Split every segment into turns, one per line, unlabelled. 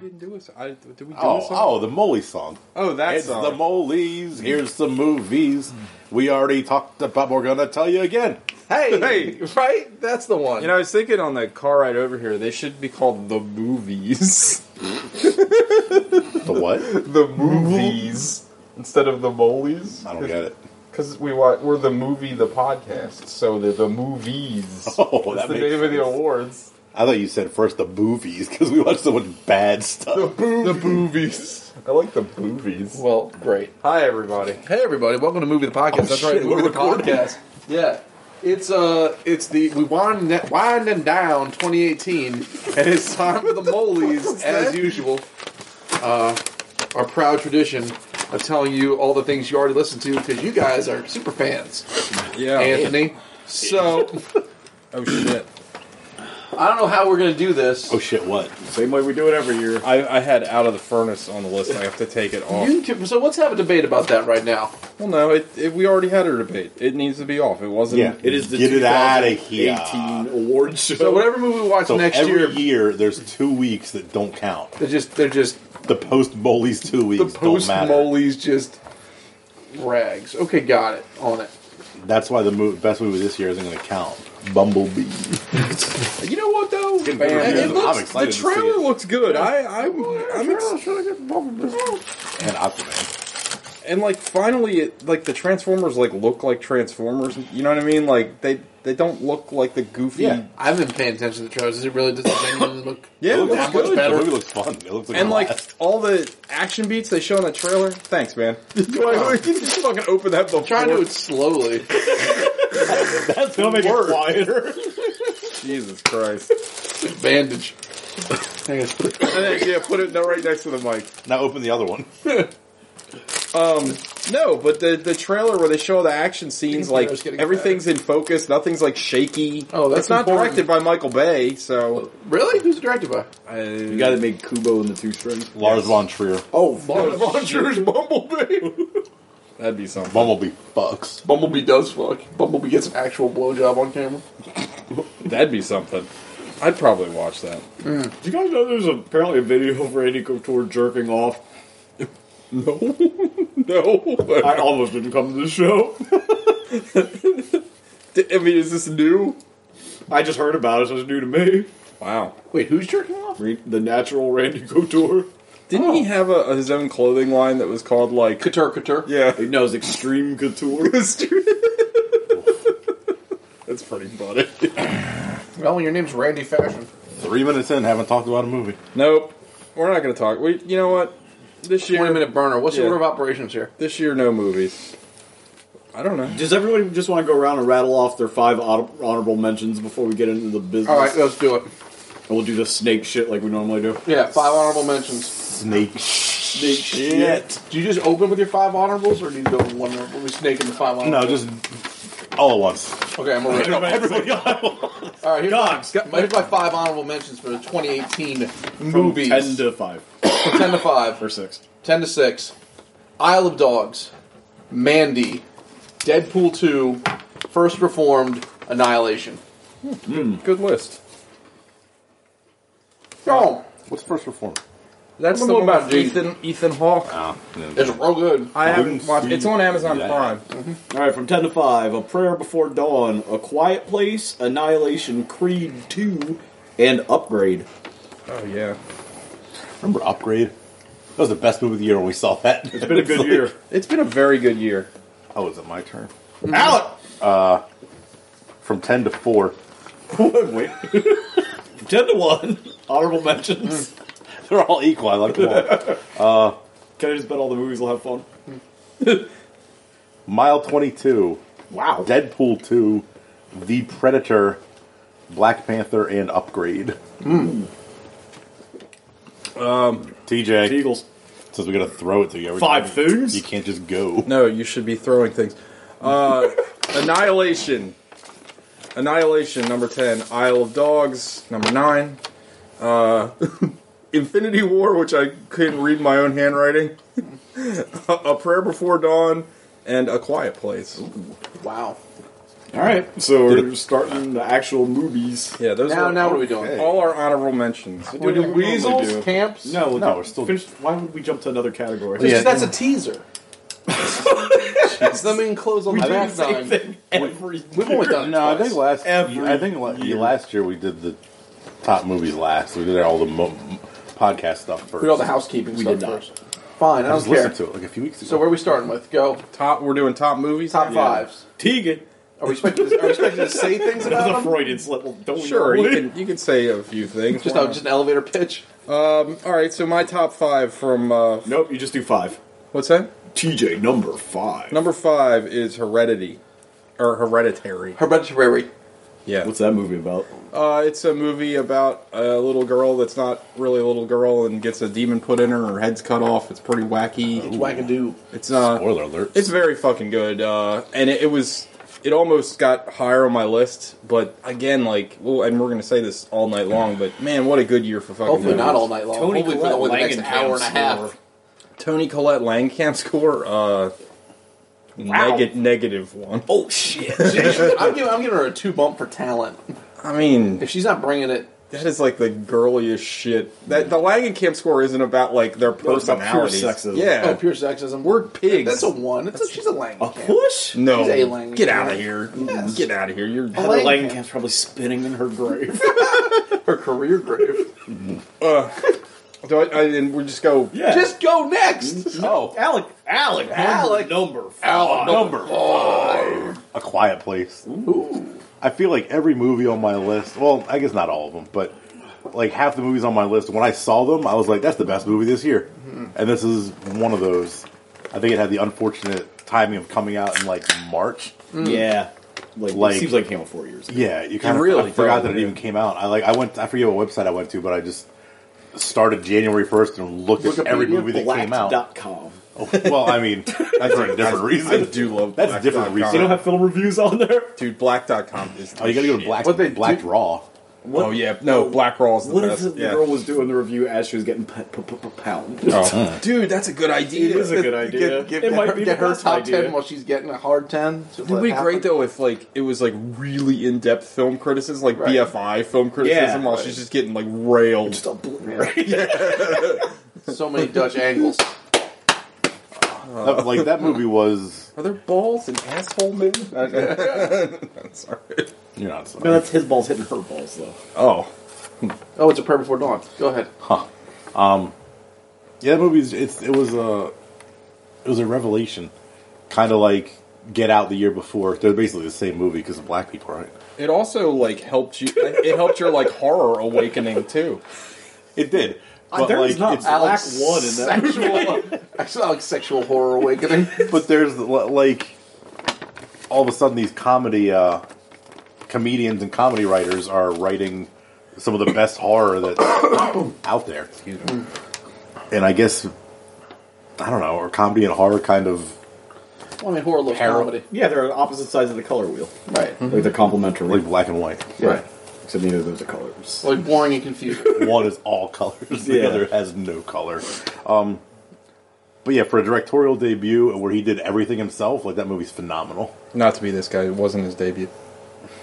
this? I, did we do
Oh,
this song?
oh, the Molly song.
Oh, that
it's
song.
the Mollies. Here's the movies. We already talked about. We're gonna tell you again.
Hey,
Hey.
right? That's the one.
You know, I was thinking on the car ride over here, they should be called the movies.
The what?
the movies. Instead of the Molies.
I don't get it.
Because we watch, we're the movie, the podcast, so the the movies.
Oh, that
That's the
makes
name of the
sense.
awards.
I thought you said first the movies because we watched so much bad stuff.
The movies. I like the movies.
well, great.
Hi, everybody.
Hey, everybody! Welcome to Movie the Podcast.
Oh,
That's
shit,
right, Movie
we're
the
recording.
Podcast. Yeah, it's uh, it's the we wind winding down 2018, and it's time for the Molies as usual. Uh, our proud tradition of telling you all the things you already listened to because you guys are super fans,
Oh,
Yeah.
Anthony. So
oh shit.
I don't know how we're gonna do this.
Oh shit! What?
Same way we do it every year.
I, I had out of the furnace on the list. I have to take it off.
You can, so let's have a debate about that right now.
Well, no, it, it, we already had a debate. It needs to be off. It wasn't.
Yeah.
It is the
Get it outta
2018
here.
award show.
So whatever movie we watch
So
next
every
year,
year, there's two weeks that don't count.
they're just they're just
The post Mollies two weeks
the post
don't matter.
Molly's just rags. Okay, got it on it.
That's why the mo- best movie this year isn't going to count. Bumblebee.
You know what though? And
I'm
it looks-
excited
the
to see
trailer
it.
looks good. I I'm, I'm ex-
and Aquaman.
and like finally it like the Transformers like look like Transformers. You know what I mean? Like they they don't look like the goofy.
Yeah.
I've been paying attention to the trailers. It really doesn't genuinely look.
Yeah, it
looks
looks
much
good.
better.
The movie looks fun. It looks like
And
a
like
blast.
all the action beats they show in the trailer, thanks, man. you just fucking open that before.
Try to do it slowly.
that's gonna make
work.
it quieter.
Jesus Christ!
Bandage.
and then, yeah, put it right next to the mic.
now open the other one.
No, but the the trailer where they show all the action scenes,
Things
like
are just getting
everything's in focus, nothing's like shaky.
Oh, that's
it's not
important.
directed by Michael Bay, so
Really? Who's it directed by?
the guy that made Kubo and the Two Strings.
Lars von Trier.
Oh,
Lars
fuck.
von Trier's Bumblebee.
that'd be something.
Bumblebee fucks.
Bumblebee does fuck. Bumblebee gets an actual blowjob on camera.
That'd be something. I'd probably watch that.
Mm.
Do you guys know there's apparently a video of Randy Couture jerking off?
No,
I almost didn't come to the show.
I mean, is this new?
I just heard about it, so it's new to me.
Wow.
Wait, who's jerking off?
Re- The natural Randy Couture.
Didn't
Oh.
he have a, a- his own clothing line that was called like?
Couture, Couture.
Yeah.
He knows extreme couture.
That's pretty funny.
Well, when your name's Randy Fashion.
Three minutes in, haven't talked about a movie.
Nope, we're not gonna talk. We, you know what? This
Twenty
year,
minute burner. What's the
Yeah.
order of operations here?
this year, no movies. I don't know.
Does everybody just want to go around and rattle off their five hon- honorable mentions before we get into the business?
All right, let's do it.
And we'll do the snake shit like we normally do.
Yeah, five honorable mentions.
Snake.
Snake shit.
Do you just open with your five honorables, or do you go one honorable? We snake in the five honorables.
No, just all at once.
Okay, I'm gonna read it. All
Everybody
right, here's,
Dogs.
My, here's my five honorable mentions for the 2018 movies.
10 to 5.
10 to five,
Or 6.
10 to six. Isle of Dogs, Mandy, Deadpool 2, First Reformed, Annihilation.
Good list.
Oh,
What's first reform?
That's
What
the one
about
about
Jake?
Ethan Ethan Hawke.
Oh,
it's real good.
I haven't
didn't
watched.
see
It's on Amazon
that.
Prime.
All right, from 10 to 5, A Prayer Before Dawn, A Quiet Place, Annihilation, Creed 2, and Upgrade.
Oh yeah,
Remember Upgrade? That was the best movie of the year when we saw that.
It's been a good year.
it's been a very good year.
Oh, is it my turn?
Alec!
From 10 to 4.
Wait. 10 to 1. Honorable mentions.
They're all equal. I like them all.
Can I just bet all the movies will have fun?
Mile 22.
Wow.
Deadpool 2. The Predator. Black Panther and Upgrade. Um,
Hmm.
TJ,
Eagles.
since we gotta throw it to you every
Um, Five
time,
things?
You can't just go.
No, you should be throwing things. Uh, Annihilation. Annihilation, number 10. Isle of Dogs, number 9. Uh, Infinity War, which I couldn't read my own handwriting. A Prayer Before Dawn, and A Quiet Place.
Wow.
All right, so we're starting the actual movies.
Yeah, those
Now,
are
now
all,
what are we doing?
Okay.
all our honorable mentions.
We're doing
we normally
weasels,
do.
camps.
No, we'll
No,
do-
we're still-
finish- Why would we jump to another category?
Just-
Yeah.
that's a teaser. It's the main clothes on the back nine.
every
We've only done it
No, I
twice.
think last
Every
I think la-
year.
last year we did the top movies last. We did all the mo- podcast stuff first.
we did all the housekeeping
We
stuff
did not.
first. Fine, I
I
don't
was listening
care.
to it like a few weeks ago.
So where are we starting with? Go
Top, we're doing top movies.
top
now?
fives.
Tegan.
Are we expected? To, are we expected to say things
Another
about them?
Freudian slip. well, Don't we
Sure,
know
you
what?
can you can say a few things.
Just,
Why
a,
not?
just an elevator pitch.
um, all right, so my top five from uh,
Nope, you just do five.
what's that?
TJ number five.
Number five is Heredity, or Hereditary.
Hereditary.
Yeah,
What's that movie about?
Uh, it's a movie about a little girl that's not really a little girl and gets a demon put in her, her head's cut off. It's pretty wacky.
Wackadoo.
It's uh,
Spoiler alert!
it's very fucking good. Uh, and it, it was, it almost got higher on my list, but again, like, well, and we're gonna say this all night long, but man, what a good year for fucking.
Hopefully
movies.
not all night long.
Tony
Hopefully for the,
Collette
the next hour and a half.
Langenkamp
Tony Collette Langkamp score, uh, neg- negative one.
Oh shit!
I'm giving, I'm giving her a two bump for talent.
I mean,
If she's not bringing it,
that is like the girliest shit. That the Langenkamp score isn't about like their
it's about pure
personalities.
sexism.
Yeah,
oh, pure sexism.
We're pigs.
That's a one. That's a, she's a lang.
a push?
No.
He's a Lang-
Get out of here.
Yes.
Get out of here. You're
Oh,
Heather
Lang-
Langenkamp's probably spinning in her grave.
Her career grave.
Do I, I, and we just go.
yeah.
Just go next.
oh,
Alec. Alec.
Alec.
Number. Number.
Alec,
Alec.
number
Number.
A Quiet Place.
Ooh.
I feel like every movie on my list. Well, I guess not all of them, but like half the movies on my list. When I saw them, I was like, "That's the best movie this year," and this is one of those. I think it had the unfortunate timing of coming out in like March.
Yeah. Like,
Like-
it seems like it came out four years ago.
Yeah, you kind of
really
I forgot
don't,
that it
yeah.
even came out. I like I went I forget what website I went to, but I just started January first and looked at every movie that came out.
Blacked.com.
Oh, well, I mean, that's for a different
I
reason.
do love
That's
black
different
dot
reason.
com.
They don't have film reviews on there.
Dude, black.com is. the
Oh, you got to go to
shit.
Black
What they
Black
do-
Raw.
What-
Oh, yeah. No, Black Raw is the
What
best.
if the
yeah.
girl was doing the review as she was getting p- p- p- pounded?
Oh. Dude, that's a good idea.
It is a good idea.
Get, get,
it
her,
might be
get
the
her
best
top
idea.
ten while she's getting a hard ten. It
It would be great though if like it was like really in depth film criticism, like
Right.
BFI film criticism,
Yeah,
while
right.
she's just getting like railed.
Just obliterated.
So many Dutch angles.
That- Uh, like that movie was.
Are there balls and asshole men? I'm sorry.
You're not sorry.
No, that's his balls hitting her balls, though.
Oh,
Oh, it's a prayer before dawn. Go ahead.
Yeah, that movie's it's it was a it was a revelation, kind of like Get Out the year before. They're basically the same movie because of black people, right?
it also like helped you. It helped your like horror awakening too.
It did. But like,
There's not
it's-
black
Alex
one in that.
Sexual, actually, like sexual horror awakening.
but there's like all of a sudden these comedy uh, comedians and comedy writers are writing some of the best horror that's out there. And I guess I don't know, or comedy and horror kind of
Well, I mean, horror looks
Peril.
comedy,
Yeah, they're on opposite sides of the color wheel.
right?
Like they're complementary.
like black and white.
Right.
Except neither of those are colors.
Like boring and confusing.
One is all colors, the
Yeah.
other has no color. Um, but yeah, for a directorial debut where he did everything himself, like that movie's phenomenal.
Not to be this guy. It wasn't his debut.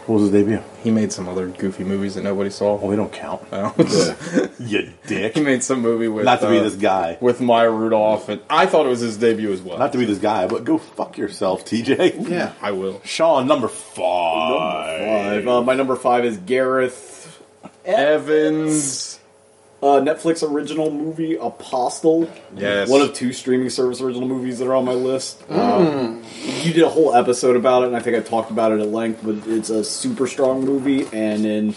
What was his debut?
He made some other goofy movies that nobody
Well,
saw.
they don't count.
Oh.
Uh, You
he
dick.
made some movie with
Not to be
uh,
this guy.
with Maya Rudolph, and I thought it was his debut as well.
Not to be this guy, but go fuck yourself, TJ.
Yeah.
I will.
Sean, number five.
Five. Uh, my number five is Gareth.
Evans.
Uh, Netflix original movie Apostle.
Yes.
One of two streaming service original movies that are on my list. Um, you did a whole episode about it, and I think I talked about it at length, but it's a super strong movie, and in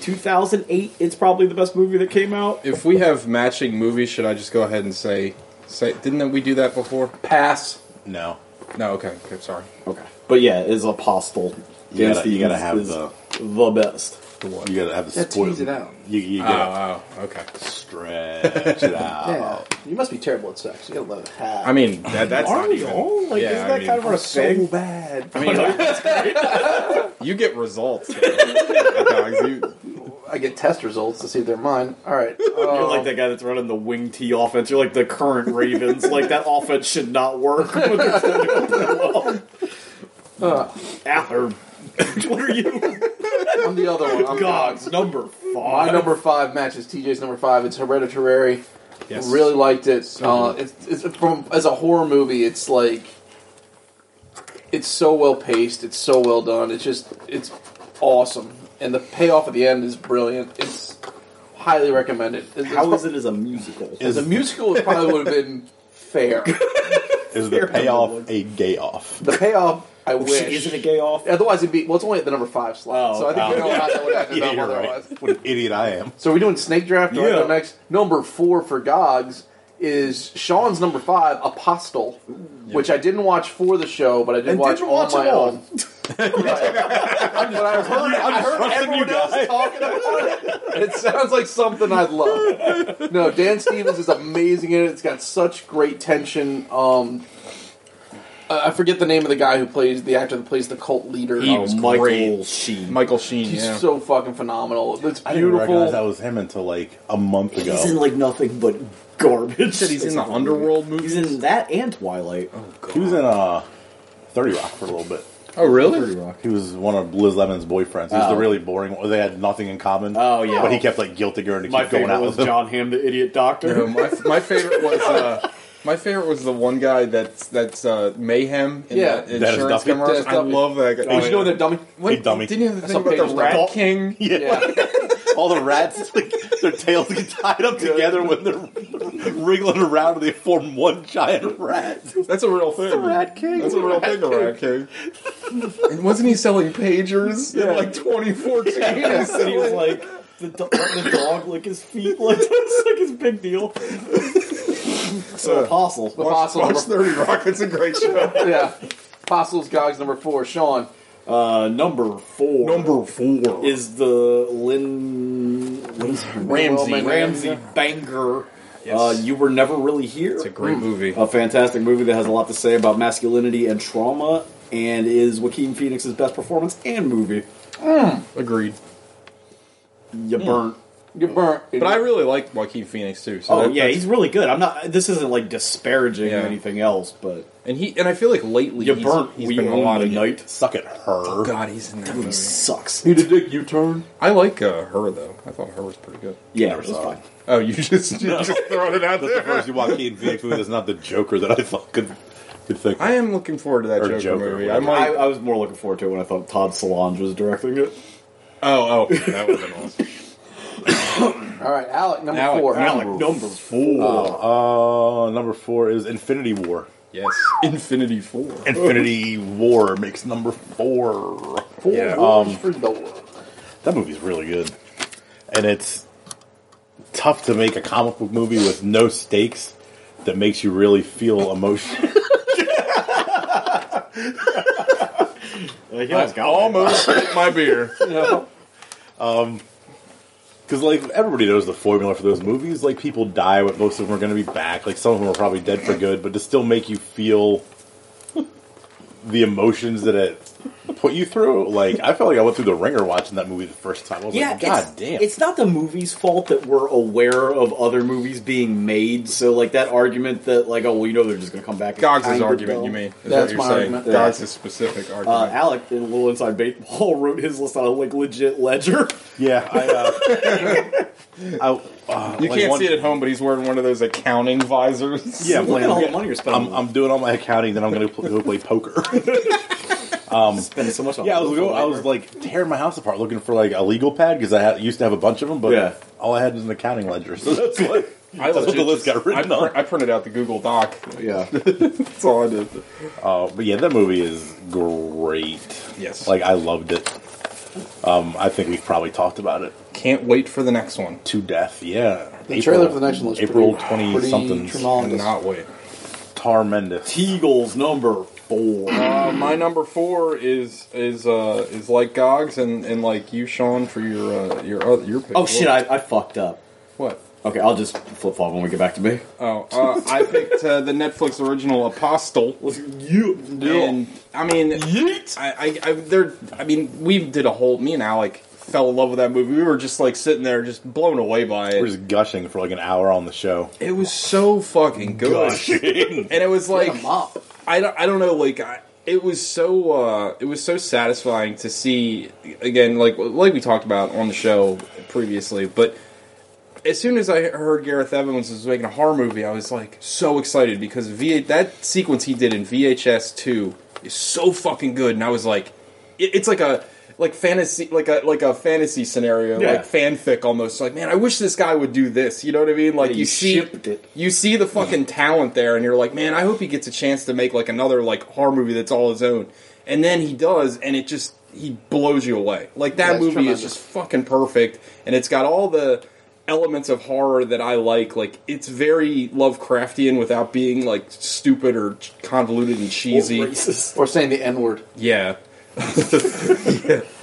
2008, it's probably the best movie that came out.
If we have matching movies, should I just go ahead and say say? Didn't we do that before?
Pass.
No.
No. Okay. Okay. Sorry.
Okay. But yeah, it's Apostle.
You gotta- you gotta
Stevens
have
is
the-
the best.
The what?
You gotta have the
Yeah,
spoil.
tease it out.
You, you
Oh,
gotta
oh. Okay.
stretch it out.
Yeah. Uh, You must be terrible at sex. You gotta love it. Ha.
I mean, that, that's
Are
not
we
even-
all? Like,
Yeah,
isn't
I
that
mean-
kind of our thing?
bad.
I mean, you get results. though. Dogs, you-
I get test results to see if they're mine. All right.
You're
Uh,
like that guy that's running the wing tee offense. You're like the current Ravens. like that offense should not work. but they're still doing pretty well. Ah, or- what are you?
I'm the other one. I'm
God's number
My
five.
number five match is TJ's number five. It's Hereditary.
Yes.
Really liked it. uh, it's, it's from as a horror movie. It's like it's so well paced. It's so well done. It's just it's awesome, and the payoff at the end is brilliant. It's highly recommended. It's,
How
it's,
is it as a musical?
Is-
The musical is probably would have been fair.
Is
Fair
the
number one.
payoff a gay off?
The payoff, I wish.
Is it a gay off?
Otherwise, it'd be well. It's only at the number five slot,
Oh,
so I think you know how that would have
Yeah,
ended
you're
up
right.
otherwise.
What an idiot I am.
So we're doing snake draft. Do I go
Yeah.
next? Number four for Gogs is Sean's number five, Apostle, which I didn't watch for the show, but I did
And
watch
didn't
on
watch
my
it all.
own. Right. but I've heard, I've heard everyone else talking about it. and It sounds like something I'd love. No, Dan Stevens is amazing in it. It's got such great tension. Um, I I forget the name of the guy who plays the actor that plays the cult leader. Oh,
He was
Michael
great.
Sheen.
Michael Sheen.
He's
yeah.
so fucking phenomenal. It's beautiful.
I didn't recognize that was him until like a month ago.
He's in like nothing but garbage.
Said he's in the underworld movie.
He's in that and Twilight. Oh,
he was in uh, 30 Rock for a little bit.
oh really?
Rock.
He was one of Liz Lemon's boyfriends. He was
Oh.
the really boring one. They had nothing in common.
Oh, yeah.
But he kept like guilting her into
My
keep going
favorite
out
was
with him.
John Hamm, the idiot doctor.
No, my, my favorite was uh, my favorite was the one guy that's that's uh, mayhem. In
Yeah.
that
That
is
insurance
Duffy.
commercial.
That is
I
Duffy.
love that guy.
Did you know that dummy?
What,
Hey, dummy.
Didn't you have the thing
Some
about
pages
the Rat
don't-
King?
Yeah.
Yeah.
All the rats, like, their tails get tied up together when they're wriggling around and they form one giant rat.
That's a real thing. The
Rat King.
That's a real thing, the Rat King. and wasn't he selling pagers in like 2014?
and he was like, the, do- the dog lick his feet. Like, that's like his big deal. so, Apostle.
Apostle
Watch 30
number
Rock. It's a great show.
yeah. Apostles Gogs number four. Sean.
Uh, number four.
four.
is the Lynn what is her name?
Ramsey.
Ramsey Banger. Uh, you were never really here.
It's a great movie.
A fantastic movie that has a lot to say about masculinity and trauma, and is Joaquin Phoenix's best performance and movie.
Agreed.
You burnt.
Get burnt.
But I really like Joaquin Phoenix too. So
Oh
that-
yeah,
that's-
he's really good. I'm not. This isn't like disparaging or
Yeah.
anything else, but
and he and I feel like lately
you
he's,
burnt.
he's
we
been in a
own
lot
the
of
night.
Suck at her.
God, he's in that
Movie
movie.
sucks.
Need a dick U turn.
I like uh, her though. I thought her was pretty good.
Yeah, it's fine.
Oh, you just you just throwing it out
That's the
there.
first Joaquin Phoenix movie that's not the Joker that I thought could, could think.
I am looking forward to that
Or
Joker,
Joker,
movie. I
whatever.
might.
I, uh, I was more looking forward to it when I thought Todd Solange was directing it.
oh, oh, that would have been awesome.
All right, Alec number
Alec,
four.
Alec.
Like number
Uh,
four.
uh, number four is Infinity War.
Yes, Infinity Four.
Infinity War makes number four. Um,
Four
Yeah. um,
wars for Thor.
That movie's really good. And it's tough to make a comic book movie with no stakes that makes you really feel emotion.
Like, yeah, it's got
Almost hit my beer.
Because, Um, like, everybody knows the formula for those movies. Like, people die, but most of them are going to be back. Like, some of them are probably dead for good, but to still make you feel the emotions that it put you through. Like, I felt like I went through the ringer watching that movie the first time. I was like, God
it's,
damn.
It's not the movie's fault that we're aware of other movies being made. So like that argument that like oh well you know they're just gonna come back. is
Gogs'
kinda
argument,
dumb.
you mean? Is
That's
what you're
my
saying.
argument.
Gogs' specific argument.
Uh, Alec in a little inside baseball wrote his list on a like legit ledger.
Yeah, I, uh, I, uh,
you
like
can't
one-
see it at home, but he's wearing one of those accounting visors.
Yeah,
Look at all the
playing,
money you're spending.
I'm, I'm doing all my accounting, then I'm going to pl- go play poker.
spending so much on.
yeah, I was,
local
go, I was
labor.
like tearing my house apart looking for like a legal pad because I had, used to have a bunch of them, but
Yeah.
all I had was an accounting ledger. So that's what,
I
that's what
legit
the list
just-
got written
I,
on.
print- I printed out the Google Doc.
yeah.
That's all I did.
Uh, but yeah, that movie is great.
Yes.
Like, I loved it. Um, I think we've probably talked about it
Can't wait for the next one.
to death. Yeah.
The trailer for the next one looks
April
pretty-
20
pretty
something.
tremendous.
Cannot not wait.
Tarmendous.
Teagle's number four.
Uh, my number four is is uh, is like Gogs and, and like you, Sean, for your uh, your other, your pick.
Oh shit! I, I fucked up.
what?
Okay, I'll just flip flop when we get back to me.
Oh, uh, I picked uh, the Netflix original Apostle.
Listen, you
And I mean, I, I, I, there. I mean, we did a whole. Me and Alec fell in love with that movie. We were just like sitting there, just blown away by
We're
it.
just gushing for like an hour on the show.
It was so fucking good,
Gushing.
and it was like
Get 'em up.
I don't, I don't know, like I, it was so uh, it was so satisfying to see again, like like we talked about on the show previously. But as soon as I heard Gareth Evans was making a horror movie, I was like so excited because v- that sequence he did in VHS two is so fucking good, and I was like, it, it's like a like fantasy like a like a fantasy scenario
Yeah.
like fanfic almost like man i wish this guy would do this you know what i mean like
Yeah,
you,
you
see
shipped it.
you see the fucking talent there, and you're like, man, I hope he gets a chance to make like another like horror movie that's all his own. And then he does, and it just he blows you away. Like that
Yeah, it's
movie
tremendous.
is just fucking perfect, and it's got all the elements of horror that I like. Like it's very Lovecraftian without being like stupid or convoluted and cheesy.
Racist.
Or saying the N word.
yeah.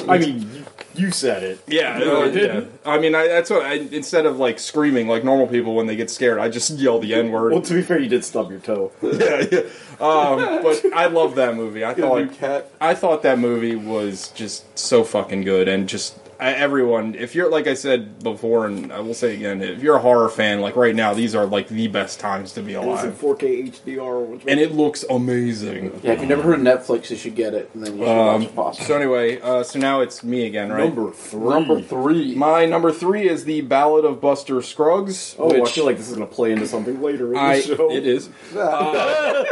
I mean, you, you said it.
Yeah,
No,
uh,
it didn't.
yeah. I mean, I, that's what I instead of like screaming like normal people when they get scared, I just yell the N word.
Well, to be fair, you did stub your toe.
yeah, yeah. Um, but I love that movie. Oh, I
Get a
thought
new cat.
I thought that movie was just so fucking good, and just I, everyone. If you're like I said before, and I will say again, if you're a horror fan, like right now, these are like the best times to be
It was in
alive,
4K HDR. Which
and it looks amazing.
Yeah, if you've never heard of Netflix, you should get it, and then you should
Um,
watch it possibly.
So anyway, uh, so now it's me again, right?
number three.
Hmm.
Number three.
My number three is the Ballad of Buster Scruggs.
Oh, I
which
feel like this is going to play into something later in
I,
the show.
it is. Uh,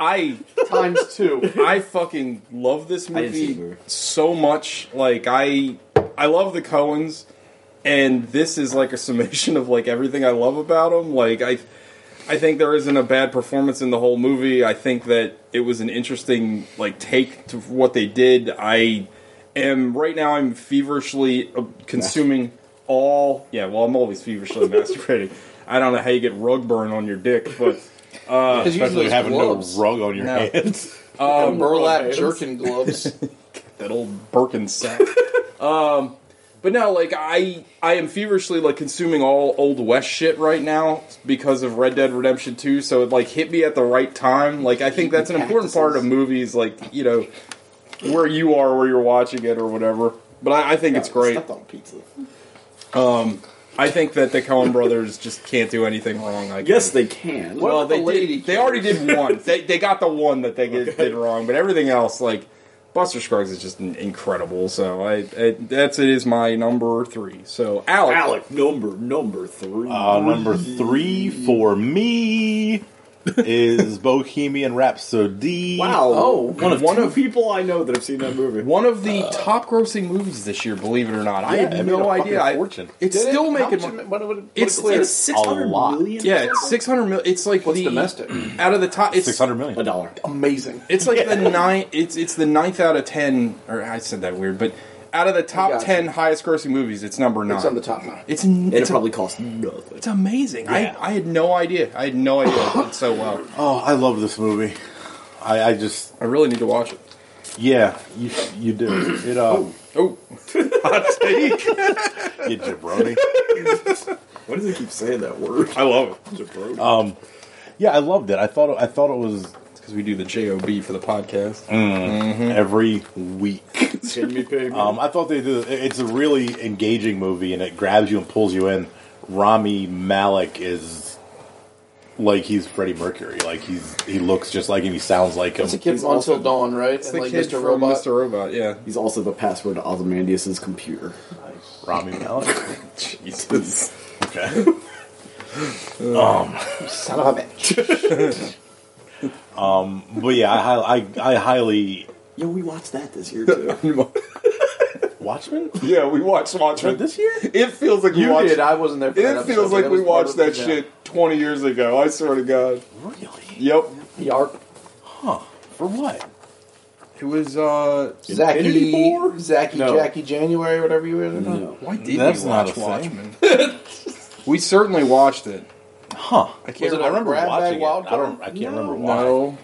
I
times two.
I fucking love this
didn't see the
movie
movie.
so much. Like I I love the Coens and this is like a summation of like everything I love about them. Like I I think there isn't a bad performance in the whole movie. I think that it was an interesting like take to what they did. I am right now I'm feverishly uh, consuming all Yeah, well I'm always feverishly masturbating. I don't know how you get rug burn on your dick, but Uh,
Because
Especially
usually
having
having gloves.
no rug on your
No.
hands.
Like a Um, burlap
gloves.
jerkin gloves.
that old Birkin sack. um, but no, like I, I am feverishly like consuming all old West shit right now because of Red Dead Redemption Two. So it like hit me at the right time. Like I think that's an important part of movies, like you know, where you are, where you're watching it, or whatever. But I, I think it's great.
Stepped on pizza.
I think that the Coen Brothers just can't do anything wrong. I
Yes,
guess.
they can.
What
Well,
about
Oh, they
the lady
did, They already did one. they they got the one that they did, did wrong, but everything else, like Buster Scruggs, is just in- incredible. So I, I that's it is my number three. So Alec,
Alec, number number three.
Uh, number three for me is Bohemian Rhapsody.
wow.
Oh,
one of
one
two
of-
people I know that have seen that movie.
one of the top grossing movies this year, believe it or not. I
Yeah, it
had
made a
no
fucking
idea. I-
fortune.
it's
Did it?
still
How
making.
much
mon-
it ma- What, what, what,
It's
what-
like-
It's six hundred
lot.
million.
yeah, it's six hundred million. It's like
What's
the
domestic?
out of the top. It's
Six hundred million.
a dollar.
Amazing.
It's like the nine. It's it's the ninth out of ten. Or I said that weird, but out of the top
gotcha.
ten highest grossing movies, it's number nine.
It's on the top now.
It's n-
And it
it's a-
probably cost nothing.
It's amazing.
Yeah.
I, I had no idea. I had no idea it did so well.
Oh, I love this movie. I, I just
I really need to watch it.
yeah, you you do it. Uh,
Oh, hot take.
you jabroni.
Why does he keep saying that word?
I love it.
Uh,
Yeah, I loved it. I thought I thought it was
Because we do the job for the podcast.
every week.
Jamie Pig.
Um, I thought they did. it- It's a really engaging movie, and it grabs you and pulls you in. Rami Malik is like he's Freddie Mercury. Like he's he looks just like him. He sounds like him.
It's a kid
He's
from Until
also-
Dawn, right?
It's
and
the
like
kid
Mr.
from
Robot.
Mr. Robot. Yeah.
He's also the password to Ozymandias' computer.
Rami Malik.
Jesus.
Okay.
Son of a bitch.
But yeah, I, hi- I I highly
Yeah, we watched that this year too.
Watchmen.
yeah, we watched Watchmen
This year?
It feels like
You did. I wasn't there for that episode, but it was part of it, yeah.
20 years ago. I swear to God.
Really?
Yep.
Yarp.
For what?
It was, uh.
Zacky,
War?
Zacky,
No.
Jackie, January, whatever you were.
no.
Why did
That's
we
not
watch
a
Watchmen? we certainly watched it.
Huh?
I can't
Was it
I remember
Grab bag
watching it.
wild
I don't. I can't remember why.
No.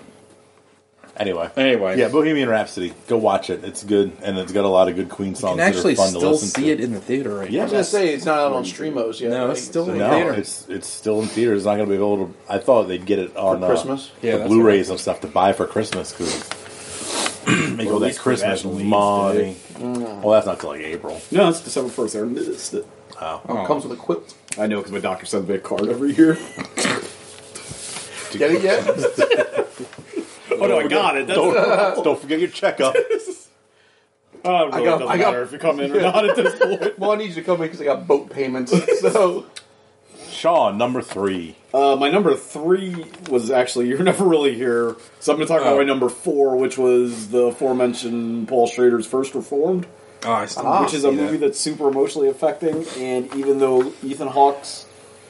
Anyway.
Anyway.
Yeah, Bohemian Rhapsody. Go watch it. It's good, and it's got a lot of good Queen songs
can
that are
actually
fun to
still
listen
see
to.
it in the theater right
Yeah.
I was gonna say it's not out on Streamos yet.
No,
right?
it's still in
No,
theater.
it's it's still in theaters. It's not going to be able to. I thought they'd get it on uh,
Christmas?
Yeah,
the
that's
Blu-rays and stuff to buy for Christmas because make all that
least we
Christmas
had leads
money. Mm. Well, that's not till like April.
No, it's December first. I missed it.
Oh,
now.
It comes with a quilt.
I know because my doctor sends me a card every year.
Get it yet?
Oh no, I got it. That's,
Don't, don't forget your checkup.
Oh, it really
I got-
doesn't
I got-
matter if you come in or not at this point.
Well, I need you to come in because I got boat payments. So
Sean, number three.
Uh, my number three was actually you're never really here, so I'm going to talk about
Oh.
my number four, which was the aforementioned Paul Schrader's First Reformed.
Oh, I still
Ah.
need
which
to
is a
see that.
movie that's super emotionally affecting. And even though Ethan Hawke's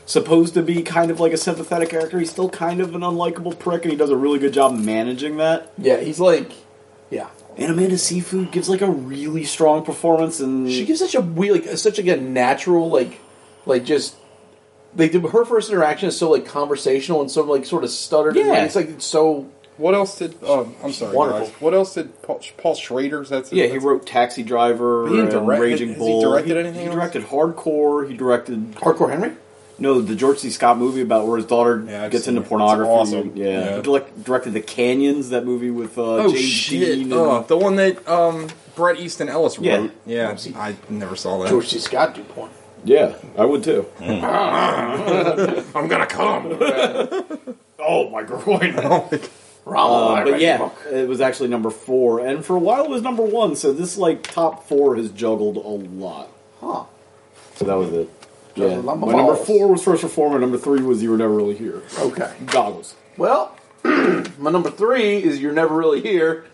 supposed to be kind of like a sympathetic character, he's still kind of an unlikable prick, and he does a really good job managing that.
yeah, he's like, yeah.
And Amanda Seafood gives like a really strong performance, and
She gives such a weird, like, such like a natural, like, like just. Like the- her first interaction is so like conversational and so like sort of stuttered. And, like,
Yeah.
it's like it's so.
What else did? Um, I'm sorry,
Wonderful.
guys. What else did Paul, Paul Schrader's? That's
yeah, he
that's-
wrote Taxi Driver,
He didn't
and
direct-
Raging
has he
Bull.
directed anything
He
else?
directed Hardcore. He directed
Hardcore Henry.
No, the George C. Scott movie about where his daughter
Yeah, I've
gets
seen it.
into
It's
pornography.
awesome.
Yeah,
Yeah.
He direct- directed the Canyons, that movie with uh,
Oh
James
shit!
Dean. and-
Oh, the one that um, Brett Easton Ellis
Yeah.
wrote. Yeah,
Oopsie.
I never saw that.
George C. Scott do porn.
Yeah, I would too.
I'm gonna come.
oh my groin!
Rommel, I
Uh, but
read
yeah,
your book.
it was actually number four, and for a while it was number one. So this like top four has juggled a lot.
Huh.
So that was it.
Juggled
Yeah.
a
My
lot of
number
balls.
four was first reformer. Number three was you were never really here.
Okay.
Goggles,
Well, my number three is you're never really here.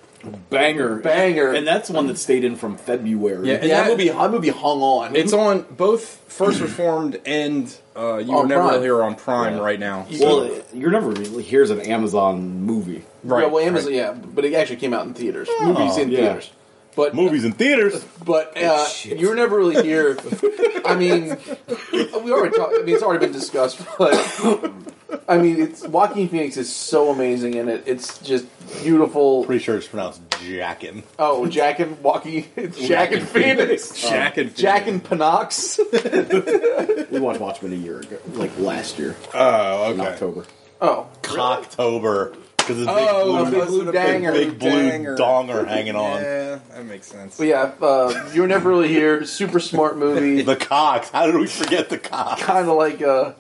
banger,
Banger.
and that's one that stayed in from February.
Yeah,
yeah,
that-
that movie, that movie hung on.
It's on both First Reformed and uh, You
On
Were Never
Prime.
Really Here on Prime right now.
Well, you're never really here's an Amazon movie.
right,
Yeah, well, Amazon.
right.
Yeah, but it actually came out in theaters. Movies in
yeah.
theaters. But
Movies in theaters.
But uh,
shit.
you're never really here. I mean, we already talked. I mean, it's already been discussed. But I mean, it's Joaquin Phoenix is so amazing in it. It's just beautiful.
Pretty sure it's pronounced Jackin.
Oh, Jack and Joaquin, it's Jack and
Oh,
Phoenix,
Oh.
Jack and
Jack and Panox.
We watched Watchmen a year ago, like last year
Oh,
in
okay.
October.
Oh,
Cocktober. Because it's big
Oh,
blue,
Big Blue Danger.
big blue
Danger.
donger hanging on.
Yeah, that makes sense.
but yeah, uh, you're never really here. Super smart movie.
The cocks. How did we forget the cocks?
kind of like a.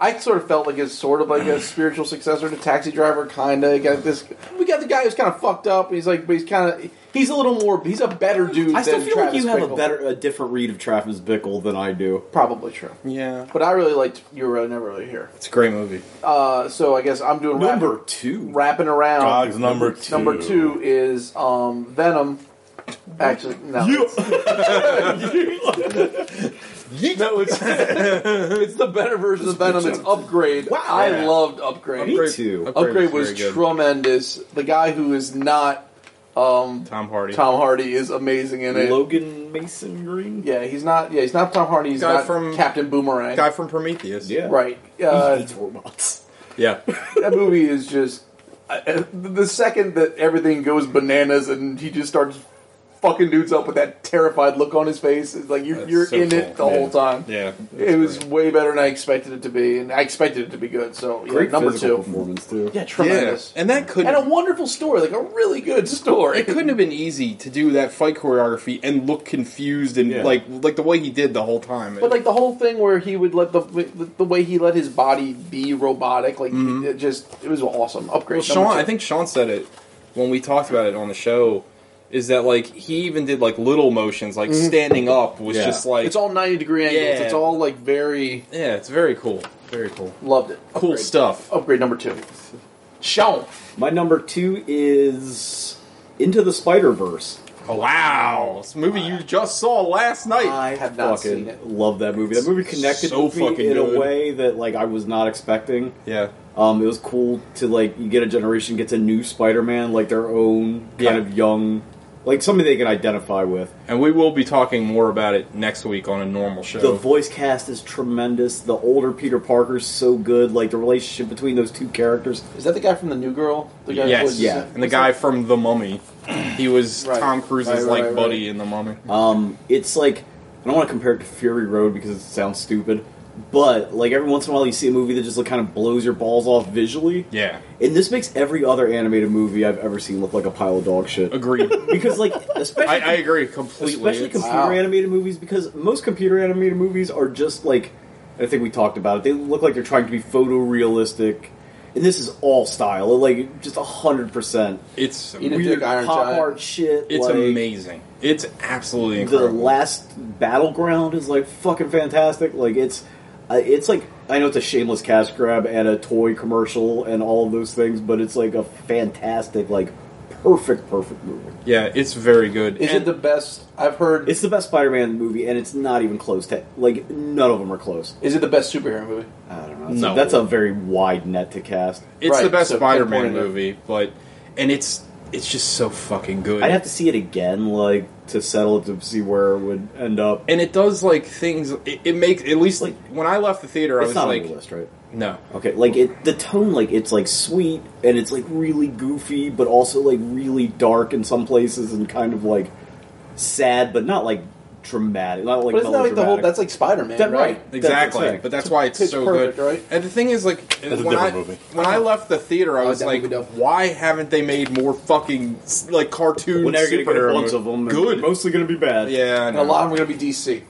I sort of felt like it's sort of like a spiritual successor to Taxi Driver, kind of. Got this. We got the guy who's kind of fucked up. and He's like, but he's kind of. He's a little more. He's a better dude.
I still
than
feel
Travis
like you have
Bickle.
a better, a different read of Travis Bickle than I do.
Probably true.
Yeah.
But I really liked You're Really Never Really Here.
It's a great movie.
Uh, so I guess I'm doing wrap-
Number two.
wrapping around.
Dogs number two.
Number two is um, Venom. Actually, no.
You.
No, it's it's the better version of Venom. It's Upgrade. Wow. I
Yeah.
loved Upgrade.
Me too.
Upgrade was
very good.
tremendous. The guy who is not um,
Tom Hardy.
Tom Hardy is amazing in it.
Logan Mason Green.
yeah, he's not. Yeah, he's not Tom Hardy. He's
Guy
not
from-
Captain Boomerang.
guy from Prometheus.
Right. Uh,
Hates robots.
Yeah.
that movie is just I- I- the second that everything goes bananas and he just starts fucking dudes up with that terrified look on his face. It's like you're,
That's
you're
so
in
cool.
it the
Yeah.
whole time.
Yeah.
It was way better than I expected it to be, and I expected it to be good. So yeah,
Great
number
physical
two.
performance too.
Yeah,
Yeah.
tremendous.
And that couldn't
And a wonderful story, like a really good story.
it couldn't have been easy to do that fight choreography and look confused and
Yeah.
like like the way he did the whole time.
But like the whole thing where he would let the the way he let his body be robotic, like it just it was awesome. Upgrade.
Mm-hmm. Well, Sean, I think Sean said it when we talked about it on the show. Is that like he even did like little motions, like standing up was
Yeah.
just like
Mm-hmm. it's all ninety degree angles.
Yeah.
It's all like very
yeah, it's very cool, very cool,
loved it.
cool
Upgrade.
stuff.
Upgrade number two. Sean,
My number two is Into the Spider Verse.
wow, this movie you just saw last night.
I
have not
fucking
seen it.
love that movie. That movie connected
so
with me
fucking
in
good.
a way that like I was not expecting.
yeah,
Um, it was cool to like you get a generation gets a new Spider-Man, like their own kind
Yeah.
of young, like something they can identify with.
and we will be talking more about it next week on a normal show.
The voice cast is tremendous. The older Peter Parker's so good. Like the relationship between those two characters.
is that the guy from the New Girl? The guy who
yes,
was-
yeah.
and the guy from The Mummy, he was
Right.
Tom Cruise's
Right, right,
like
right,
buddy
right.
in The Mummy.
Um, it's like I don't want to compare it to Fury Road because it sounds stupid, but like every once in a while you see a movie that just like kind of blows your balls off visually.
yeah,
And this makes every other animated movie I've ever seen look like a pile of dog shit.
agreed.
Because like especially
I, I agree completely.
especially
It's-
computer
Wow.
animated movies because most computer animated movies are just like I think we talked about it. They look like they're trying to be photorealistic. And this is all style, like just hundred percent
It's
Eat a
weird.
dick, Iron
pop
Giant.
art shit.
It's
like,
amazing. It's absolutely
The
incredible.
last battleground is like fucking fantastic. Like it's, uh, it's like I know it's a shameless cash grab and a toy commercial and all of those things, but it's like a fantastic, like perfect, perfect movie.
yeah, it's very good.
Is
And-
it the best? I've heard.
It's the best Spider-Man movie, and it's not even close to like none of them are close.
is it the best superhero movie?
I don't know. That's,
No.
a, that's a very wide net to cast.
It's
Right,
the best
so
Spider-Man
pinpoint it.
movie, but and it's it's just so fucking good.
I'd have to see it again, like to settle it to see where it would end up.
and it does like things. It, it makes at least like
Like-
when I left the theater, I
It's
was
not
like,
on the list, right?
no,
Okay, like it, the tone, like it's like sweet and it's like really goofy, but also like really dark in some places and kind of like sad, but not like dramatic, not like
But isn't that like the whole?
melodramatic.
That's like Spider Man,
That-
right?
right. That's
exactly.
exact.
but that's why it's
Pitch
so
Perfect,
good,
right?
And the thing is, like
That's a
when I
different movie.
when I left the theater, I
Oh,
was
that
like,
movie does.
why haven't they made more fucking like cartoon
We're never gonna get a
superhero
bunch
movies?
of them. and
Good,
mostly going to be bad.
yeah, I
And a
know.
lot of them are going to be DC.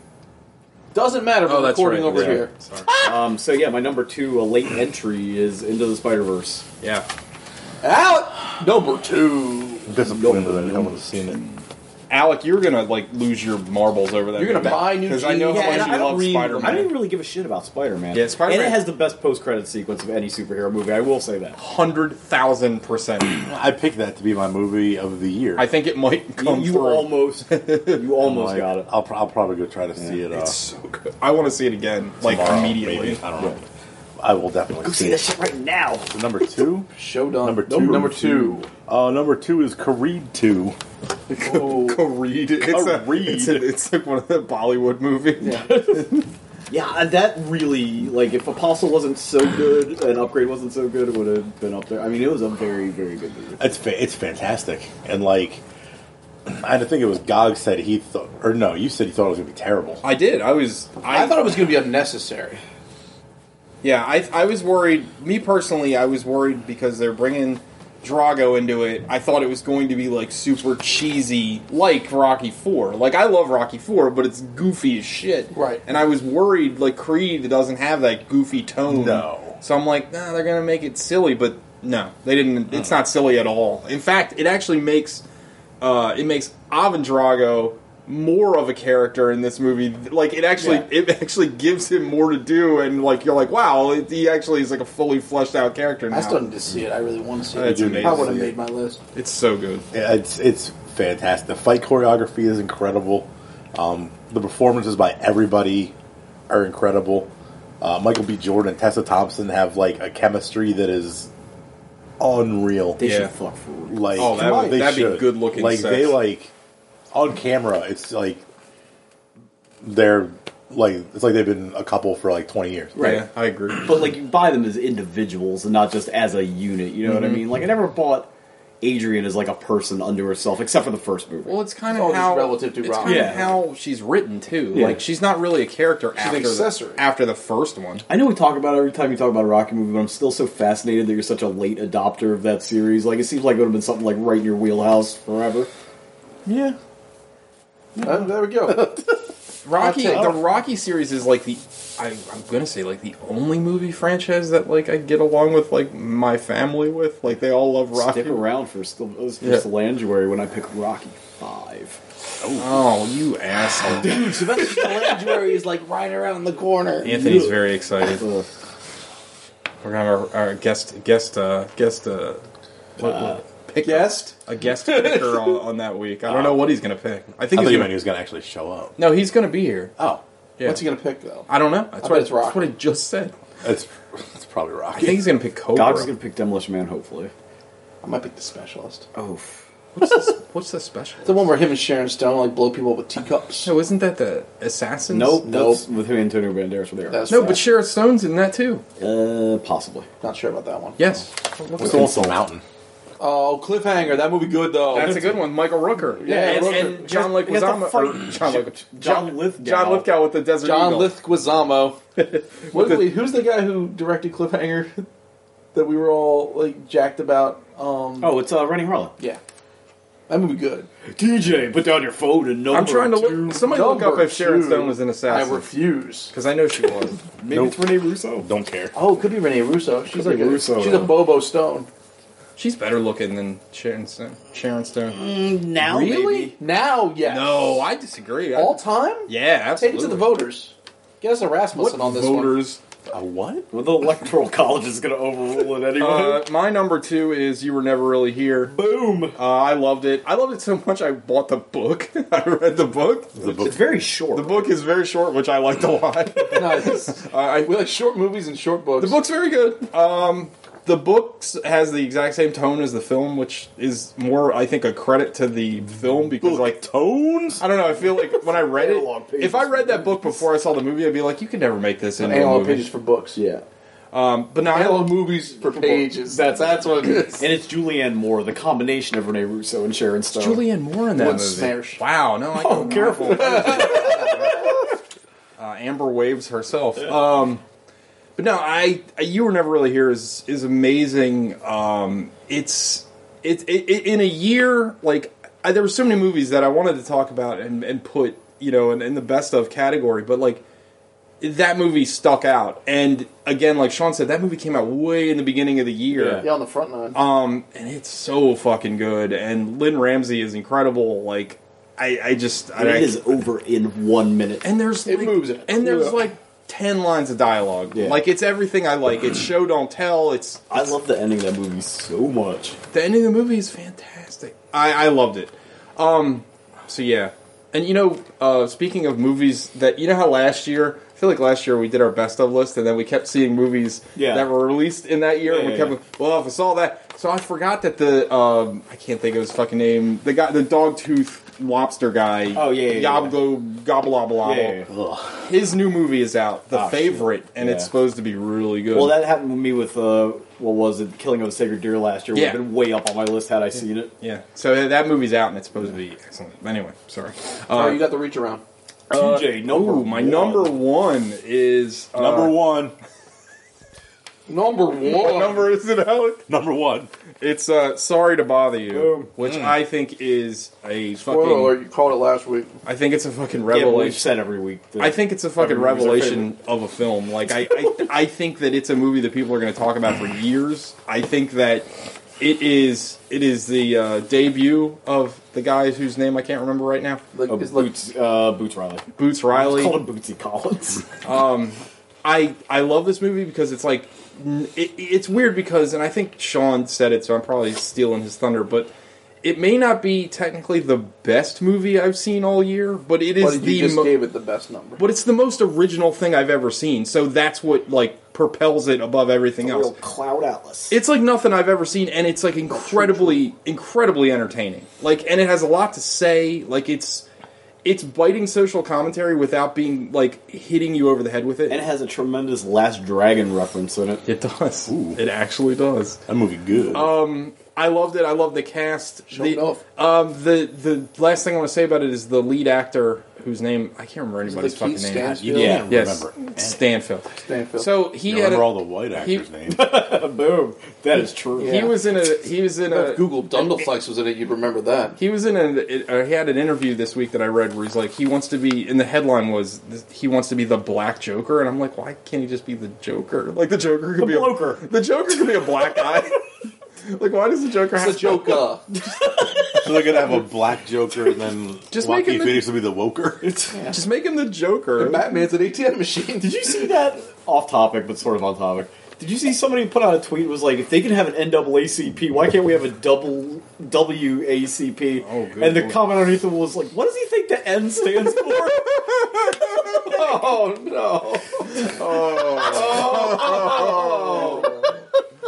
Doesn't matter. We're
Oh, that's
recording
right.
over
that's right.
here.
Sorry.
Um. So yeah, my number two, a late entry, is Into the Spider Verse.
Yeah,
Out number two.
I'm disappointed that I haven't seen it.
Alec, you're gonna like lose your marbles over that.
You're gonna
movie.
buy new
because I know
jeans.
how
Yeah,
much
and I
you
don't
love
really-
Spider-Man.
I didn't really give a shit about Spider Man.
Yeah, Spider-Man-
And it has the best post credit sequence of any superhero movie. I will say that.
hundred thousand percent.
I picked that to be my movie of the year.
I think Oh, it Oh might
You,
come
you
through.
almost, you almost
Like,
got it.
I'll, pro- I'll probably go try to see it. Uh,
it's so good. I want to see it again, like
tomorrow,
immediately.
maybe. I don't know. I will definitely
Go see
it.
that shit right now.
Number two.
Showdown
Number two.
Number two.
Uh, number two is Kareed two.
Oh.
Kareed. It's, a-
Kareed.
it's, a- it's like one of the Bollywood movies.
Yeah.
Yeah, uh, that really like if Apostle wasn't so good and Upgrade wasn't so good, it would have been up there. I mean, it was a very, very good movie.
It's fa- it's fantastic, and like I had to think it was Gog said he thought, or no, you said he thought it was gonna be terrible.
I did. I was. I,
I thought it was going to be unnecessary.
Yeah, I, I was worried. Me personally, I was worried because they're bringing Drago into it. I thought it was going to be like super cheesy, like Rocky Four. Like I love Rocky Four, but it's goofy as shit.
Right.
And I was worried like Creed doesn't have that goofy tone.
No.
So I'm like, nah, they're gonna make it silly, but no, they didn't. It's not silly at all. In fact, it actually makes uh, it makes Ivan Drago more of a character in this movie. Like it actually
Yeah.
it actually gives him more to do, and like you're like, wow, it, he actually is like a fully fleshed out character now.
I still need to see it. I really want to see it.
That's amazing.
I would have made my list.
it's so good.
Yeah, It's it's fantastic. The fight choreography is incredible. Um, the performances by everybody are incredible. Uh, Michael B. Jordan and Tessa Thompson have like a chemistry that is unreal.
They
Yeah.
should fuck for real.
like
Oh, that would-
they
that'd be
should.
good looking
Like
sex.
they like on camera, it's like they're like it's like they've been a couple for like twenty years.
Right.
Yeah, I agree.
but like you buy them as individuals and not just as a unit. You know
Mm-hmm.
what I mean? Like I never bought Adrian as like a person unto herself, except for the first movie.
Well, it's kind
It's all
of
just
how
relative to
it's
Rob.
kind
Yeah.
of how she's written too.
Yeah.
Like she's not really a character
an
after
accessory.
The, after the first one.
I know we talk about it every time you talk about a Rocky movie, but I'm still so fascinated that you're such a late adopter of that series. Like it seems like it would have been something like right in your wheelhouse forever.
Yeah.
Uh, there we go.
Rocky,
I'll take-
the Rocky series is like the I, I'm gonna say like the only movie franchise that like I get along with like my family with. Like they all love Rocky.
Stick around for still for
Yeah.
Solangeary when I pick Rocky Five.
Oh, you asshole!
Sylvester Stallone is like right around the corner.
Anthony's very excited.
Ugh.
We're gonna have our, our guest guest uh guest uh, what, pick
Guest?
a guest picker on, on that week. I don't know what he's gonna pick. I think
I
he's
thought you
gonna,
meant he was gonna actually show up.
no, he's gonna be here.
Oh,
Yeah.
What's he going to pick though?
I don't know. That's
bet
what
it's
that's
Rocky.
what I just said.
that's that's probably
I
Rocky.
think he's gonna pick Cobra.
Dogs is gonna pick Demolition Man, hopefully.
I might pick the specialist.
Oh,
what's, this, what's the special?
The one where him and Sharon Stone like blow people up with teacups.
So isn't that the assassins?
nope,
Nope.
that's with who Antonio Banderas were there.
That's-
No, but Sharon Stone's in that too.
uh, possibly.
Not sure about that one.
Yes.
What's also Mountain.
Oh, cliffhanger. That movie good though.
Oh,
That's a good one. Michael Rooker.
Yeah,
and,
Rooker.
and John
He has- he has to
Leguizamo. or
fight
John, Legu-
John
John-
Lithgow.
John Lithgow with the Desert
John
Eagle.
Lithguizamo. What- wait, who's the guy who directed Cliffhanger that we were all like jacked about? Um,
Oh, it's uh, Oh, Rennie Harlan.
yeah, That movie good.
TJ, put down your phone and number.
I'm trying to look. Somebody look up
Number
if Sharon
two,
Stone was an
I
assassin.
refuse.
Because I know she was.
Maybe
Nope.
it's Rene Russo.
Don't care.
Oh, it could be Renee Russo. She's
Could
like
be
a,
Russo,
she's a
yeah.
Bobo Stone.
She's better looking than Sharon Stone. Sharon Stone.
Now,
Now, yes.
No, I disagree. I-
all time.
yeah,
Take
absolutely.
it to the voters. Get us a Rasmussen on this one.
voters?
A what?
Well, the electoral college is going to overrule it anyway.
Uh, my number two is "You Were Never Really Here."
Boom.
Uh, I loved it. I loved it so much I bought the book. I read the book.
The book.
It's very short.
The book is very short, which I liked a lot.
Nice.
I,
we like short movies and short books.
The book's very good. Um, the book has the exact same tone as the film, which is more, I think, a credit to the film because, like,
tones.
I don't know. I feel like when I read it,
Analog pages
if I read that
for
book before I saw the movie, I'd be like, "You could never make this into a
analog
movie."
pages for books.
yeah.
Um, but no, I
Analog movies for pages. That's that's what it is.
And it's Julianne Moore, the combination of Rene Russo and Sharon Stone.
Julianne Moore in that
One
movie.
smash.
Wow, no, I oh, careful. uh, Amber Waves herself. Um, but no, I you were never really here is is amazing. Um, it's it, it, it in a year like I, there were so many movies that I wanted to talk about and, and put you know in, in the best of category, but like that movie stuck out. And again, like Sean said, that movie came out way in the beginning of the year.
Yeah.
Yeah, on the front line.
Um, and it's so fucking good. And Lynn Ramsey is incredible. Like, I, I just, I,
It is over in one minute.
and there's
It
like,
moves it.
and there's
Yeah.
like ten lines of dialogue.
Yeah.
Like, it's everything I like. It's show don't tell. It's
I love the ending of that movie so much.
the end of the movie is fantastic. I, I loved it. Um, so yeah, and you know, uh, speaking of movies that you know how last year. I feel like last year we did our best of list, and then we kept seeing movies
Yeah.
that were released in that year. and we
Yeah,
kept,
yeah,
well, if I saw that, so I forgot that the um, I can't think of his fucking name. The guy, the dog tooth lobster guy.
Oh, yeah, yeah, yeah.
Yablo Gobblobblobble.
Oh, Ugh.
His new movie is out, The
Ah, shit.
Favorite, and it's
Yeah.
supposed to be really good.
Well, that happened with me with uh, what was it, Killing of a Sacred Deer last year.
Yeah.
Would have been way up on my list had I seen it.
yeah. So that movie's out, and it's supposed to be excellent. Anyway, sorry.
oh, you got the reach around.
TJ, number
Uh, Ooh, my
one.
number one is uh,
Number one.
Number one.
What number is it, Alec?
Number one.
It's uh, sorry to bother you,
Boom.
which I think is a
Oh. Spoiler
fucking.
alert, you called it last week.
I think it's a fucking
Yeah, but we've
revelation.
said every week. that-
I think it's a fucking
Everybody's our
revelation of a film. Like I, I, I think that it's a movie that people are going to talk about for years. I think that it is. It is the uh, debut of the guy whose name I can't remember right now.
Like,
uh,
it's like,
Boots, uh, Boots Riley.
Boots Riley.
It's called him Bootsy Collins.
I I love this movie because it's like n- it, it's weird because and I think Sean said it, so I'm probably stealing his thunder, but it may not be technically the best movie I've seen all year, but it
but
is
you
the
just
mo-
gave it the best number.
but it's the most original thing I've ever seen. So that's what like propels it above everything
Real
else.
Cloud Atlas.
It's like nothing I've ever seen, and it's like incredibly, incredibly entertaining. Like, and it has a lot to say. Like, it's it's biting social commentary without being like hitting you over the head with it.
and it has a tremendous Last Dragon reference in it.
It does.
Ooh.
It actually does.
That movie good.
Um, I loved it. I love the cast.
Sure
the,
enough.
Um, the the last thing I want to say about it is the lead actor whose name I can't remember anybody's
Keith
fucking name.
Stansfield?
you
yeah,
can't
Yes,
remember.
Stanfield.
Stanfield.
So he
You
had
remember
a-
all the white actors' names.
Boom. That is true.
he
Yeah.
was in a he was in a
if Google Dundleflex was in it, you'd remember that.
he was in a uh, he had an interview this week that I read where he's like he wants to be and the headline was th- he wants to be the black Joker and I'm like why can't he just be the Joker like the Joker could
The
be
bloker.
a the Joker could be a black guy like why does the Joker have
It's a
to-
joke. Uh,
so they're gonna have a black Joker, and then
Just make
Joaquin
him the-
Phoenix will be the Woker.
just make him the Joker
Batman's an ATM machine.
Did you see that? Off topic, but sort of on topic. Did you see somebody put out a tweet was like, if they can have an NAACP, why can't we have a double WACP?
Oh, good
and the
lord.
comment underneath it was like, what does he think the N stands for?
Oh no!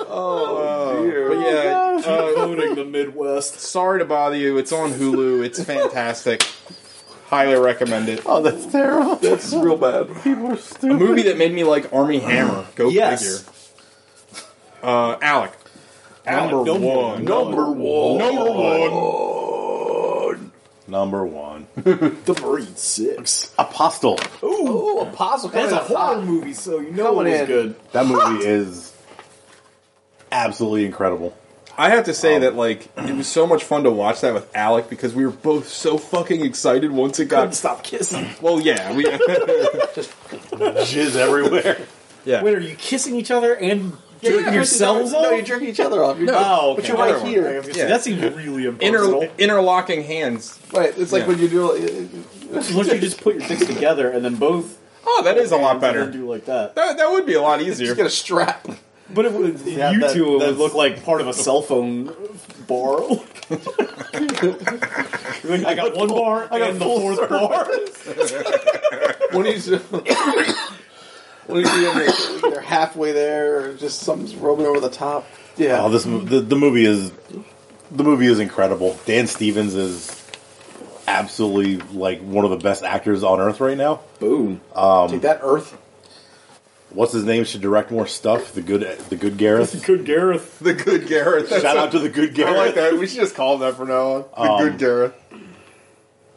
Oh.
but yeah uh,
Voting the Midwest.
Sorry to bother you. It's on Hulu. It's fantastic. Highly recommend it.
Oh, that's terrible.
That's real bad.
People are
A
stupid.
movie that made me like Army Hammer. Go
Yes.
figure. Uh, Alec.
Alec,
number
don't-
one.
Number one.
Number one.
Number one,
The Marine Six.
Apostle.
Ooh, Apostle.
That's a
coming out
horror
hot.
movie, so you know
Coming
it was
in.
good.
That movie is absolutely incredible.
I have to say that like it was so much fun to watch that with Alec because we were both so fucking excited once it
God,
got.
stop kissing.
Well, yeah, we
Jizz everywhere.
yeah.
Wait, are you kissing each other and
Yeah,
jerking
yeah,
yourselves
No,
off?
you jerk each other off. You're just-
oh, okay.
But you're right
Other one.
here.
Yeah.
That seems really impersonal.
Inter- interlocking hands.
Right, it's like
Yeah.
when you do. uh,
Unless you just put your dicks together and then both.
Oh, that is a lot
hands and then
better.
Do like that.
That, that would be a lot
Just
easier.
get a strap.
But it would,
Yeah,
you
that-
two it would
that's-
look like part of a cell phone bar. You're like, I got one bar, I got the fourth bar.
When he's when he's either, either halfway there or just something's rubbing over the top. Yeah,
Oh, this the, the movie is the movie is incredible. Dan Stevens is absolutely like one of the best actors on earth right now.
Boom.
take that Earth.
What's his name should direct more stuff. The good the good Gareth.
Good Gareth.
The good Gareth. That's
Shout
a-
out to the good
I
Gareth.
like that. We should just call him that for now on. The good Gareth.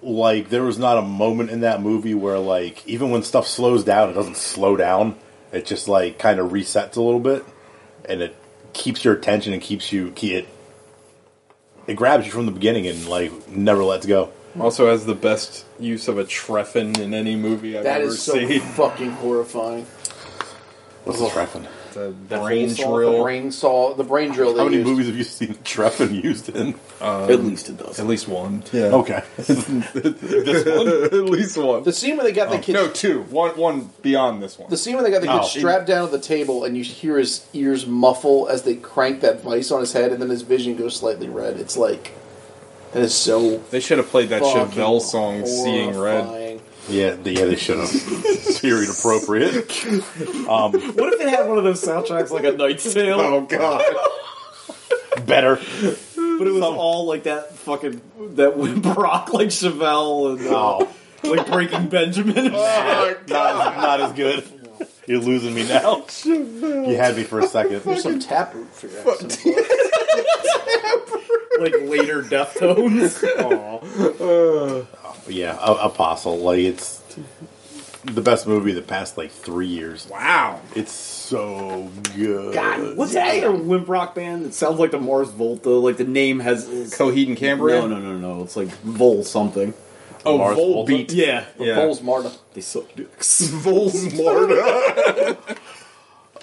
like there was not a moment in that movie where like even when stuff slows down it doesn't slow down it just like kind of resets a little bit and it keeps your attention and keeps you ke- it it grabs you from the beginning and like never lets go
Also has the best use of a treffin in any movie I've
That
ever
is so
seen.
fucking horrifying.
what's this reference
The brain
whole song,
drill.
The brain saw the brain drill. They
how many
used.
movies have you seen Treffin used in
At least it does.
At least one. Yeah.
okay
this one. At least one.
The scene when they got the kid.
No, two. One. One beyond this one.
The scene when they got the kid
Oh.
strapped down at the table and you hear his ears muffle as they crank that vice on his head and then his vision goes slightly red. It's like that is so
They should have played that
fucking
Chevelle song, "Seeing Red."
horrifying.
yeah th- yeah they should have period appropriate
What if they had one of those soundtracks like a Night's Tale,
Oh, god.
better
but it was all like that fucking that Wimp rock like Chevelle and uh,
oh
like Breaking Benjamin.
not, not as good you're losing me now you had me for a second
There's some taproot for that.
like later Deftones.
Yeah, A- Apostle. Like it's the best movie of the past like three years.
Wow.
It's so good.
God,
What's that other wimp rock band that sounds like the Mars Volta? Like the name has is,
Coheed and Cambria.
No, no, no, no. It's like Vol something.
Oh,
Mars
Volbeat.
Volta?
Yeah.
Yeah.
Bulls Marta.
They suck dicks.
Volsmarta.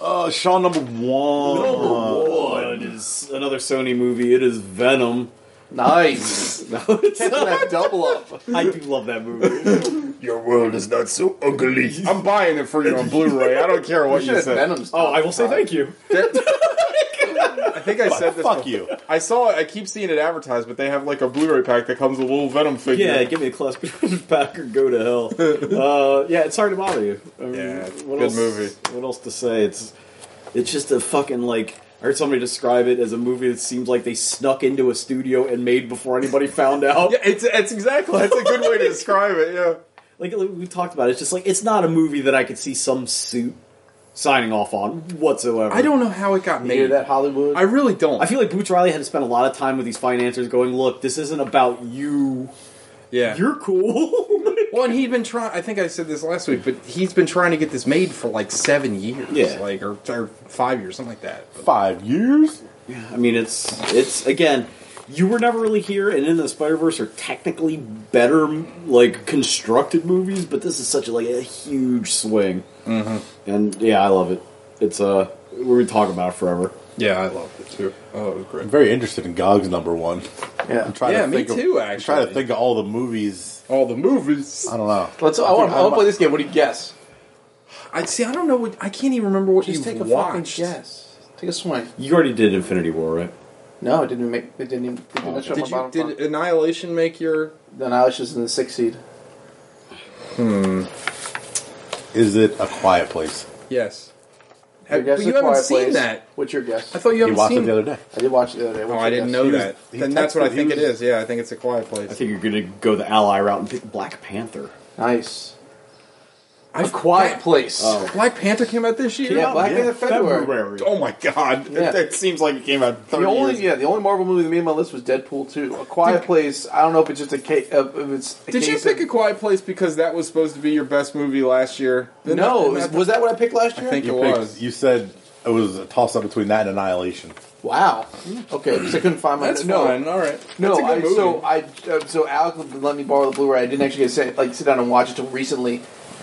Uh, Shaw number one.
One Oh, is another Sony movie. It is Venom.
Nice.
No, it's
Catching
not.
that double up.
I do love that movie.
Your world is not so ugly. I'm buying it for you on Blu-ray. I don't care what
Should
you
have
said.
Venom's.
Oh, I will say thank you.
I think I said this.
Fuck
before.
you.
I saw. I keep seeing it advertised, but they have like a Blu-ray pack that comes with a little Venom figure.
Yeah, give me a class back or go to hell. Uh, yeah, it's hard to bother you. I mean,
Yeah, it's a good
else,
movie.
What else to say? It's it's just a fucking like I heard somebody describe it as a movie that seems like they snuck into a studio and made before anybody found out.
Yeah, it's it's exactly. That's a good way to describe it. Yeah.
Like like we talked about, it, it's just like it's not a movie that I could see some suit signing off on whatsoever.
I don't know how it got
You hear
made.
that Hollywood?
I really don't.
I feel like Boots Riley had to spend a lot of time with these financiers, going, "Look, this isn't about you.
yeah.
You're cool."
Well, and he'd been trying. I think I said this last week, but he's been trying to get this made for like seven years,
Yeah.
like or, or five years, something like that. But-
Five years.
I mean, it's it's again. You were never really here, and in the Spider Verse are technically better, like constructed movies, but this is such a, like a huge swing, mm-hmm. and yeah, I love it. It's uh, we would talk about it forever.
yeah, I loved it too. Oh, it was great.
I'm very interested in Gog's number one.
yeah.
I'm trying
Yeah,
to
me
think
too,
Of, I'm trying
actually.
to think of all the movies.
All the movies.
I don't know.
Let's. I want. I want to play this game. What do you guess?
I see. I don't know. What, I can't even remember what you've
Just take a
watched.
fucking guess. Take a swing.
You already did Infinity War, right?
No, it didn't make. It didn't even. It didn't
Oh.
show
Did
my
you
bottom
did
five.
Annihilation make your?
Then I was just in the sixth seed.
Is it A Quiet Place?
Yes.
Your
Have-
guess
but
is
you haven't
Quiet
seen
Place.
that.
What's your guess?
I thought you
he
haven't
watched
seen
it the other day.
I did watch it the other day. What's
Oh,
your
I didn't
guess?
know
He was-
that.
he
then that's what I
texted- he
think it
was-
is. Yeah, I think it's a quiet
I
place.
think you're gonna go the ally route and pick Black Panther.
Nice.
I
Quiet Place.
Black Panther came out this year.
Yeah, Black Panther February.
Oh my god!
Yeah.
That seems like it came out. 30
The only
years
yeah, the only Marvel movie that made my list was Deadpool 2. A Quiet Place. I don't know if it's just a case. Uh, if it's a
Did you
case
pick
of-
A Quiet Place because that was supposed to be your best movie last year? Didn't
No,
that-
was that what I picked last year?
I think it
You picked-
was.
You said it was a toss up between that and Annihilation.
Wow. Okay, 'cause I couldn't find my.
That's
no,
fine. All right.
No,
That's a good
I,
movie.
so I uh, so Alec let me borrow the Blu-ray. I didn't actually get to sit, like sit down and watch it till recently.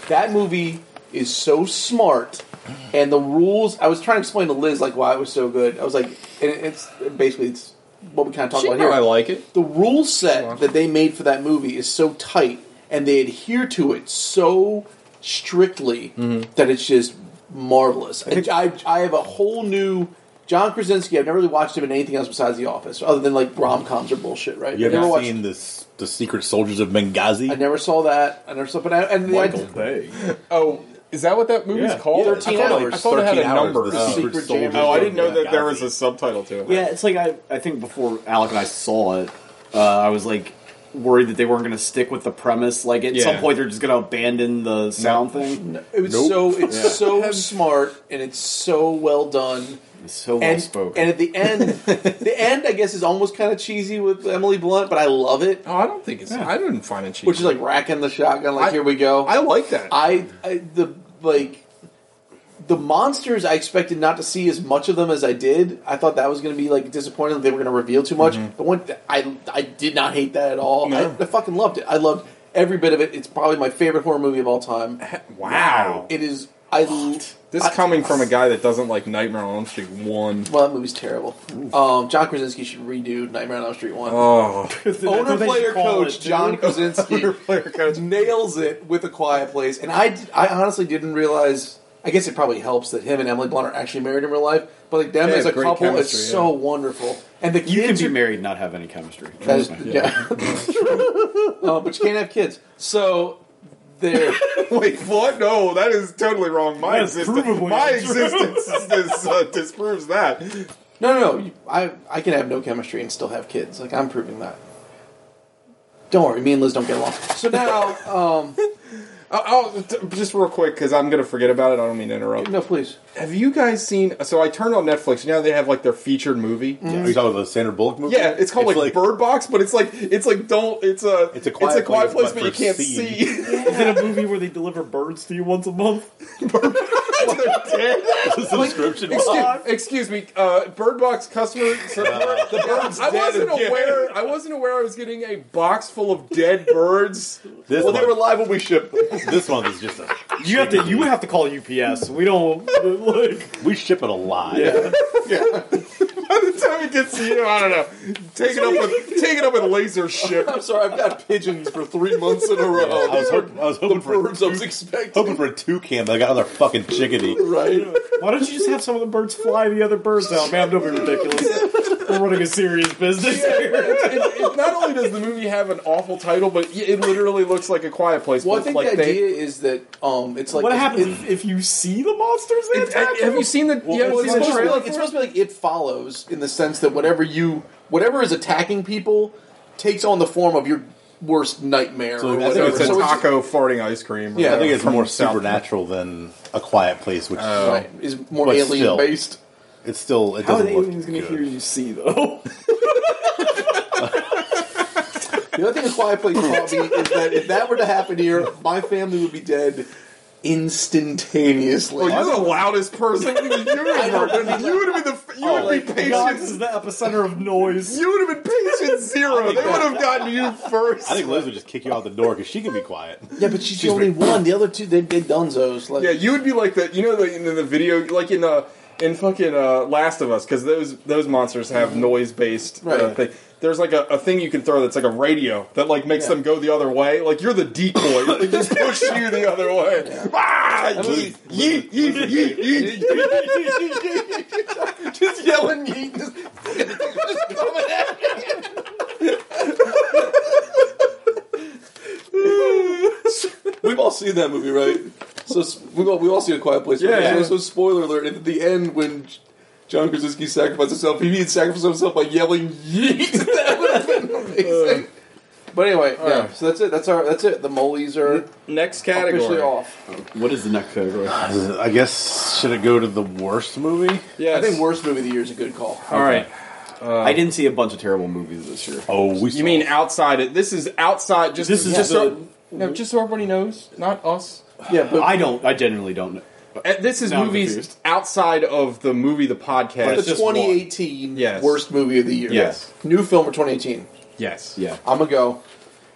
That movie is so smart, and the rules. I was trying to explain to Liz like why it was so good. I was like, and it- it's basically it's what we kind of talk
She
about
know
here.
I like it.
the rule set that they made for that movie is so tight, and they adhere to it so strictly
Mm-hmm.
that it's just marvelous. I, I, I have a whole new. John Krasinski, I've never really watched him in anything else besides The Office, other than like rom coms or bullshit, right?
You
I never
haven't
watched-
seen this, the Secret Soldiers of
I
Benghazi?
never saw that. I never saw, but I, and the
Michael
idea-
Bay.
Oh, is that what that movie's
Yeah.
called?
Yeah,
I thought
13
it-
hours.
I thought it had a
13 hours,
number.
the
Oh.
Secret
Secret
Jam.
Soldiers
Oh, I
of
didn't know that there was
Benghazi.
a subtitle to it.
Yeah, it's like I, I think before Alec and I saw it, uh, I was like worried that they weren't going to stick with the premise. Like at some
Yeah.
point, they're just going to abandon the sound thing.
It was
Nope.
so it's so smart and it's so well done.
It's so well
And,
spoken.
and at the end, the end I guess is almost kind of cheesy with Emily Blunt, but I love it.
Oh, I don't think it's. I didn't find it cheap.
Which is like racking the shotgun, like
I-
here we go.
I like that.
I, I the like the monsters I expected not to see as much of them as I did. I thought that was going to be like disappointing. They were going to reveal too much. The one I I did not hate that at all.
Mm-hmm. No.
I, I fucking loved it. I loved every bit of it. It's probably my favorite horror movie of all time.
wow.
It is. I
This
I,
coming from a guy that doesn't like Nightmare on Elm Street one.
Well, that movie's terrible. Um, John Krasinski should redo Nightmare on Elm Street one.
Oh,
Owner
They should
player
call
coach
it, too.
John Krasinski
player coach.
nails it with a quiet place. And I, I honestly didn't realize. I guess it probably helps that him and Emily Blunt are actually married in real life. But like them
They
as a
have great
couple, it's
chemistry, yeah.
so wonderful. And the kids
you can be
are-
married and not have any chemistry.
that is- yeah, Uh, but you can't have kids. So they're
Wait, what? No, that is totally wrong. My
That is
existence,
provably
my
untrue.
existence is- is, uh, disproves that.
no, no, no. you- I, I can have no chemistry and still have kids. Like I'm proving that. Don't worry, me and Liz don't get along. So now, um,
Oh, oh, t- just real quick because I'm gonna forget about it. I don't mean to interrupt.
no, please.
Have you guys seen? So I turned on Netflix. You know they have like their featured movie.
Are you talking about the Sandra Bullock movie?
Yeah, it's called like, Bird Box, but it's like it's like don't it's a
It's a quiet place,
place,
but
but you
for
can't
seeing.
see.
Is it a movie where they deliver birds to you once a month?
subscription
Excuse, excuse me, uh, Bird Box customer. so- the birds. I wasn't
again.
aware. I wasn't aware I was getting a box full of dead birds.
This,
Well, they were
month,
live when we shipped. them.
this month is just a.
You have to. You have to call UPS. We don't like.
We ship it a lot.
By the time it gets to you, I don't know. Take it up with take it up with laser ship.
I'm sorry, I've got pigeons for three months in a row.
I
Oh,
was, hoping, I was hoping, for,
Birds I was expecting.
hoping for a toucan, but I got another fucking chickadee.
Right.
Why don't you just have some of the birds fly the other birds out? Man, don't be ridiculous. We're running a serious business here.
It, it- not only does the movie have an awful title, but it it literally looks like a quiet place.
Well, I
but,
think
like
the
they-
idea is that um, it's like
What
it's,
happens
It,
if, if you see the monsters? They
It-
attack
have you seen the? you
well,
haven't
it's,
seen the
supposed to be
trailer?
like, it's supposed to be like it follows in the sense that whatever you whatever is attacking people takes on the form of your worst nightmare.
So
or
I think
whatever.
it's a
So it's-
taco farting ice cream. or
Yeah, I
I think it's
from
more
South-
supernatural than a quiet place, which
right, is more
But
alien
still.
based.
it's still it
How are
doesn't
the
look
aliens going to
good.
hear you see though?
The other thing a quiet place taught me is that if that were to happen here, my family would be dead instantaneously.
Well, you're the loudest person in the universe. you would have been the. f- You
Oh,
would
Oh
be
Gods
patient.
is the epicenter of noise.
You would have been patient zero. They would have gotten you first.
I think Liz would just kick you out the door because she can be quiet.
yeah, but she's the only one. The other two, they did Dunzos. Like,
Yeah, you would be like the. You know the in the video like in the in fucking uh, Last of Us because those those monsters have noise based uh,
Right.
thing. There's like a, a thing you can throw that's like a radio that like makes
Yeah.
them go the other way. Like you're the decoy. they just push you the other way. Ah, yeet, yeet, yeet, yeet, yeet.
just yelling, yeet, just, just coming at me. We've all seen that movie, right? So s- we've all, we've all seen A Quiet Place. right?
Yeah.
So, so spoiler alert, at the end, when John Krasinski sacrificed himself, he didn't sacrifice himself by yelling yeet. That would have been amazing. but anyway, yeah,
right.
so that's it. That's our. That's it. The Moleys are
Next
officially
category.
off.
What is the next category?
I guess should it go to the worst movie?
Yes.
I think worst movie of the year is a good call.
All right.
I didn't see a bunch of terrible movies this year.
Oh, we.
You mean outside it? This is outside. Just
This is
just
the-
so, no, just so everybody knows, not us.
Yeah, but
I don't. I genuinely don't. know.
Uh, This is
Now I'm
movies
confused.
outside of the movie, the podcast.
the
just one.
2018
Yes.
worst movie of the year.
Yes.
New film for 2018.
yes.
Yeah.
I'm gonna go.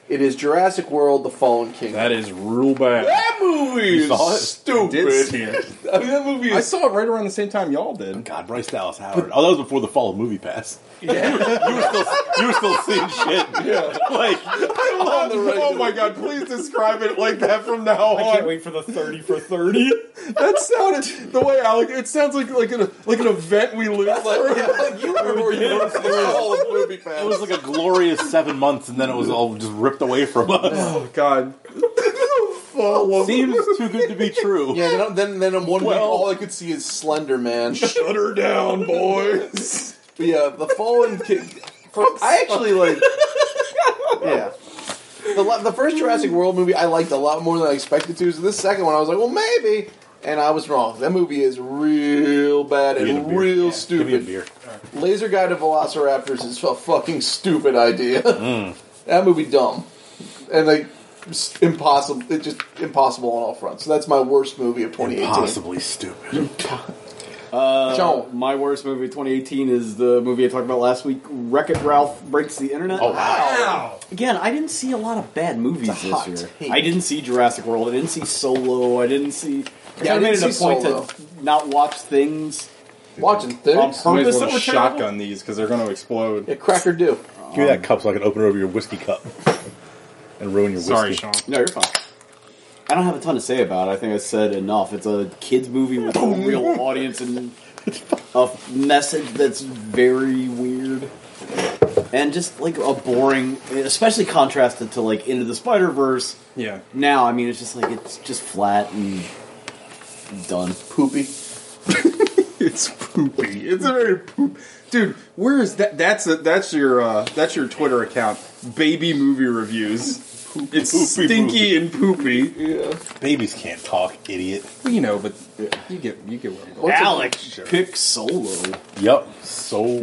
It is Jurassic World: The Fallen Kingdom.
That is real bad.
That movie is
saw it?
stupid.
Did see it.
I mean, that movie
I
is.
saw it right around the same time y'all did.
God, Bryce Dallas Howard. Oh, that was before the fall of movie pass. you, were still, you were still seeing shit. Like,
the right
oh my god, please describe it like that from now on.
wait for the 30 for 30.
That sounded the way Alec. It sounds like like an like an event we live
Like,
through.
like you remember where you were for the whole of movie
it
pass.
was like a glorious seven months, and then it was all just ripped away from us.
Oh god,
Seems too good to be true.
Yeah, then, then, then in one week,
Well-
all I could see is Slender Man. but
shut her down, boys.
yeah, The Fallen King. For, I actually like. Yeah. The, la- the first Jurassic World movie I liked a lot more than I expected to. So this second one I was like, well, maybe, and I was wrong. That movie is real bad
Give me
and
a beer.
real
Yeah,
stupid.
Give me a beer.
Laser guided velociraptors is a fucking stupid idea. That movie dumb, and like s- impossible. It just impossible on all fronts. So that's my worst movie of 2018.
Possibly stupid. Uh,
Don't.
My worst movie 2018 is the movie I talked about last week, Wreck It Ralph Breaks the Internet.
Oh, wow.
Wow.
Again, I didn't see a lot of bad movies
It's a
this
hot
year.
take.
I didn't see Jurassic World. I didn't see Solo. I didn't see.
Yeah, I
I
didn't
made it a
see
point
Solo.
to not watch things.
Watching things.
Um,
Somebody's going to
Purpose that were terrible?
shotgun these because they're going to explode.
yeah, cracker do.
Give me that cup so I can open it over your whiskey cup and ruin your whiskey.
Sorry, Sean.
No, you're fine. I don't have a ton to say about it. I think I said enough. It's a kids movie with a real audience and a message that's very weird. And just like a boring, especially contrasted to like Into the Spider Verse.
Yeah.
Now, I mean, it's just like it's just flat and done.
Poopy.
It's poopy. It's a very poop. Dude, where is that? That's a, that's your uh, that's your Twitter account. Baby movie reviews. It's
Poopy
stinky and poopy.
Yeah.
Babies can't talk, idiot.
Well, you know, but you get you get what I'm going.
What's a-
Alex, pick Solo.
Yup. So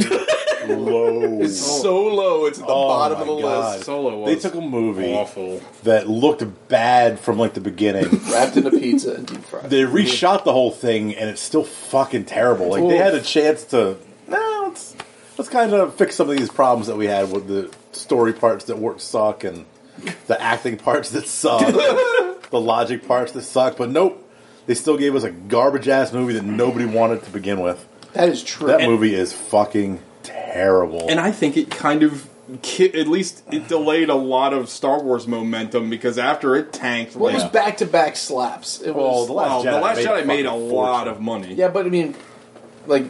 low.
It's so low. It's at the
Oh
bottom
my
of the
God.
list.
Solo
They
was
took a movie
awful.
that looked bad from like the beginning.
Wrapped in a pizza and deep fried.
they reshot the whole thing, and it's still fucking terrible. Like they had a chance to. No, let's let's kind of fix some of these problems that we had with the story parts that worked suck and the acting parts that suck, the logic parts that suck. But nope, they still gave us a garbage ass movie that nobody wanted to begin with.
that is true.
That movie is fucking terrible.
and I think it kind of ki- at least it delayed a lot of Star Wars momentum because after it tanked,
what
like,
was back to back slaps? It
Well,
was
the
well,
Last
the
Jedi
Last
made a
Jedi made a
fucking
lot
fortune.
of money.
yeah, but I mean, like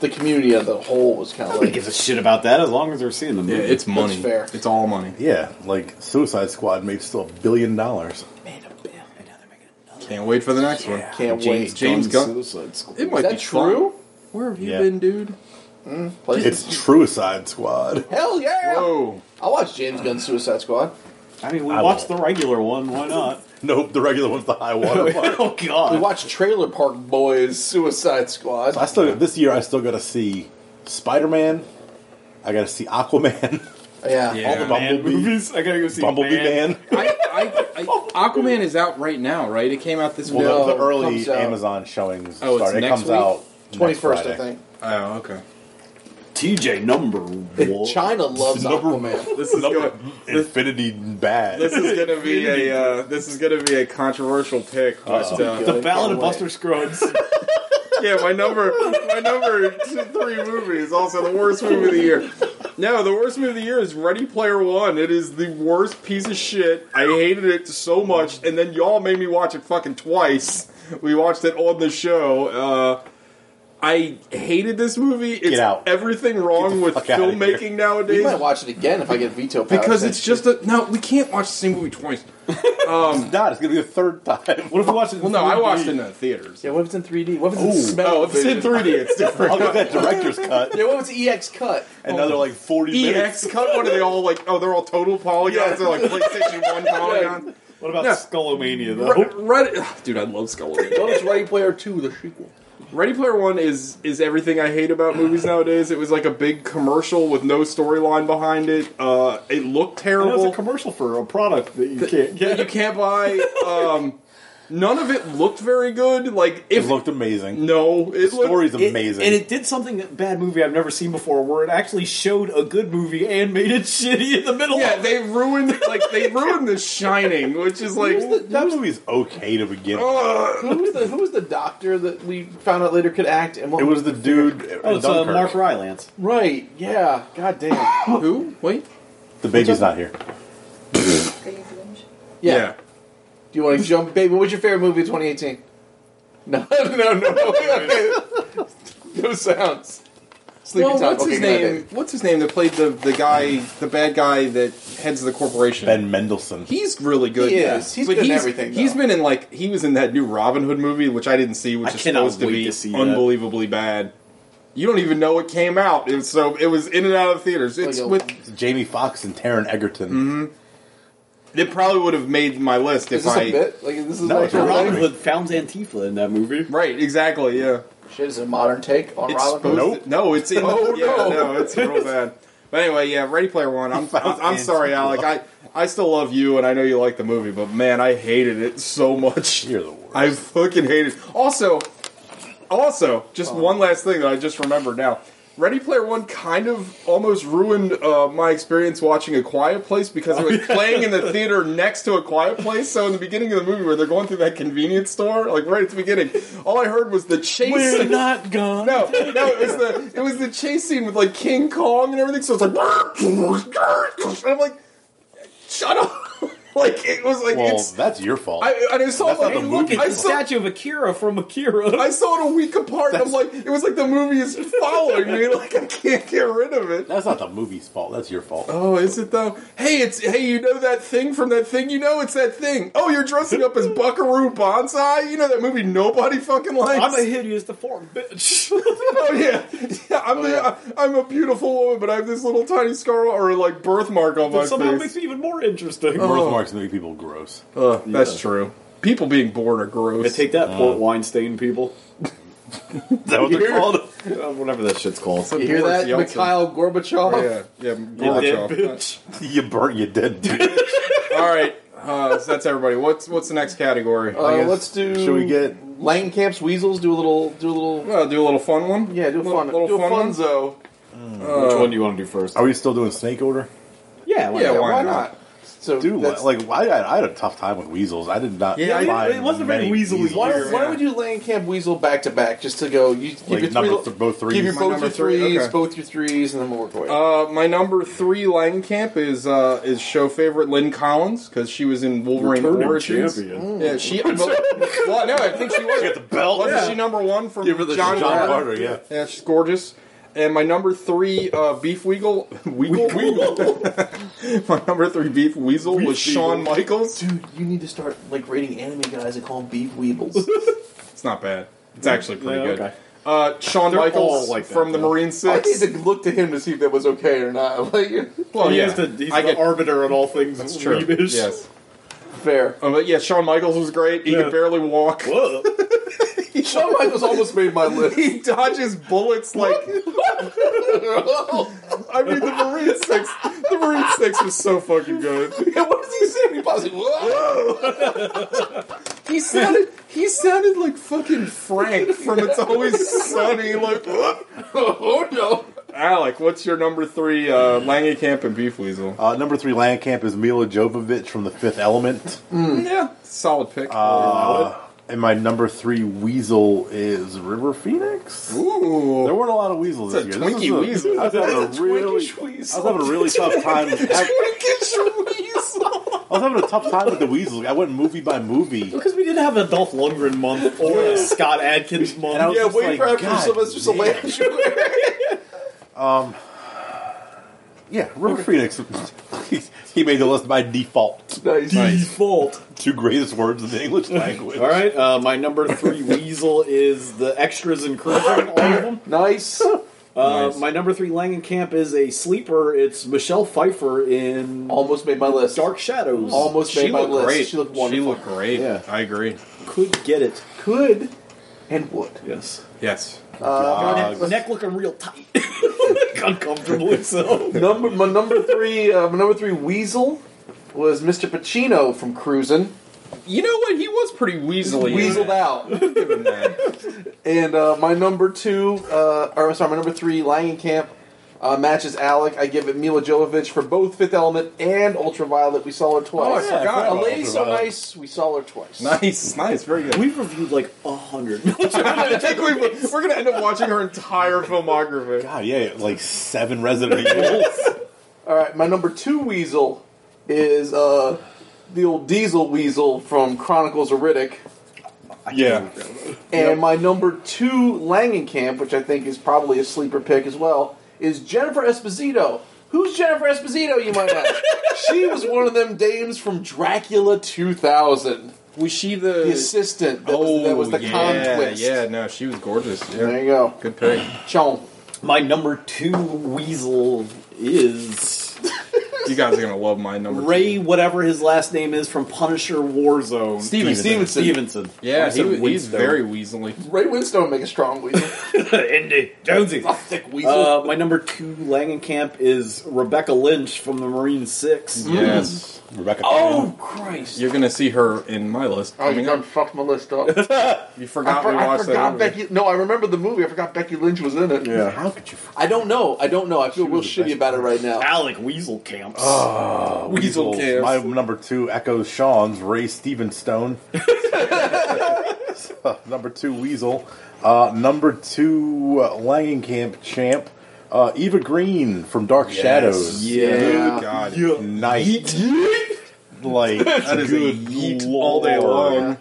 the community as a whole was kind of
Nobody
like
gives a shit about that as long as they're seeing the
Yeah,
movie.
it's money.
fair.
It's all money.
yeah, like Suicide Squad made still a billion dollars.
made a bill. And now they're making another.
Can't wait for the next one.
can't
James
wait.
James Gunn.
Suicide Squad.
It
Is
might be
that true?
fun. Where have you
Yeah.
been, dude?
Places.
It's Truicide Squad.
Hell yeah!
Whoa.
I watched James Gunn's Suicide Squad.
I mean, we
I
watched
won't.
the regular one. Why not?
Nope, the regular one's the high water mark.
oh
We
God!
watched Trailer Park Boys Suicide Squad.
I still this year. I still got to see Spider Man. I got to see Aquaman,
yeah.
Yeah.
all the Bumblebee,
I gotta go see
Bumblebee Man.
I, I, I, Aquaman is out right now, right? It came out this week.
Well, the, the
No, it comes
early
out-
Amazon showings.
Oh, it's
start. It
next
comes
week?
out next
21st, I
Friday.
think.
Oh, okay.
TJ number one.
China loves Aquaman.
This is
Number
going. This,
Infinity bad.
this is gonna be a uh, this is gonna be a controversial pick, but uh,
the Ballad of Buster Scruggs.
yeah, my number my number two, three movie is also the worst movie of the year. No, the worst movie of the year is Ready Player One. It is the worst piece of shit. I hated it so much, and then y'all made me watch it fucking twice. We watched it on the show. Uh, I hated this movie. It's
out.
everything wrong with
fuck outta here.
filmmaking
We
nowadays
might watch it again if I get veto power.
because it's just a no. We can't watch the same movie twice.
It's not. It's gonna be the third time.
What if we watched it? in
Well, no, I
3D?
watched it in the theaters.
Yeah, what if it's in 3D? What if it's in
Ooh.
smell?
Oh, if it's in
vision?
3D, it's different.
I'll get that director's cut.
Yeah, what if it's EX cut?
Another like forty minutes.
EX cut. What are they all like? Oh, they're all total polygons. They're like PlayStation One polygon.
What about
Yeah.
Skullomania though?
Re- Ready, ugh, dude, I love Skull.
What if it's Ready Player 2, the sequel?
Ready Player One is is everything I hate about movies nowadays. It was like a big commercial with no storyline behind it. Uh, it looked
That was
terrible.
a commercial for a product that you can't
that
get.
you can't buy. Um, None of it looked very good. Like if
It looked amazing.
no, it
the story's
It-
amazing.
and it did something that bad movie I've never seen before, where it actually showed a good movie and made it shitty in the middle.
Yeah,
of it.
they ruined like they ruined The Shining, which is like
that movie's okay to begin.
Oh.
with.
ugh.
Who was the Who was the doctor that we found out later could act? And what
It was the dude. in
oh, it's uh,
Dunkirk.
Mark Rylance.
right. Yeah. God damn. yeah.
who? Wait,
The baby's not here.
yeah.
Do you want to jump, baby? What's your favorite movie of 2018? No, no, no, no. no sounds. Sleepy
Well,
time.
what's
Okay,
his
go ahead,
name?
baby.
What's his name that played the the guy, the bad guy that heads the corporation?
Ben Mendelsohn.
He's really good.
He is. He's
But
good in everything,
He's
though.
been in like he was in that new Robin Hood movie, which I didn't see, which
I
is
cannot
supposed to
wait
be
to see that.
unbelievably bad. You don't even know it came out, and so it was in and out of theaters. It's
Like a-
with
Jamie Foxx and Taron Egerton.
it probably would have made my list if
Is this
I
a bit? Like this is
No,
like
it's a Robin
Robin Hood founds Antifa in that movie.
right exactly yeah.
Shit, is it a modern take on
It's
Robin
supposed
Hood?
Nope.
to- no, it's in.
Oh,
yeah,
no.
no. it's real bad. But anyway, yeah, Ready Player One. I'm I'm, I'm sorry, Alec. I I still love you, and I know you like the movie, but man, I hated it so much.
You're the worst.
I fucking hated. it. Also, also,
Oh.
just one last thing that I just remembered now. Ready Player One kind of almost ruined uh, my experience watching A Quiet Place because
Oh,
it was playing in the theater next to A Quiet Place. So in the beginning of the movie, where they're going through that convenience store, like right at the beginning, all I heard was the chase. and-
not gone.
no, no, it was the it was the chase scene with like King Kong and everything. So it's like, and I'm like, shut up! like it was like
Well,
it's.
that's your fault.
I, and I saw
that's not
like
the movie.
I
the
saw
statue of Akira from Akira.
I saw it a week apart. and I'm like, it was like the movie is following me. Like I can't get rid of it.
that's not the movie's fault. That's your fault.
Oh, is it though? Hey, it's hey, you know that thing from that thing? You know it's that thing. Oh, you're dressing up as Buckaroo Bonsai. You know that movie nobody fucking likes.
I'm a hideous deformed bitch.
Oh yeah, yeah. I'm the-
yeah.
I- I'm a beautiful woman, but I have this little tiny scar or like birthmark on my
that somehow
face.
makes me even more interesting.
Birthmarks make people gross.
Ugh, that's
Yeah.
true. People being born are
I
gross.
take that port wine stain, people.
Is that what they're called?
Uh, whatever that shit's called.
You hear
Boris
that,
Yeltsin.
Mikhail Gorbachev?
yeah, yeah.
You
Gorbachev.
dead bitch.
you burnt you dead dude.
All right, uh, so that's everybody. What's what's the next category?
Uh,
I guess-
let's do.
Should we get
Langenkamp's Weasels? Do a little. Do a little.
Well, uh, do a little fun one.
Yeah, do a
Little-
fun.
little
do a
fun one?
funzo.
Which one do you want to do first?
Are we still doing snake order?
Uh, yeah, why
Yeah,
Yeah,
not?
why
why
not? So
Dude,
that's-
like why I, I had a tough time with weasels. I did not.
Yeah, I-
find
it wasn't very
many
weasely
weasels.
Why,
Yeah.
why would you Langenkamp Weasel back to back just to go? You
Like
give your three,
number
li-
th- both threes.
Give your
My
both
number
your
three,
threes,
okay.
both your threes, and then we'll work away.
Uh, my number three Langenkamp is uh, is show favorite Lynn Collins because she was in Wolverine
Returning
Origins.
champion. Mm.
Yeah, she. well, no, I think she was.
Get the belt.
Wasn't
Yeah.
she number one from
Give her the John,
Carter?
Carter. Yeah.
Yeah, she's gorgeous. And my number three uh, beef weagle, weagle, my number three beef weasel was Shawn Michaels.
Dude, you need to start like rating anime guys and call them beef weebles.
It's not bad. It's actually pretty
Yeah,
good.
okay.
Uh, Shawn
They're
Michaels
all like that,
from the
though.
Marine
I need
Six.
to look to him to see if that was okay or not. Like,
Well,
he
yeah,
is the, he's
I
the
get
arbiter on all things
that's true.
weebish.
Yes,
fair.
Uh, but yeah, Shawn Michaels was great. He
Yeah.
could barely walk.
Whoa.
Shawn Michaels almost made my list.
He dodges bullets like I mean the Marine Six. The Marine Six was so fucking good.
Yeah, what does he say? He pauses. Whoa!
He sounded he sounded like fucking Frank from It's Always Sunny. Like,
Oh no!
Alec, what's your number three uh, Langenkamp and Beef Weasel?
Uh, number three Landcamp is Mila Jovovich from The Fifth Element,
Mm, Yeah, solid pick.
Uh,
and my number three weasel is River Phoenix. There
Ooh,
weren't a lot of weasels
It's
this
a
year.
Twinkie
this is
weasel.
I was having a,
That's a
really,
Twinkish
I was
weasel.
having a really tough time. I
Twinkish Weasel.
was having a tough time with the weasels. I went movie by movie.
Because we didn't have a Dolph Lundgren month or a Scott Adkins month.
And I was
Yeah,
just
wait
like,
for after
God
Sylvester
damn.
Stallone.
Yeah, River Phoenix. he made the list by default.
nice.
Default.
Two greatest words in the English language.
All right, uh, my number three weasel is the extras and crew, all of them.
Nice.
Uh,
Nice.
My number three Langenkamp is a sleeper. It's Michelle Pfeiffer in
Almost made my list.
Dark Shadows.
Almost
She
made my
looked
list.
great.
She looked wonderful.
great.
Yeah.
I agree.
could get it.
could and would.
Yes.
Yes.
Uh,
neck, neck looking real tight, uncomfortably so.
Number my number three uh, my number three weasel was Mr. Pacino from Cruisin'.
You know what? He was pretty weaselly.
weaseled out.
Given that.
And uh, my number two, uh, or sorry, my number three, Langenkamp uh, matches Alec. I give it Mila Jovovich for both Fifth Element and Ultraviolet. We saw her twice.
Oh, I forgot
A
about
lady so
Ultraviolet.
nice, we saw her twice.
Nice, nice, very good.
We've reviewed like a hundred.
I think we, we're gonna end up watching her entire filmography.
God, yeah, like seven Resident Evils.
All right, my number two weasel is uh, the old Diesel Weasel from Chronicles of Riddick.
Yeah,
And my number two Langenkamp, which I think is probably a sleeper pick as well, is Jennifer Esposito. Who's Jennifer Esposito, you might ask? she was one of them dames from Dracula 2000,
was she
the assistant that, was, that was the con twist.
Oh, Yeah, no, she was gorgeous.
There
Yeah.
you go.
Good pick.
Chong.
My number two weasel is
You guys are gonna love my number.
Ray,
two.
whatever his last name is, from Punisher Warzone.
Steven
Stevenson.
Stevenson.
Oh,
Yeah,
I
he,
said
was- he's
Winston.
very weaselly.
Ray Winstone make a strong weasel.
Indy Jonesy.
A thick weasel.
Uh, my number two Langenkamp is Rebecca Lynch from the Marine Six.
Yes,
Rebecca.
oh, Christ.
you're gonna see her in my list.
Oh, you
coming up.
done fucked my list up.
You
I,
forgot
for-
we
I
watched that.
forgot
movie.
Becky. No, I remember the movie. I forgot Becky Lynch was in it.
Tanner. How could you? f-
I don't know. I don't know. I feel real
was the
shitty
best
about it right now.
Alec Weasel camps.
Weasel
Weasels.
camps.
My number two echoes Sean's Ray Stevenstone. number two Weasel. Uh, number two uh, Langenkamp champ. Uh, Eva Green from Dark
Yes.
Shadows.
Yeah.
Good God.
Night.
Yeet.
Like
That is a
good
yeet all day
lord.
long.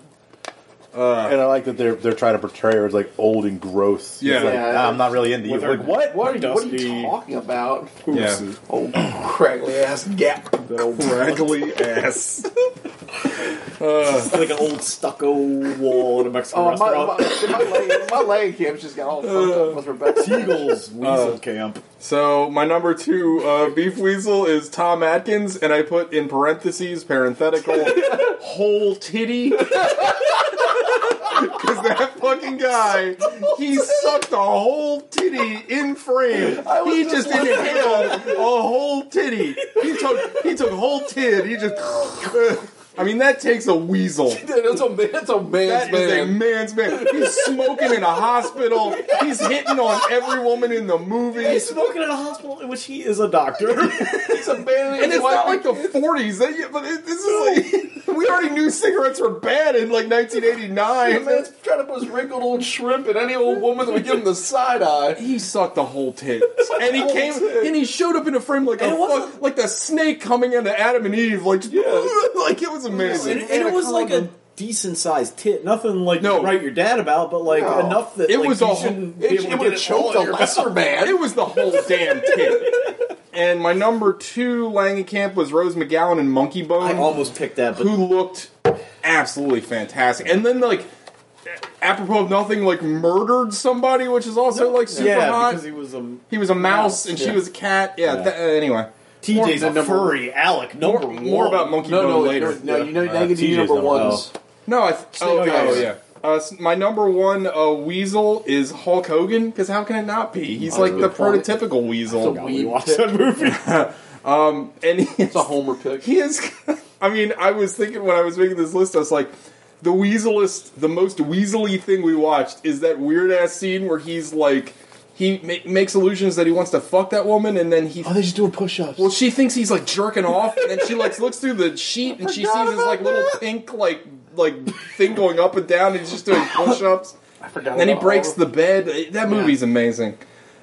And I like that they're they're trying to portray her as like old and gross.
Yeah.
It's like,
Yeah.
"Nah, I'm not really into you.
With her-
Like, what?
What are, you, what are
Dusty.
you talking about?
Yeah.
Oh, craggly ass gap.
Craggly ass.
It's like an old stucco wall in a Mexican
Oh, my,
restaurant.
my, my, leg, my leg cam's just got all fucked up with Rebecca.
Eagles
Uh,
Weasel camp.
So my number two uh, beef weasel is Tom Atkins, and I put in parentheses parenthetical whole titty because that fucking guy he sucked a whole titty in frame.
I was
He just
just
inhaled a whole titty. He took he took whole tit. He just. I mean that takes a weasel.
Dude, that's a man. That's a man's
That is a
man.
man's man. He's smoking in a hospital. He's hitting on every woman in the movie.
He's smoking at a hospital in which he is a doctor.
It's a man.
And it's not like the 40s. They, but it, this is like we already knew cigarettes were bad in like
the
1989.
man's trying to put his wrinkled old shrimp in any old woman that would give him the side eye.
He sucked the whole tit, and he
whole
came,
tit.
and he showed up in a frame like a
And it wasn't-
fuck, like the snake coming out of Adam and Eve, like just- like it was
and,
amazing.
and it was like a decent sized tit. Nothing like
No.
you write your dad about, but like
No.
enough that
It
like,
was
you
a whole-
shouldn't be
It,
able to
it
get
would have
it
choked
all
a
in your
lesser man.
It was the whole damn tit. And my number two Langenkamp was Rose McGowan and Monkey Bone.
I almost picked that, but
who looked absolutely fantastic. And then like apropos of nothing, like murdered somebody, which is also like super
yeah,
hot.
because he was um,
He was a mouse and she
yeah.
was a cat. Yeah.
Yeah.
Th- uh, anyway,
TJ's
More-
a furry. Alec number
more,
one.
more about Monkey
No,
Bone
no,
later.
no, no. You know,
Uh,
negative
TJ's
number
number
ones.
No, I th- oh,
oh,
yeah,
yeah.
oh, yeah. Uh, s- my number one uh, weasel is Hulk Hogan because how can it not be? He's like the
Oh, good point.
prototypical weasel,
That's a
We
weed
watched
pick.
that movie.
and he-
It's a Homer pick.
He is. I mean, I was thinking when I was making this list, I was like, the weaselest, the most weaselly thing we watched is that weird ass scene where he's like, he ma- makes illusions that he wants to fuck that woman, and then he.
Oh, they're just doing push-ups.
well, she thinks he's like jerking off, and then she like looks through the sheet and she
forgot
sees this like
about
little
that.
pink like like thing going up and down, and he's just doing push ups.
I forgot
And then he
about
breaks
all of
the bed. That movie's amazing.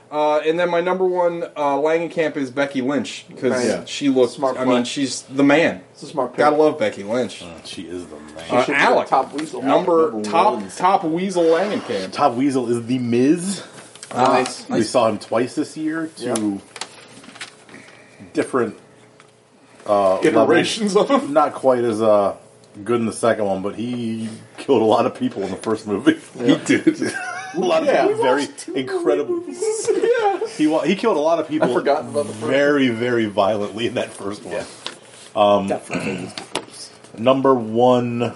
Uh, and then my number one uh, Langenkamp is Becky Lynch because
Right. Yeah.
she looks.
Smart
I
play.
mean, she's the man.
It's a smart pick.
Gotta love Becky Lynch.
She is the man.
Uh,
Should be
Alec.
the top weasel.
number
number
top
one.
top Weasel Langenkamp.
Top Weasel is the Miz.
Ah, Nice.
We saw him twice this year to different uh,
Iterations
of him. Not quite as uh, good in the second one, but he killed a lot of people in the first movie. He did. a lot
Yeah.
of
We
people, very incredible. He wa- he killed a lot of people.
I forgot about the first
very very violently in that first one. Um,
Definitely.
Number one.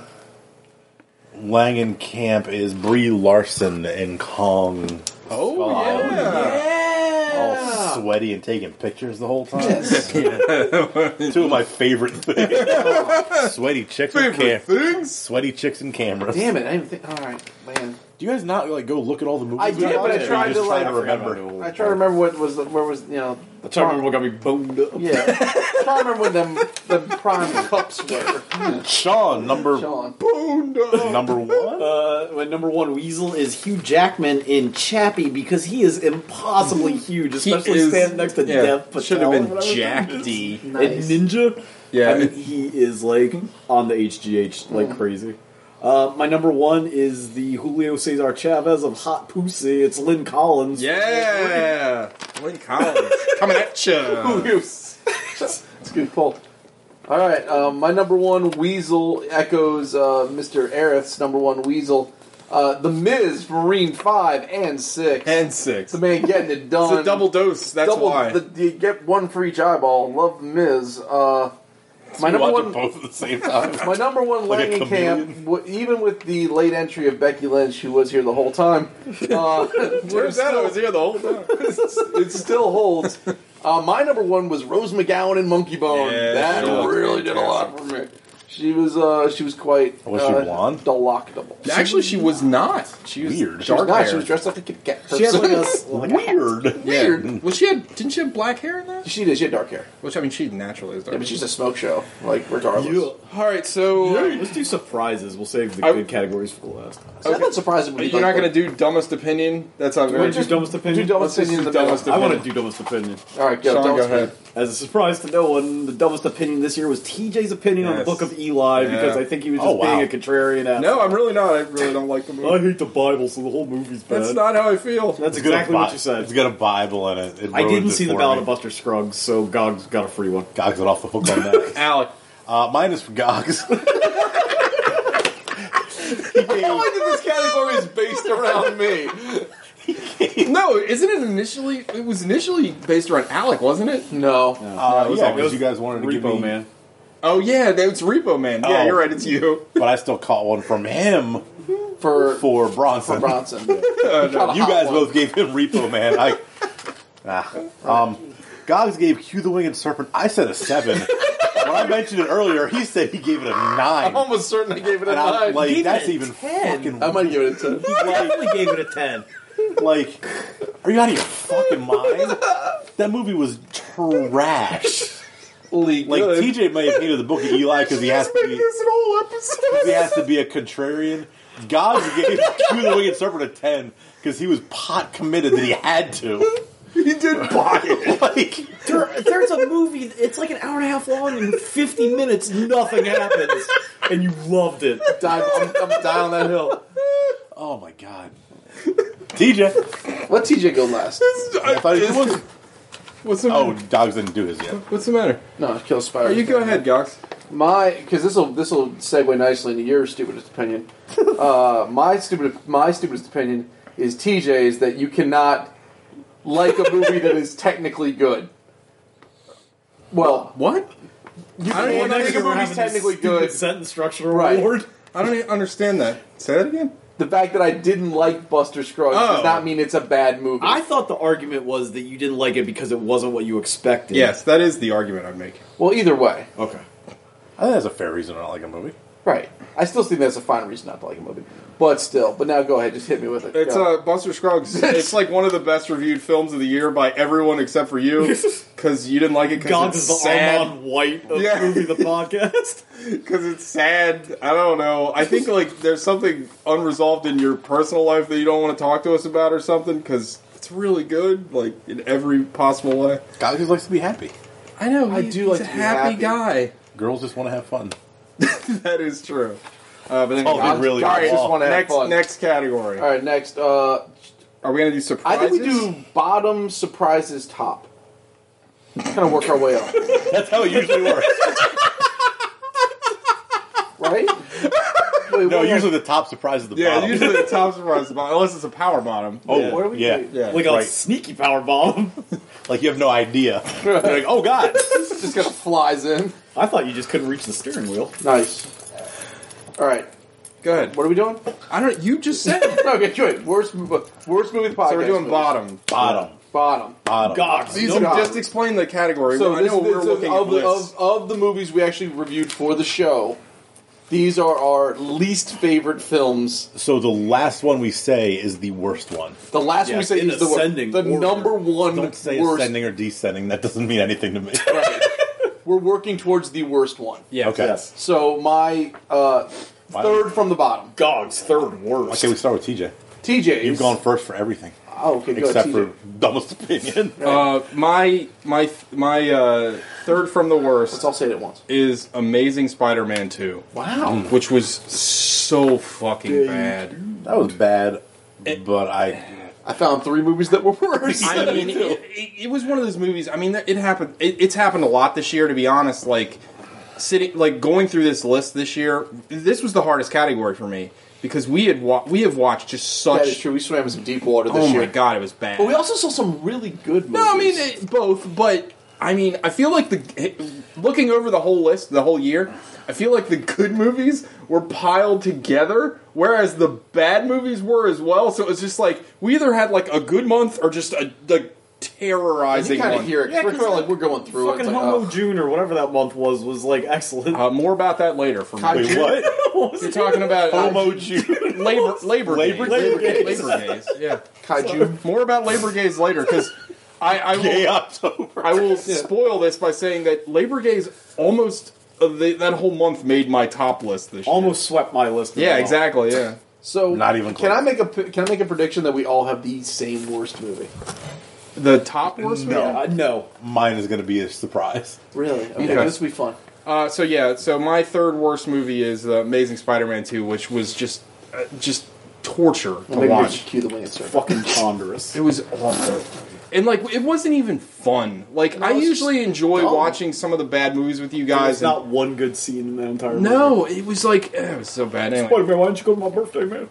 Langenkamp is Brie Larson in Kong.
Oh
Oh,
yeah.
All sweaty and taking pictures the whole time. Two of my favorite things: sweaty chicks and
Favorite
cameras.
things.
Sweaty chicks and cameras.
Damn it! I didn't think. All right, man.
Do you guys not like go look at all the movies?
I
we watched,
did, but I
or you
tried
just
to,
try
like-
to remember.
I try to remember what was the, where was you know.
I try to remember what got me boned up.
Yeah, I try to remember what them them prime cups were.
Hmm.
Sean number
Sean,
number one.
Uh, my number one weasel is Hugh Jackman in Chappie because he is impossibly huge, especially standing next to
yeah,
Dev Patel.
Should have
or
been
whatever his
Jack
name is.
D.
nice.
And Ninja.
Yeah.
I mean, he is like on the HGH like crazy. Uh, my number one is the Julio Cesar Chavez of Hot Pussy. It's Lynn Collins.
Yeah, Lynn Collins coming at you.
It's a good pull. All right, um, my number one weasel echoes uh, Mr. Aerith's number one weasel, uh, the Miz from Marine Five and Six.
And six.
the man getting it done.
It's a double dose. That's
double-
why.
The, you get one for each eyeball. Love the Miz. Uh, my
You
number
watch
one.
them both at the same time.
My number one
Like a
Langenkamp, w- even with the late entry of Becky Lynch, who was here the whole time, uh,
Where's that? I was here the whole time.
it still holds. Uh, my number one was Rose McGowan in Monkey Bone.
Yeah,
that
she was
really did a lot for me. She was uh, she was quite
Was she
uh,
blonde?
delectable.
Actually, she was not. She was
Weird.
She was
Dark
not.
hair.
She was dressed like a Kit Kat person.
She has like a s- like a-
Weird.
Yeah.
Weird.
Well, Mm. she had. Didn't she have black hair in that?
She did. She had dark hair.
Which I mean, she naturally is dark.
Yeah, but she's a smoke show, like regardless.
All right, so
Alright, Let's do surprises. We'll save the
I-
good categories for the last.
So I'm not surprised if we
you're
done
not
that.
going to do dumbest opinion. That's not very.
Wanna do dumbest opinion?
do
Let's
dumbest
just
opinion.
do
in the middle.
dumbest
I want
opinion.
to do dumbest opinion.
All right, go.
Sean, go
dumbest
ahead.
As a surprise to no one, the dumbest opinion this year was TJ's opinion on the
Yes.
Book of Eli because
Yeah.
I think he was just
Oh, wow.
being a contrarian. Ass.
No, I'm really not. I really don't like the
I
movie.
hate the Bible, so the whole movie's bad.
That's not how I feel.
Oh, That's
It's got a
exactly what
Bi-
you said.
It's got a Bible in it. It
I didn't
ruins it
see the
for
Ballad
me.
of Buster Scruggs, so Gog's got a free one.
Gogs it off the hook on that.
Alec.
Uh, mine is for Gogs. He gave-
Why did this category is based around me?
No, isn't it initially? It was initially based around Alec, wasn't it?
uh,
No.
it was
yeah,
all- it
because
was
you guys wanted to give
Repo
me,
Man.
Oh yeah, that's Repo Man. Yeah,
Oh.
you're right. It's you.
but I still caught one from him
For for
for Bronson.
Bronson.
You guys both gave him Repo Man. I, ah, um, Gogs gave Hugh the Winged Serpent. I said a seven. when I mentioned it earlier, he said he gave it a nine.
I'm almost certain I gave it a
and I'm
uh,
nine.
like,
Gave it
that's
a
even
10.
fucking.
I might give it a ten.
Definitely gave it a ten.
Like, are you out of your fucking mind? That movie was trash.
League.
Like TJ may have hated the book of Eli because he has to be
an whole episode.
he has to be a contrarian. God gave Hugh the Wicked Serpent a ten because he was pot committed that he had to.
He did buy it.
Like
There, there's a movie. It's like an hour and a half long, and 50 minutes, nothing happens, and you loved it.
Dive, I'm, I'm down that hill.
Oh my god. TJ.
Let TJ go last.
I thought he was.
What's the
Oh,
matter?
dogs didn't do his yet.
What's the matter?
No, kill Spider.
Are you go ahead, Gox.
My, because this will this will segue nicely into your stupidest opinion. Uh, my stupid, my stupidest opinion is TJ's that you cannot like a movie that is technically good. Well,
What?
you
don't
can't
even
think
think
a
we're
movie's technically good.
Sentence structure
Right.
award.
I don't even understand that. Say that again.
The fact that I didn't like Buster Scruggs does
Oh.
not mean it's a bad movie.
I thought the argument was that you didn't like it because it wasn't what you expected.
Yes, that is the argument I'm making.
well, either way,
Okay.
I think that's a fair reason to not like a movie.
right? I still think that's a fine reason not to like a movie, but still. But now go ahead, just hit me with it.
It's
Go.
uh, Buster Scruggs. it's like one of the best reviewed films of the year by everyone except for you because you didn't like it because
God's is
it's
the
sad.
Armand White of
Yeah.
movie the podcast.
Because it's sad. I don't know. I think like there's something unresolved in your personal life that you don't want to talk to us about or something because it's really good, like in every possible way.
Guys just likes to be happy.
I know.
I
he-
do
he's
like
a
to be
happy, guy.
Girls just want to have fun.
that is true. Uh, but then,
Oh,
all
they really
I just
want.
want to have
next
fun.
next category.
All right, next. Uh,
Are we gonna do
I
surprises?
think we do bottom surprises top. kind of work our way up,
That's how it usually works.
right? Wait,
No,
what-
usually the top surprise is the
Yeah,
bottom.
usually the top surprise is bottom, unless it's a power bottom.
oh,
Yeah.
What are we
yeah.
doing?
Yeah,
like a
right.
sneaky power bomb.
Like you have no idea. You're like, oh god.
just kind of flies in.
I thought you just couldn't reach the steering wheel.
Nice. All right,
Go ahead.
what are we doing?
I don't. You just said.
No, okay, good. Worst, mo- worst movie of the podcast.
so we're doing
movies.
bottom.
Bottom.
Bottom.
Bottom.
Gogs.
These
No
are,
God.
just explain the category.
So
I
this,
know
this,
we're
so
looking
of,
at
the,
lists.
of, of the movies we actually reviewed for the show, these are our least favorite films.
So the last one we say is the worst one.
The last
Yeah,
one we said
in
is the, wor-
ascending
the
order.
number one
Don't say
worst.
ascending or descending. That doesn't mean anything to me.
Right. We're working towards the worst one.
yeah.
Okay.
Yes.
So my uh,
Why-
third from the bottom,
Gogs, third worst.
Okay, we start with TJ.
TJ.
You've gone first for everything
Oh, okay, good.
except
TJ.
for dumbest opinion.
Uh, my my my uh, third from the worst
Let's all say it at once.
is Amazing Spider-Man Two,
Wow.
which was so fucking
Yeah, you
bad.
That was bad, but I
I found three movies that were worse.
I mean, it, it, it was one of those movies. I mean, it happened. It, it's happened a lot this year, to be honest. Like sitting, like going through this list this year, this was the hardest category for me because we had wa- we have watched just
that is
such.
true. We swam in some deep water this
Oh
year.
my god, it was bad.
But we also saw some really good movies.
No, I mean it, both, but I mean I feel like the looking over the whole list the whole year, I feel like the good movies were piled together, whereas the bad movies were as well. So it was just like we either had like a good month or just a like
you
terrorizing
kind
one.
of hear it.
'cause
we're kinda like we're going through
Fucking
it. It's like,
Homo
oh.
uh,
June or whatever that month was was like excellent.
Uh, more about that later. For
Con-
me.
wait. What
you're talking about uh,
homo Jew?
labor labor
Labor-
gays.
labor
gays.
gays.
labor gays. Yeah,
Kaiju.
more about labor gays later because I I will,
Gay October.
I will spoil this by saying that Labor Day's almost uh, the, that whole month made my top list this year.
Almost swept my list. as
Yeah,
well.
exactly. Yeah.
So
Not even
Can
close.
I make a p- can I make a prediction that we all have the same worst movie?
The top worst.
No.
movie?
Yeah, I know.
Mine is going to be a surprise.
Really? Okay,
Okay.
this will be fun.
Uh, so yeah. So my third worst movie is uh, Amazing Spider-Man Two, which was just uh, just torture to
Maybe we should
watch.
cue the Lancer.
Fucking ponderous.
It was awful. And like it wasn't even fun. Like I
it's
usually enjoy
dumb.
watching some of the bad movies with you
There's
guys. and-
not one good scene in the entire
no, it was like eh, it was so bad. Anyway.
Spider Man, why didn't you go to my birthday, man?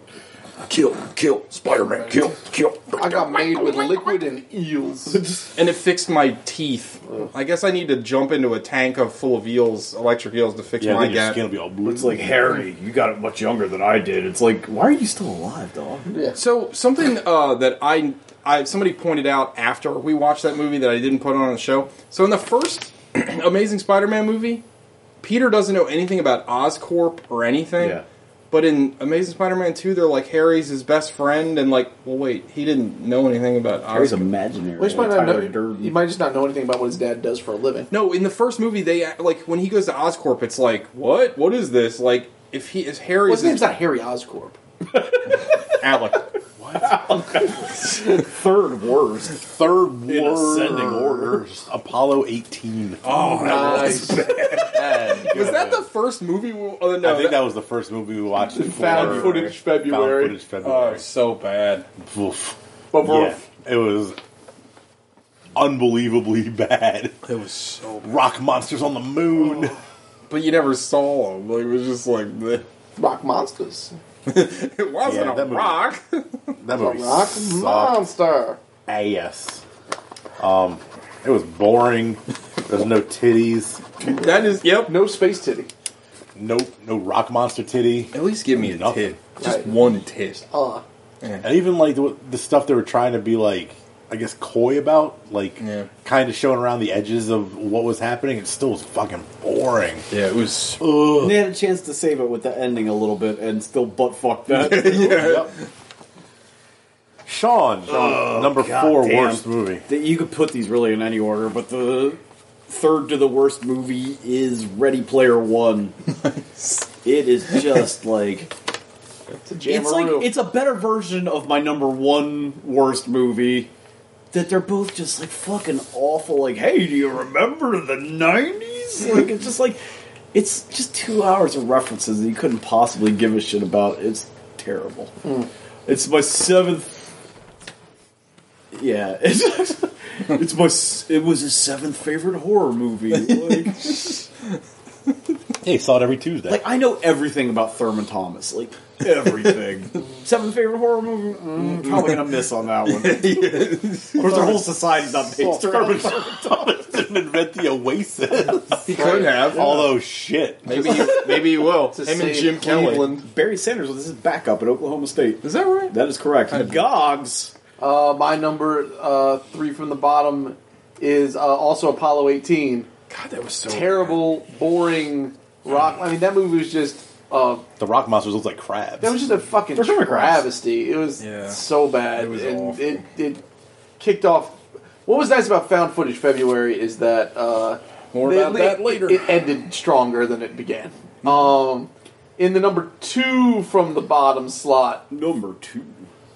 Kill, kill, Spider Man, kill, kill.
I got made with liquid and eels.
and it fixed my teeth. I guess I need to jump into a tank of full of eels, electric eels, to fix
Yeah,
my
then your
gap.
skin will be all blue.
It's like Harry, you got it much younger than I did. It's like, why are you still alive, dog?
So something uh, that I, I somebody pointed out after we watched that movie that I didn't put on the show. So in the first Amazing Spider-Man movie, Peter doesn't know anything about Oscorp or anything.
Yeah.
But in Amazing Spider-Man 2, they're like Harry's his best friend, and like, well, wait, he didn't know anything about
Harry's
Oscorp.
imaginary.
Well, you, might not
Tyler
know,
Durden.
you might just not know anything about what his dad does for a living.
No, in the first movie, they act- like when he goes to Oscorp, it's like, what? What is this? Like, if he is Harry,
Well, his
is
name's not Harry Oscorp.
Alec.
third worst.
third
In ascending
order. Apollo 18.
Oh,
Nice.
was that the first movie? We, oh, no,
I think that was the first movie we watched.
Found
for-
footage
Found
February.
footage
Oh,
February.
so bad.
Oof.
But we're-
Yeah, it was unbelievably bad.
It was so.
Rock monsters on the moon.
But you never saw him. Like it was just like bleh.
Rock monsters.
it wasn't
Yeah,
a
that movie-
rock.
That
A
movie
rock
sucked
monster.
ass. Um, it was boring. There's no titties.
that is yep.
No space titty.
Nope. No rock monster titty.
At least give me a
Nothing.
tit. Just
Right.
one tit.
Uh,
And even like the, the stuff they were trying to be like, I guess coy about, like
Yeah.
kind of showing around the edges of what was happening. It still was fucking boring.
Yeah, it was.
They had a chance to save it with the ending a little bit and still butt fuck that.
Yep. Sean, number
God
four
damn.
worst movie.
That you could put these really in any order, but the third to the worst movie is Ready Player One. It is just like
it's a
it's like
jammeroo.
it's a better version of my number one worst movie. That they're both just like fucking awful. Like, hey, do you remember the nineties? Like, it's just like it's just two hours of references that you couldn't possibly give a shit about. It's terrible. It's my seventh. Yeah, it's, it's my. s- It was his seventh favorite horror movie. Like,
Hey, saw it every Tuesday.
like I know everything about Thurman Thomas, like everything. Seven favorite horror movie. Mm, probably gonna miss on that one. Of course, our whole society's not based around.
Thurman Thomas didn't invent the Oasis.
He could have.
Although shit,
Maybe you, maybe you will.
To
Him and
save
Jim Kelly.
Cleveland.
Barry Sanders was his backup at Oklahoma State.
Is that right?
That is correct.
I-
Gogs.
Uh, my number uh, three from the bottom is uh, also Apollo 18.
God, that was so
Terrible, boring rock. I mean, that movie was just. Uh,
The rock monsters look like crabs.
that was just a fucking
They're sort of crap.
travesty. It was
Yeah.
so bad,
It was
and
awful.
it it kicked off. What was nice about Found Footage February is that uh,
More
they-
about
they-
that later.
It ended stronger than it began. Um, in the number two from the bottom slot,
Number two.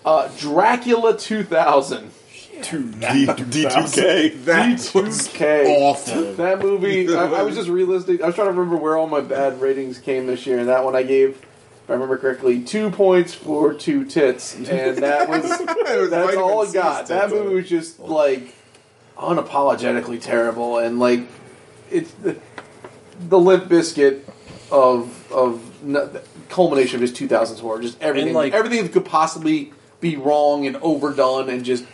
uh, Dracula 2000.
D- D2K.
That was
D2K.
awful.
That movie, I, I was just relisting. I was trying to remember where all my bad ratings came this year, and that one I gave, if I remember correctly, two points for two tits, and that was that's all it got. That movie was just like unapologetically terrible, and like it's the, the limp biscuit of of no, the culmination of his 2000s horror. Just everything,
like-
everything that could possibly be wrong and overdone, and just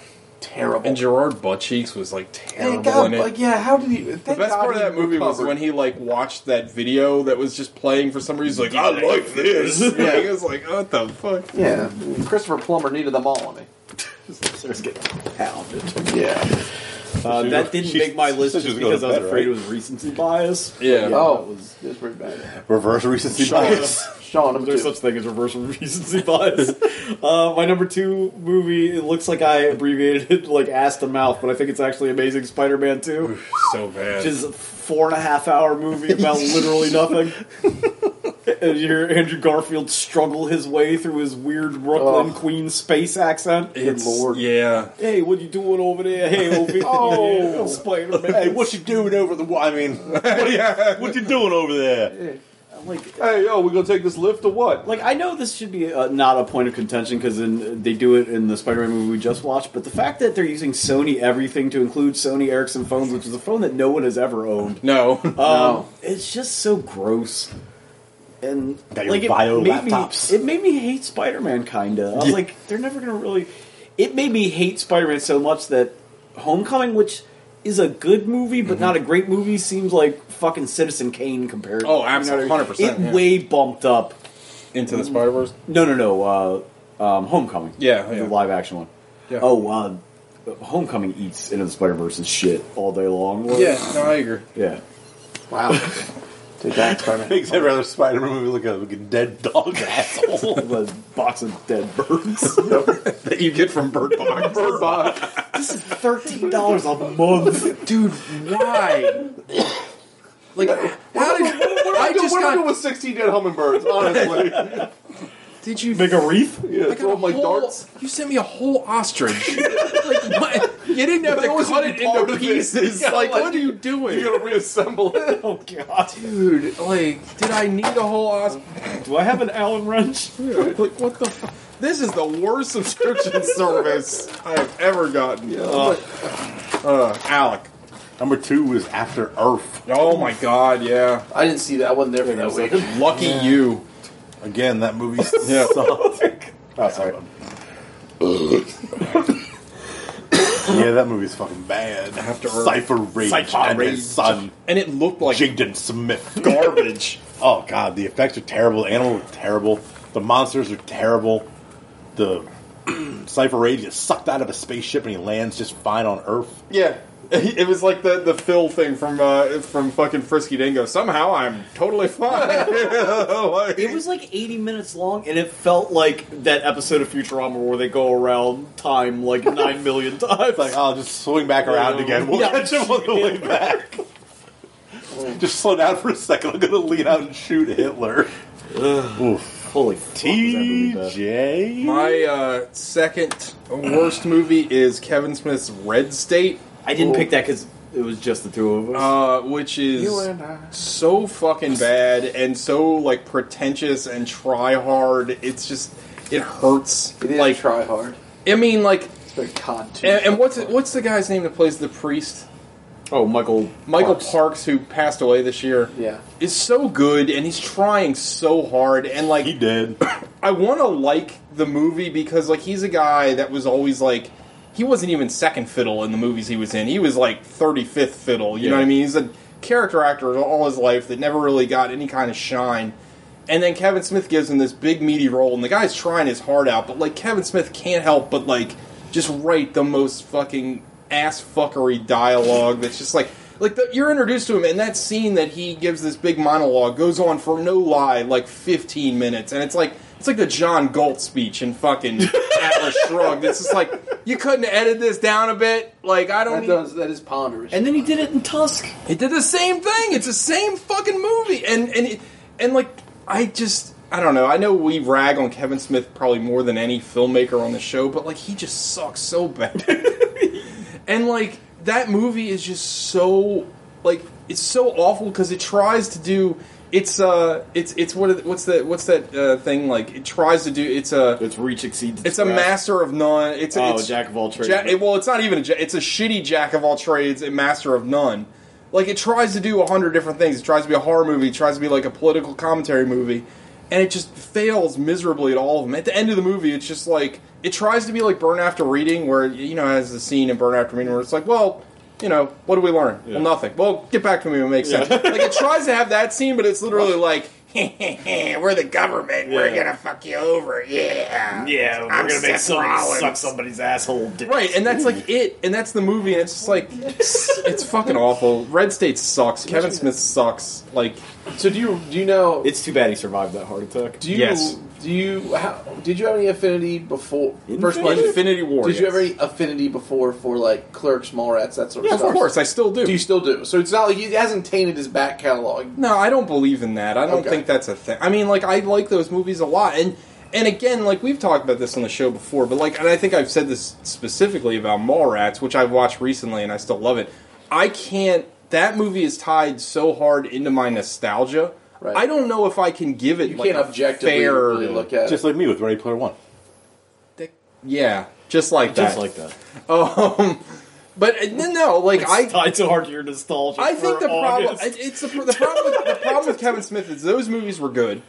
terrible.
And Gerard Buttcheeks was like terrible
Thank God,
in it.
like yeah, how did he?
the best part of that movie was when he like watched that video that was just playing for some reason. He's Like I like this.
Yeah.
Like, it was like what the fuck.
Yeah, Christopher Plummer needed them all. I mean,
Listeners get pounded.
yeah.
Uh, that didn't make my list
She's
just
gonna go
because
to
I was
bed,
afraid
right?
it was recency bias.
Yeah.
But
Oh,
that
it was it was pretty bad.
Reverse recency bias.
Sean, number
There's
two.
such thing as reverse recency bias. uh, my number two movie, it looks like I abbreviated it like ass to mouth, but I think it's actually Amazing Spider-Man 2,
So bad.
which is a four and a half hour movie about literally nothing. and you hear Andrew Garfield struggle his way through his weird Brooklyn
Ugh.
Queens space accent.
It's-
lord.
Yeah.
Hey, what you doing over there? Hey, over here.
Oh.
Spider-Man.
what you doing over the? I mean, what you, what you doing over there?
I'm like,
Hey, yo, we gonna take this lift or what?
Like I know this should be uh, not a point of contention because they do it in the Spider-Man movie we just watched, but the fact that they're using Sony everything to include Sony Ericsson phones, which is a phone that no one has ever owned,
No.
um, it's just so gross. And
Got your
like it
bio
made me,
laptops.
it made me hate Spider-Man. Kinda, I was
Yeah.
like, they're never gonna really. It made me hate Spider-Man so much that Homecoming, which is a good movie
Mm-hmm.
but not a great movie, seems like fucking Citizen Kane compared.
Oh,
you know what I
absolutely,
mean?
100%,
It
yeah.
way bumped up
Into the Spider Verse.
no, no, no. Uh, um, Homecoming.
Yeah,
the
yeah.
live action one.
Yeah.
Oh, uh, Homecoming eats Into the Spider Verse and shit all day long. Like,
No, I agree.
yeah.
Wow. take that, Spider-Man.
Makes every other Spider-Man movie look like a fucking dead dog asshole.
the box of dead birds.
That you get from Bird Box.
Bird Box.
this is thirteen dollars a month.
Dude, why? like, how did
I
I
just
just
what
got?
with sixteen dead hummingbirds. Honestly,
Did you
Make a wreath.
yeah,
I got
throw
a
them like
whole-
darts.
You sent me a whole ostrich. like what? You didn't have
That
to
wasn't
cut it
part
into
of it.
pieces.
Yeah,
like,
like,
what are you doing?
You gotta reassemble it.
Oh god.
Dude, like, did I need a whole ostrich?
Do I have an Allen wrench?
Like, what the? F- this is the worst subscription service I've ever gotten. Uh, uh, Alec.
Number two is After Earth.
Oh my God! Yeah,
I didn't see that. I wasn't there for that week.
lucky you.
Again, that movie
Yeah.
sucked. Oh, sorry. yeah, that movie's fucking bad.
After Earth.
Cipher Rage
Cypher
and
Rage.
his son,
And it looked like
Jigden Smith.
garbage.
Oh god, the effects are terrible. The animals are terrible. The monsters are terrible. The Cipher Rage gets sucked out of a spaceship and he lands just fine on Earth.
yeah, it was like the the Phil thing from uh, from fucking Frisky Dingo. Somehow I'm totally fine. Like-
It was like 80 minutes long, and it felt like that episode of Futurama where they go around time like 9 million times.
Like, I'll just swing back around again. We'll
Yeah.
catch him on the way back. just slow down for a second. I'm gonna lean out and shoot Hitler. Oof.
Holy fuck, was that movie bad.
TJ.
My uh, second worst movie is Kevin Smith's Red State,
I didn't pick that because it was just the two of us.
uh, which is
You and I.
so fucking bad and so like pretentious and try hard. It's just it hurts.
It is
like
try hard.
I mean, like
It's very con too.
and, and what's what's the guy's name that plays the priest?
oh, Michael.
Michael
Parks.
Parks, who passed away this year.
Yeah.
is so good and he's trying so hard and like
He did.
I want to like the movie because like he's a guy that was always like he wasn't even second fiddle in the movies he was in. He was like 35th fiddle, you know what I mean? He's a character actor all his life that never really got any kind of shine. And then Kevin Smith gives him this big meaty role and the guy's trying his heart out, but like Kevin Smith can't help but like just write the most fucking ass fuckery dialogue that's just like like the, you're introduced to him and that scene that he gives this big monologue goes on for no lie like 15 minutes and it's like it's like the John Galt speech in fucking Atlas Shrugged. It's just like you couldn't edit this down a bit. Like I don't.
That
need-
does that is ponderous.
And then he did it in Tusk.
it did the same thing. It's the same fucking movie. And and it, and like I just I don't know. I know we rag on Kevin Smith probably more than any filmmaker on the show, but like he just sucks so bad. and like that movie is just so like it's so awful because it tries to do it's uh it's it's what what's that what's that uh, thing like it tries to do it's uh, a
Its reach exceeds.
it's a master of none. It's
Oh,
it's,
jack of all trades.
Ja- well, it's not even a. Ja- it's a shitty jack of all trades and master of none. Like it tries to do a hundred different things. It tries to be a horror movie. It tries to be like a political commentary movie, and it just fails miserably at all of them. At the end of the movie, it's just like it tries to be like Burn After Reading, where you know has the scene in Burn After Reading where it's like, well. You know what do we learn? Well, nothing. Well, get back to me. when It makes sense. Like it tries to have that scene, but it's literally like, "We're the government. We're gonna fuck you over." Yeah.
Yeah, we're gonna make
Seth
somebody
Rollins.
suck somebody's asshole. Dick.
Right, and that's like it, and that's the movie, and it's just like it's fucking awful. Red State sucks. Kevin Smith sucks. Like
so do you do you know?
It's too bad he survived that heart attack.
do you,
Yes.
Do you how, did you have any affinity before? First
Infinity?
question.
Infinity War.
Did you
yes.
have any affinity before for like Clerks, Mallrats, that sort of
Yeah,
stuff?
of course, I still do.
Do you still do? So it's not like he hasn't tainted his back catalog.
No, I don't believe in that. I don't
Okay.
think that's a thing. I mean, like I like those movies a lot, and and again, like we've talked about this on the show before, but like, and I think I've said this specifically about Mallrats, which I've watched recently, and I still love it. I can't. That movie is tied so hard into my nostalgia.
Right.
I don't know if I can give it
You
like
can't
a
objectively
fair,
really look at
Just
it.
like me with Ready Player One.
Yeah, just like
Just
that.
like Oh, that.
Um, but uh, no, no, like
It's
I,
tied so hard to your nostalgia.
I think
for
the problem,
August.
it- it's the, pr- the problem, with, the problem with Kevin Smith is those movies were good,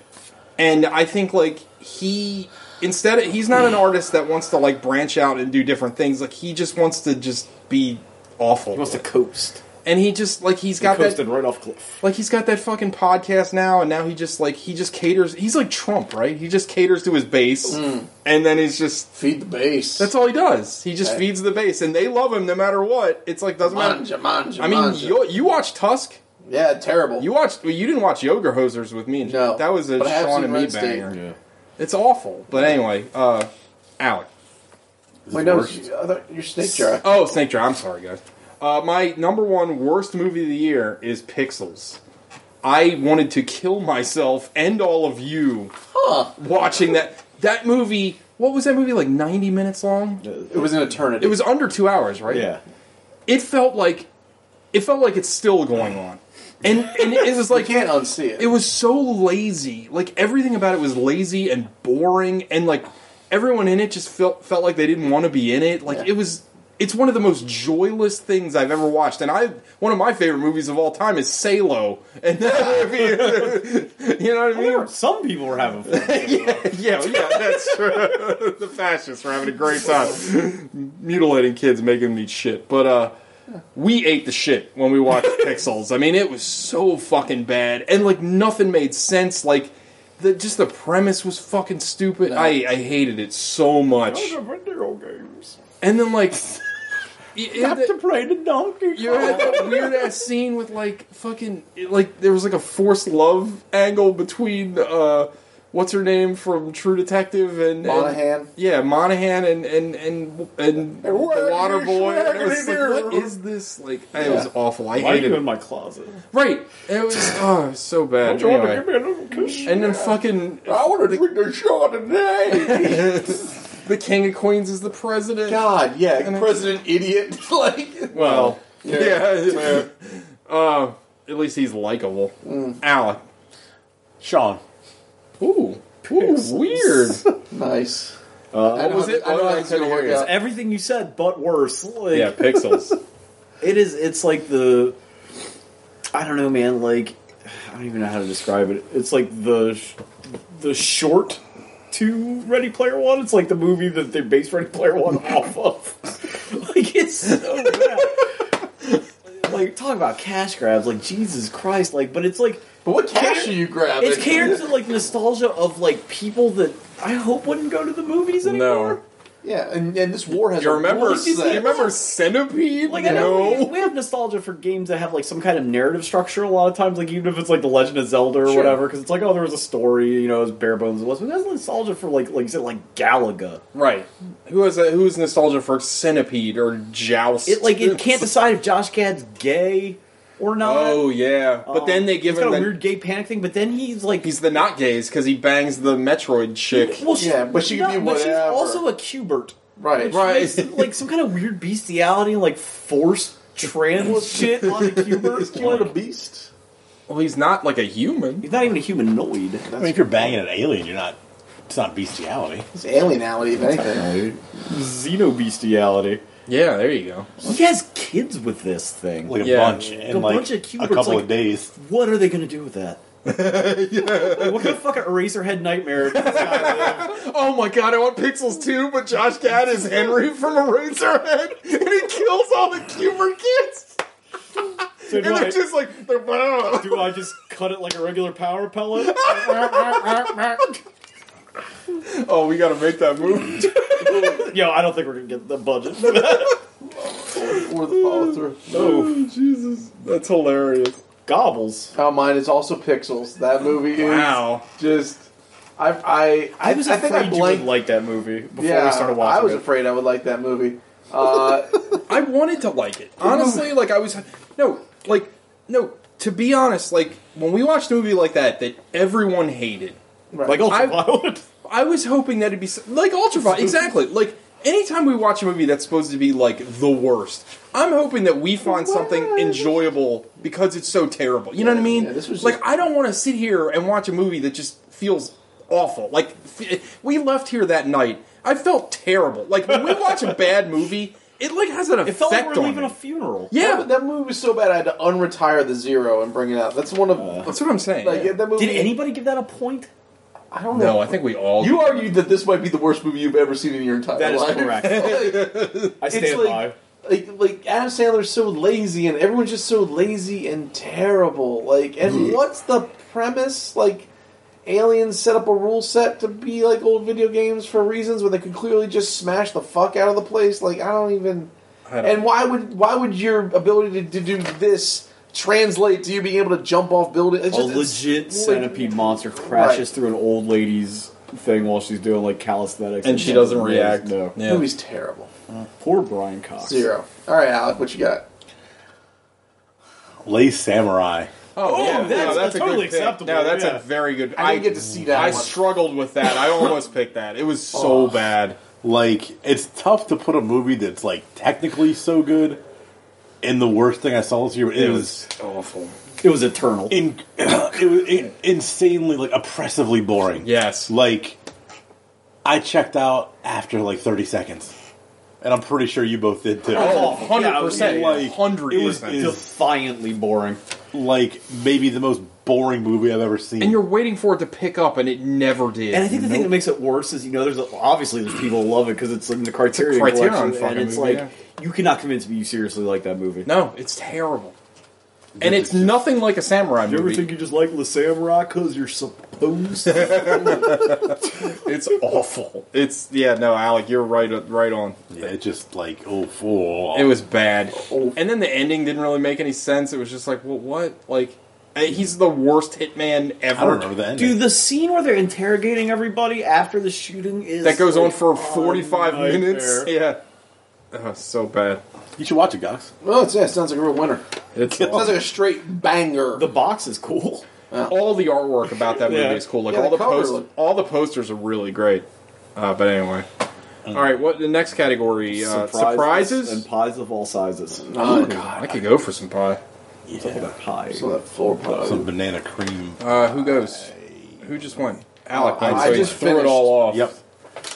and I think like he instead of, he's not an
Hmm.
artist that wants to like branch out and do different things. Like he just wants to just be awful,
He wants to coast.
and he just like he's
He
got that
coasted right off cliff.
like he's got that fucking podcast now, and now he just like he just caters. He's like Trump, right? He just caters to his base,
Hmm.
and then he's just
Feed the base.
That's all he does. He just
Right.
feeds the base, and they love him no matter what. It's like doesn't matter.
Manja, manja,
I mean,
manja.
you, you watch Tusk.
yeah, terrible.
You watched. Well, you didn't watch Yoga Hosers with me. And
No,
that was a
but I have
Sean
seen
and me
Red State.
banger. It's awful. But anyway, uh, Alec.
Wait, no,
Worst.
you- I thought your snake jar.
Oh, Snake Draft. I'm sorry, guys. Uh, my number one worst movie of the year is Pixels. I wanted to kill myself and all of you
Huh.
watching that that movie. What was that movie like? Ninety minutes long.
It was an eternity.
It was under two hours, right?
Yeah.
it felt like it felt like it's still going on and and it was
You
like
can't unsee it.
it was so lazy like everything about it was lazy and boring and like everyone in it just felt felt like they didn't want to be in it like
Yeah.
it was it's one of the most joyless things I've ever watched, and I one of my favorite movies of all time is Salo, and that movie, you know what I mean?
Some people were having fun.
Yeah, Oh, yeah, that's true. the fascists were having a great time mutilating kids, making them eat shit. But uh, we ate the shit when we watched Pixels. I mean, it was so fucking bad, and like nothing made sense. Like the just the premise was fucking stupid. I I hated it so much.
video games.
And then like. you- you had
Have to
that-
play the donkey.
You had that
Oh.
weird ass scene with like fucking it- like there was like a forced love angle between uh what's her name from True Detective and, and
Monahan.
yeah, Monahan and and and and the Water Boy. And it was like, what is this? Like, it was awful. I
Why are
hated
you
it.
in my closet?
Right? It was oh, it was so bad. Anyway.
me a little kiss?
And then fucking
I want to drink the Chardonnay.
the King of Queens is the president.
God, yeah,
And I-
President Idiot. like,
Well, yeah.
Yeah. Mm.
uh, at least he's likable. Alec.
Sean.
Ooh. Ooh, weird.
nice.
Uh,
I know
was
how
it? Oh, Well,
thi- I know how this is
I
gonna
couldn't
work
hear
out.
everything you said, but worse. Like,
yeah, pixels.
it is it's like the i don't know man like i don't even know how to describe it it's like the sh- the short to ready player one it's like the movie that they based ready player one off of like it's so bad like talk about cash grabs like jesus christ like but it's like
But what cash are you grabbing?
it's catered to like nostalgia of like people that i hope wouldn't go to the movies
No.
anymore
Yeah, and, and this war has.
You
a
remember?
rule
You
set.
remember Centipede?
Like I know we,
no.
we have nostalgia for games that have like some kind of narrative structure. A lot of times, like even if it's like the Legend of Zelda or whatever, because it's like oh there was a story, you know, it was bare bones. It was but that's nostalgia for like like you said like Galaga.
Right. Who has a, who's nostalgia for Centipede or Joust?
It like it can't decide if Josh Gad's gay or not.
Oh yeah, but
Um,
then they give
it's
him
got a
the,
weird gay panic thing, but then he's like
He's the not gays because he bangs the Metroid chick.
well, she,
Yeah, but she can be
but she's
whatever.
also a cubert.
Right.
Right.
Makes, like some kind of weird bestiality, like forced trans shit on the cubert.
Is Cubert a
Like,
beast?
Well, he's not like a human.
he's not even a humanoid.
I mean, if you're banging an alien, you're not. It's not bestiality.
It's alienality, if anything.
Xenobestiality.
Yeah, there you go.
He has kids with this thing.
Like a
Yeah.
bunch in
A
like
bunch of
a
cuberts,
couple
like-
of days.
what are they gonna do with that? Like, what kind of fucking Eraserhead nightmare?
Oh my god, I want Pixels too, but Josh Gad is Henry from Eraserhead, and he kills all the Cuber kids.
So do,
And
I,
they're just like, they're,
do I just cut it like a regular power pellet?
oh, we gotta make that movie.
Yo, I don't think we're gonna get the budget for that.
Or the follow through.
oh, Jesus. That's hilarious.
Gobbles.
Oh, mine is also Pixels. That movie
Wow.
is just. I I I,
I was
I think
afraid
I
you would
blanked.
like that movie before
yeah,
we started watching
I was
it.
afraid I would like that movie. Uh,
I wanted to like it. Honestly, like I was no, like no, to be honest, like when we watched a movie like that that everyone hated,
right.
like oh,
I-
ultraviolet.
I was hoping that it'd be s- like Ultraviolet. exactly. Like anytime we watch a movie that's supposed to be like the worst, I'm hoping that we find something enjoyable because it's so terrible. You know what I mean?
Yeah, this was
like
just-
I don't want to sit here and watch a movie that just feels awful. Like f- we left here that night, I felt terrible. Like when we watch a bad movie, it like has an
It
effect
felt like we were
on
leaving
me.
a funeral.
yeah,
That, that movie was so bad I had to unretire the zero and bring it out. That's one of
that's what I'm saying.
like yeah, that movie.
Uh, Did anybody give that a point?
I don't know.
no, I think we all.
you argued that this might be the worst movie you've ever seen in your entire
That is
life.
correct. I
It's
stand by.
like, like like Adam Sandler's so lazy and everyone's just so lazy and terrible. Like, and what's the premise? Like, aliens set up a rule set to be like old video games for reasons where they could clearly just smash the fuck out of the place. Like, I don't even.
I don't-
and why would why would your ability to, to do this translate to you being able to jump off buildings? It's
Oh,
a
just- it's-
legit
like,
centipede monster crashes
Right.
through an old lady's thing while she's doing like calisthenics,
and she doesn't react.
No,
Yeah.
Movie's terrible.
poor Brian Cox.
Zero. All right, Alec, what you got?
Lay Samurai.
Oh, yeah.
that's-
No,
that's
a
totally
good pick.
acceptable,
No, that's
yeah.
a very good.
I didn't get to see that
I
one. Oh,
struggled with that. I almost picked that. It was so bad.
Like it's tough to put a movie that's like technically so good. in the worst thing I saw this year, but it, was,
awful.
It was eternal.
in, it was in, insanely like oppressively boring.
Yes.
like I checked out after like thirty seconds, and I'm pretty sure you both did too.
Oh,
awful. Yeah,
100%.
it was- like,
100%.
it was-
Defiantly boring.
Like maybe the most boring movie I've ever seen.
and you're waiting for it to pick up, and it never did.
And I think the thing that makes it worse is you know there's a, obviously there's people who love it because it's in the Criterion,
Criterion
collection,
fucking
and it's
movie,
like you cannot convince me you seriously like that movie.
no, it's terrible. And it's nothing like a samurai
You ever
movie.
think you just like Le Samurai because you're supposed to?
It's awful. It's yeah. No, Alec, you're right. Right on.
yeah, it just like oh, oh.
It was bad. And then the ending didn't really make any sense. It was just like, well, what? Like, eh, he's the worst hitman ever.
I don't remember the ending.
Dude, the scene where they're interrogating everybody after the shooting is
that goes on
like, um,
for
a
45
nightmare.
minutes. Yeah. Oh, so bad.
you should watch it, guys.
Oh, it's, yeah, it sounds like a real winner.
It's
Sounds like a straight banger.
The box is cool.
all the artwork about that movie
Yeah.
is cool. Like
Yeah,
all
the
the
cover
post,
look-
all the posters are really great. Uh, but anyway, all right. What the next category? Uh, surprises.
and pies of all sizes.
oh god.
I could go for some pie.
Oh,
Yeah,
Pie.
So that floor pot.
some banana cream.
Uh, who goes? Who just won? Alec.
Uh,
won,
I
so he
just
threw it
finished.
all off.
Yep.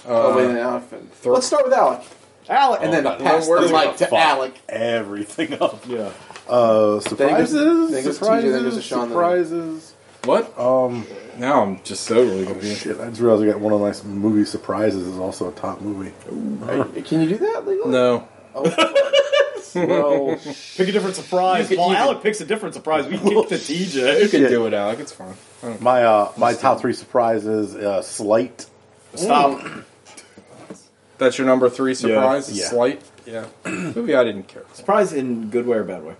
oh, wait, now I've been-
throw-
Let's start with Alec.
Alec,
Oh,
And then
God.
pass
We're
the
gonna
mic to
Fuck
Alec.
everything up.
yeah.
Uh,
Then it goes-
surprises,
then it goes to TJ, then it goes to
surprises,
Sean, then-
surprises.
What?
Um,
Now I'm just totally confused.
Oh, shit! I just realized I got one of my s- movie surprises is also a top movie.
Can you do that legally?
No.
Well,
Pick a different surprise.
You could-
While
you could-
Alec picks a different surprise, we kick the
You
DJ.
can
Shit.
do it, Alec. It's fine. I don't-
My uh, my top three surprises: uh, Slight,
Stop.
That's your number three surprise.
Yeah.
Slight. Yeah. movie I didn't care. For.
Surprise in good way or bad way?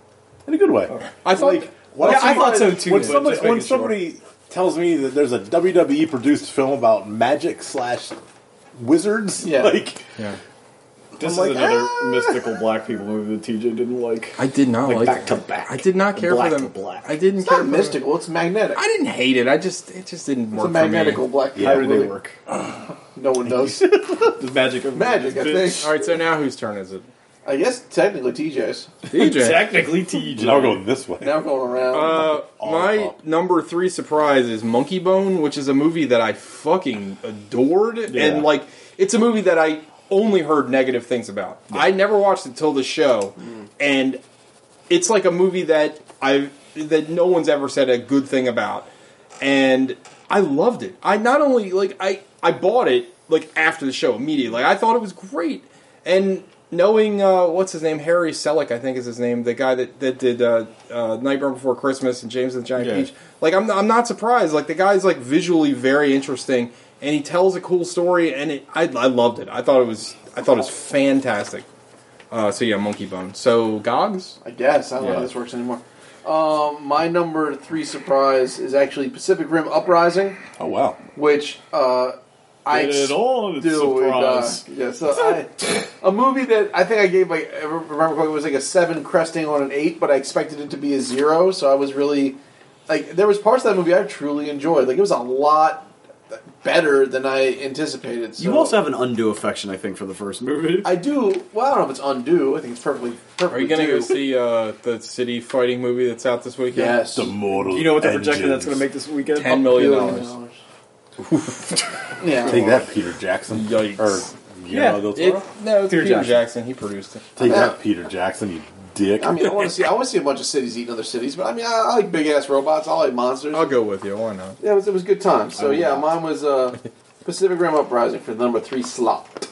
in a good way.
I thought.
Well,
yeah, I thought so too.
When
but
somebody,
just
when
making sure.
somebody tells me that there's a WWE produced film about magic slash wizards,
Yeah.
like
yeah.
this is
I'm like,
another mystical black people movie that TJ didn't like.
I did not like,
back to
that.
back.
I did not care
Black
for
to
them.
black.
I didn't
It's
care
not
for them.
mystical. It's magnetic.
I didn't hate it. I just it just didn't
It's
work.
a magnetical
for me.
black.
Yeah,
Yeah,
really.
really. No one knows.
The magic of
Magic, I
All
think.
right, so now whose turn is it?
I guess technically TJ's.
DJ.
Technically, TJ.
now we're going this way.
Now going around.
Uh,
All
my
up.
number three surprise is Monkey Bone, which is a movie that I fucking adored,
Yeah.
and like it's a movie that I only heard negative things about. I never watched it till the show, and it's like a movie that I that no one's ever said a good thing about, and I loved it. I not only like I I bought it like after the show immediately. Like, I thought it was great, and knowing uh, what's his name Harry Selick I think is his name, the guy that that did uh, uh, Nightmare Before Christmas and James and the Giant
Yeah.
Peach. Like I'm I'm not surprised. Like the guy's like visually very interesting, and he tells a cool story, and it, I I loved it. I thought it was I thought it was fantastic. Uh, so yeah, Monkey Bone. So Gogs.
I guess. I don't know
Yeah.
how this works anymore. Um, my number three surprise is actually Pacific Rim Uprising,
Oh wow,
which uh, I
Get it on, it's
dude,
surprise.
Uh, yeah, so I, a movie that I think I gave like I remember it was like a seven cresting on an eight, but I expected it to be a zero. So I was really like there was parts of that movie I truly enjoyed. Like it was a lot better than I anticipated. So.
You also have an undue affection, I think, for the first movie.
I do. Well, I don't know if it's undue. I think it's perfectly. perfectly
Are you gonna
due.
go see uh, the city fighting movie that's out this weekend?
Yes.
the mortal.
you know what the projection
engines.
that's going to make this weekend?
Ten million dollars.
yeah.
Take that, Peter Jackson.
Yikes.
Or you
Yeah,
know,
It,
Del Toro.
no, it's
Peter
Peter,
Jackson.
Jackson. He produced it.
Take that, Peter Jackson. You dick.
I mean, I want to see. I want to see a bunch of cities eating other cities, but I mean, I, I like big ass robots. I like monsters.
I'll go with you. Why not?
Yeah, it was, it was a good time. So yeah, mine was uh, Pacific Rim Uprising for the number three slot.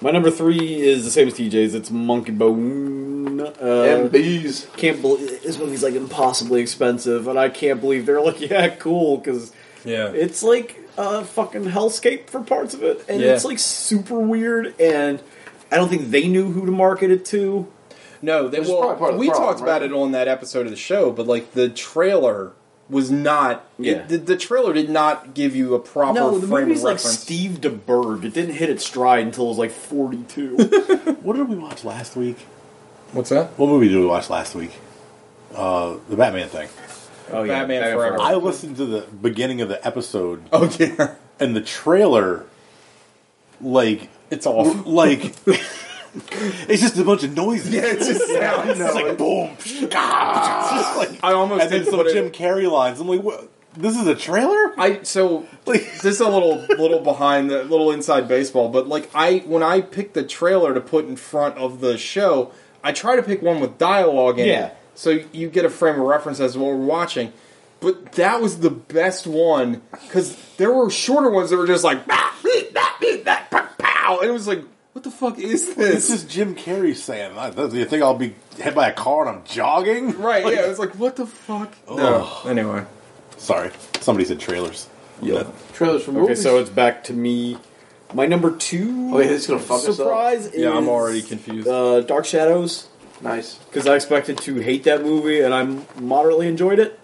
My number three is the same as TJ's. It's Monkey Bone. Uh,
MBs.
can't believe this movie's like impossibly expensive, and I can't believe they're like, yeah, cool, because
Yeah.
it's like a fucking hellscape for parts of it, and
Yeah.
it's like super weird, and I don't think they knew who to market it to.
no, they,
Which is probably
well,
part of the
we
problem,
talked about
right?
it on that episode of the show, but like the trailer was not.
Yeah.
It, the, the trailer did not give you a proper.
No, the
frame
movie's
of
like
reference.
Steve DeBerg. It didn't hit its stride until it was like 42.
what did we watch last week?
What's that?
What movie did we watch last week? Uh, the Batman thing.
oh,
Batman Forever.
I listened to the beginning of the episode
Oh yeah,
and the trailer, like,
it's off.
like, it's just a bunch of noises.
it's just sound.
It's like boom, psh, it's just like,
I almost
and then
did
some
put it-
Jim Carrey lines. I'm like, what? This is a trailer?
I so
Like-
this is a little little behind the little inside baseball, but like I when I picked the trailer to put in front of the show, I try to pick one with dialogue in
Yeah.
it, so you get a frame of reference as to what we're watching. But that was the best one because there were shorter ones that were just like "Bah, bleep, bah, bleep, bah, pow, pow," and it was like, what the fuck is
It's
this?
just Jim Carrey saying, "I- does you think I'll be hit by a car and I'm jogging?
right? yeah, it was like, what the fuck? No. Anyway,
Sorry, somebody said trailers.
yeah.
Trailers for
Okay,
movies.
so it's back to me. My number two.
Oh, yeah, this is gonna fuck us up.
surprise is
Yeah, I'm already confused.
Uh, Dark Shadows
nice.
because I expected to hate that movie and I moderately enjoyed it.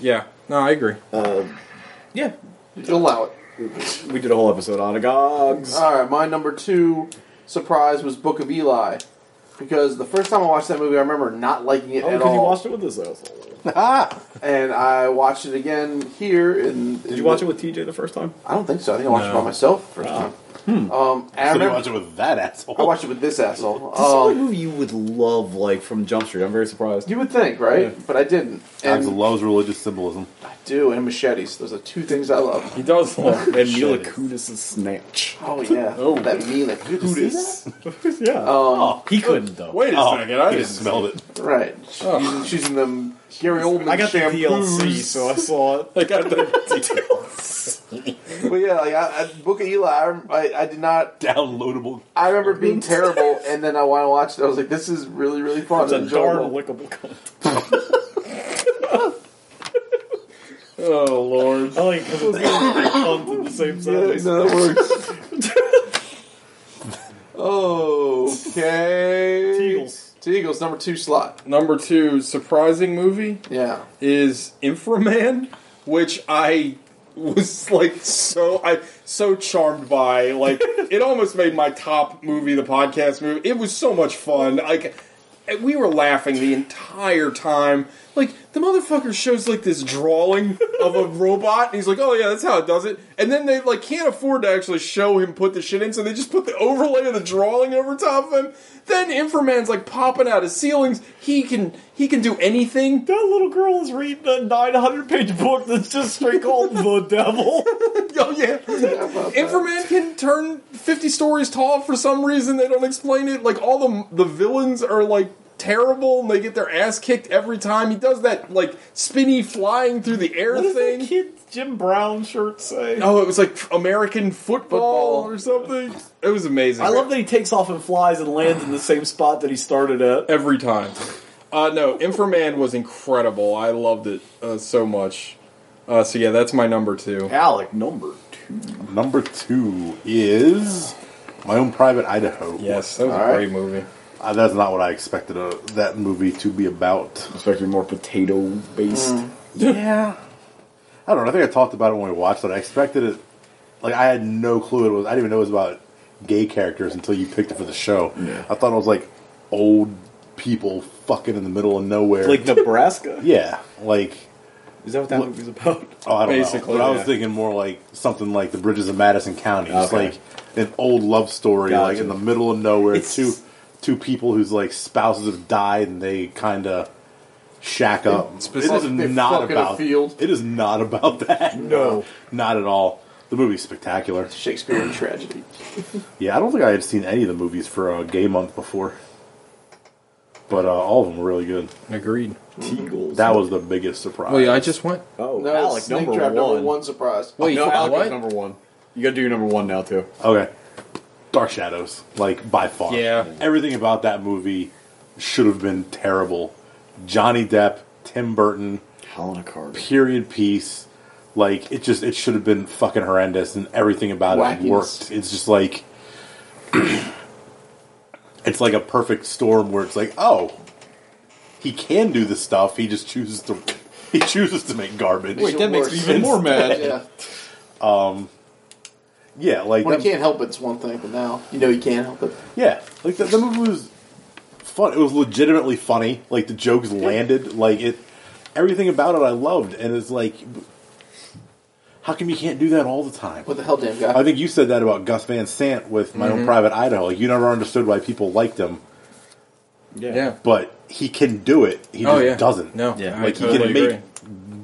Yeah, no, I agree.
Yeah,
You'll allow it.
we did a whole episode on it. Gogs.
All right, my number two surprise was Book of Eli, because the first time I watched that movie, I remember not liking it
Oh,
at
because
all.
you watched it with us. Did
and I watched it again here. In, did
you watch it with Ah. Hmm. TJ the first time?
I don't think so. I think I watched it by myself first time. Um, and I,
So you
remember-
watch it with that asshole.
I watched it with this asshole.
This is
Um,
a movie you would love, like from Jump Street. I'm very surprised.
You would think, right?
Yeah.
But I didn't.
Alex
And
loves religious symbolism.
I do, and machetes. Those are two things I love.
He does love
and Mila
Shit.
Kunis' snatch.
Oh yeah,
Oh.
that Mila Kunis.
yeah,
Oh.
Um,
he couldn't though.
Wait a
Oh,
second, I
he
didn't smell.
smelled it.
right? Using, she's in them Gary Oldman
I got the
shampoos.
DLC, so I saw it.
I got the details.
But yeah, like I, I, Book of Eli, I, rem- I, I did not.
Downloadable.
I remember it being terrible, and then I want to watch it. I was like, this is really, really fun.
It's a
and
darn
enjoyable.
lickable cunt.
Oh lord.
I like because it's cunt in the same
Yeah,
sentence.
no, that works. number two slot?
Number two, surprising movie
Yeah.
is Inframan, which I was like so I so charmed by. Like it almost made my top movie, the podcast movie. It was so much fun. Like and we were laughing the entire time. Like the motherfucker shows like this drawing of a robot, and he's like, "Oh yeah, that's how it does it." And then they like can't afford to actually show him put the shit in, so they just put the overlay of the drawing over top of him. Then Inframan's like popping out of ceilings. He can he can do anything.
That little girl is reading a 900 page book that's just straight called The Devil.
Oh yeah, Inframan can turn fifty stories tall for some reason. They don't explain it. Like all the the villains are like terrible, and they get their ass kicked every time. He does that like spinny flying through the air
What does that
thing.
kid's Jim Brown shirt say?
Oh, it was like American football,
Football.
or something. It was amazing.
I love that he takes off and flies and lands in the same spot that he started at.
every time. Uh, no, Inframan was incredible. I loved it uh, so much. Uh, so yeah, that's my number two.
Alec, number two.
Number two is My Own Private Idaho.
Yes, that was
All
a
right.
great movie.
Uh, that's not what I expected uh, that movie to be about.
Especially more potato based.
Mm.
Yeah. I don't know. I think I talked about it when we watched it. I expected it. Like, I had no clue it was. I didn't even know it was about gay characters until you picked it for the show. I thought it was like old people fucking in the middle of nowhere.
Like Nebraska?
yeah. Like,
Is that what that movie's about?
oh, I don't
Basically,
know. But I
yeah.
was thinking more like something like The Bridges of Madison County. It's
Okay.
like an old love story, like
Gotcha.
in the middle of nowhere.
It's-
Two two people whose like spouses have died and they kind of shack up. It
specific-
is
they
not
fuck in a
about
field.
It is not about that.
No.
not at all. The movie's spectacular.
Shakespearean tragedy.
Yeah, I don't think I had seen any of the movies for uh, Gay Month before, but uh, all of them were really good.
Agreed.
Teagles.
That was the biggest surprise.
Well, yeah, I just went.
oh,
No,
Alec,
Snake
number
Draft
one.
number one surprise.
Wait,
no, Alec
what?
is number one. You gotta do your number one now, too.
Okay. Dark Shadows, like by far.
Yeah.
Everything about that movie should have been terrible. Johnny Depp, Tim Burton,
Helena Carter.
period piece. Like it just it should have been fucking horrendous and everything about
Wackiness.
it worked. It's just like it's like a perfect storm where it's like, "Oh, he can do this stuff. He just chooses to he chooses to make garbage."
Wait, that makes me even
more mad.
Yeah.
Yeah, like
When
that-
you can't help it, it's one thing, but now you know you can't help it.
Yeah, like the, the movie was fun. It was legitimately funny. Like the jokes landed. Like it, everything about it I loved. And it's like, how come you can't do that all the time?
What the hell, damn
I
guy?
think you said that about Gus Van Sant with My Own Private Idaho. Like you never understood why people liked him,
Yeah. Oh,
but he can do it. He just doesn't.
No.
Yeah.
I
like he
totally
can make
agree.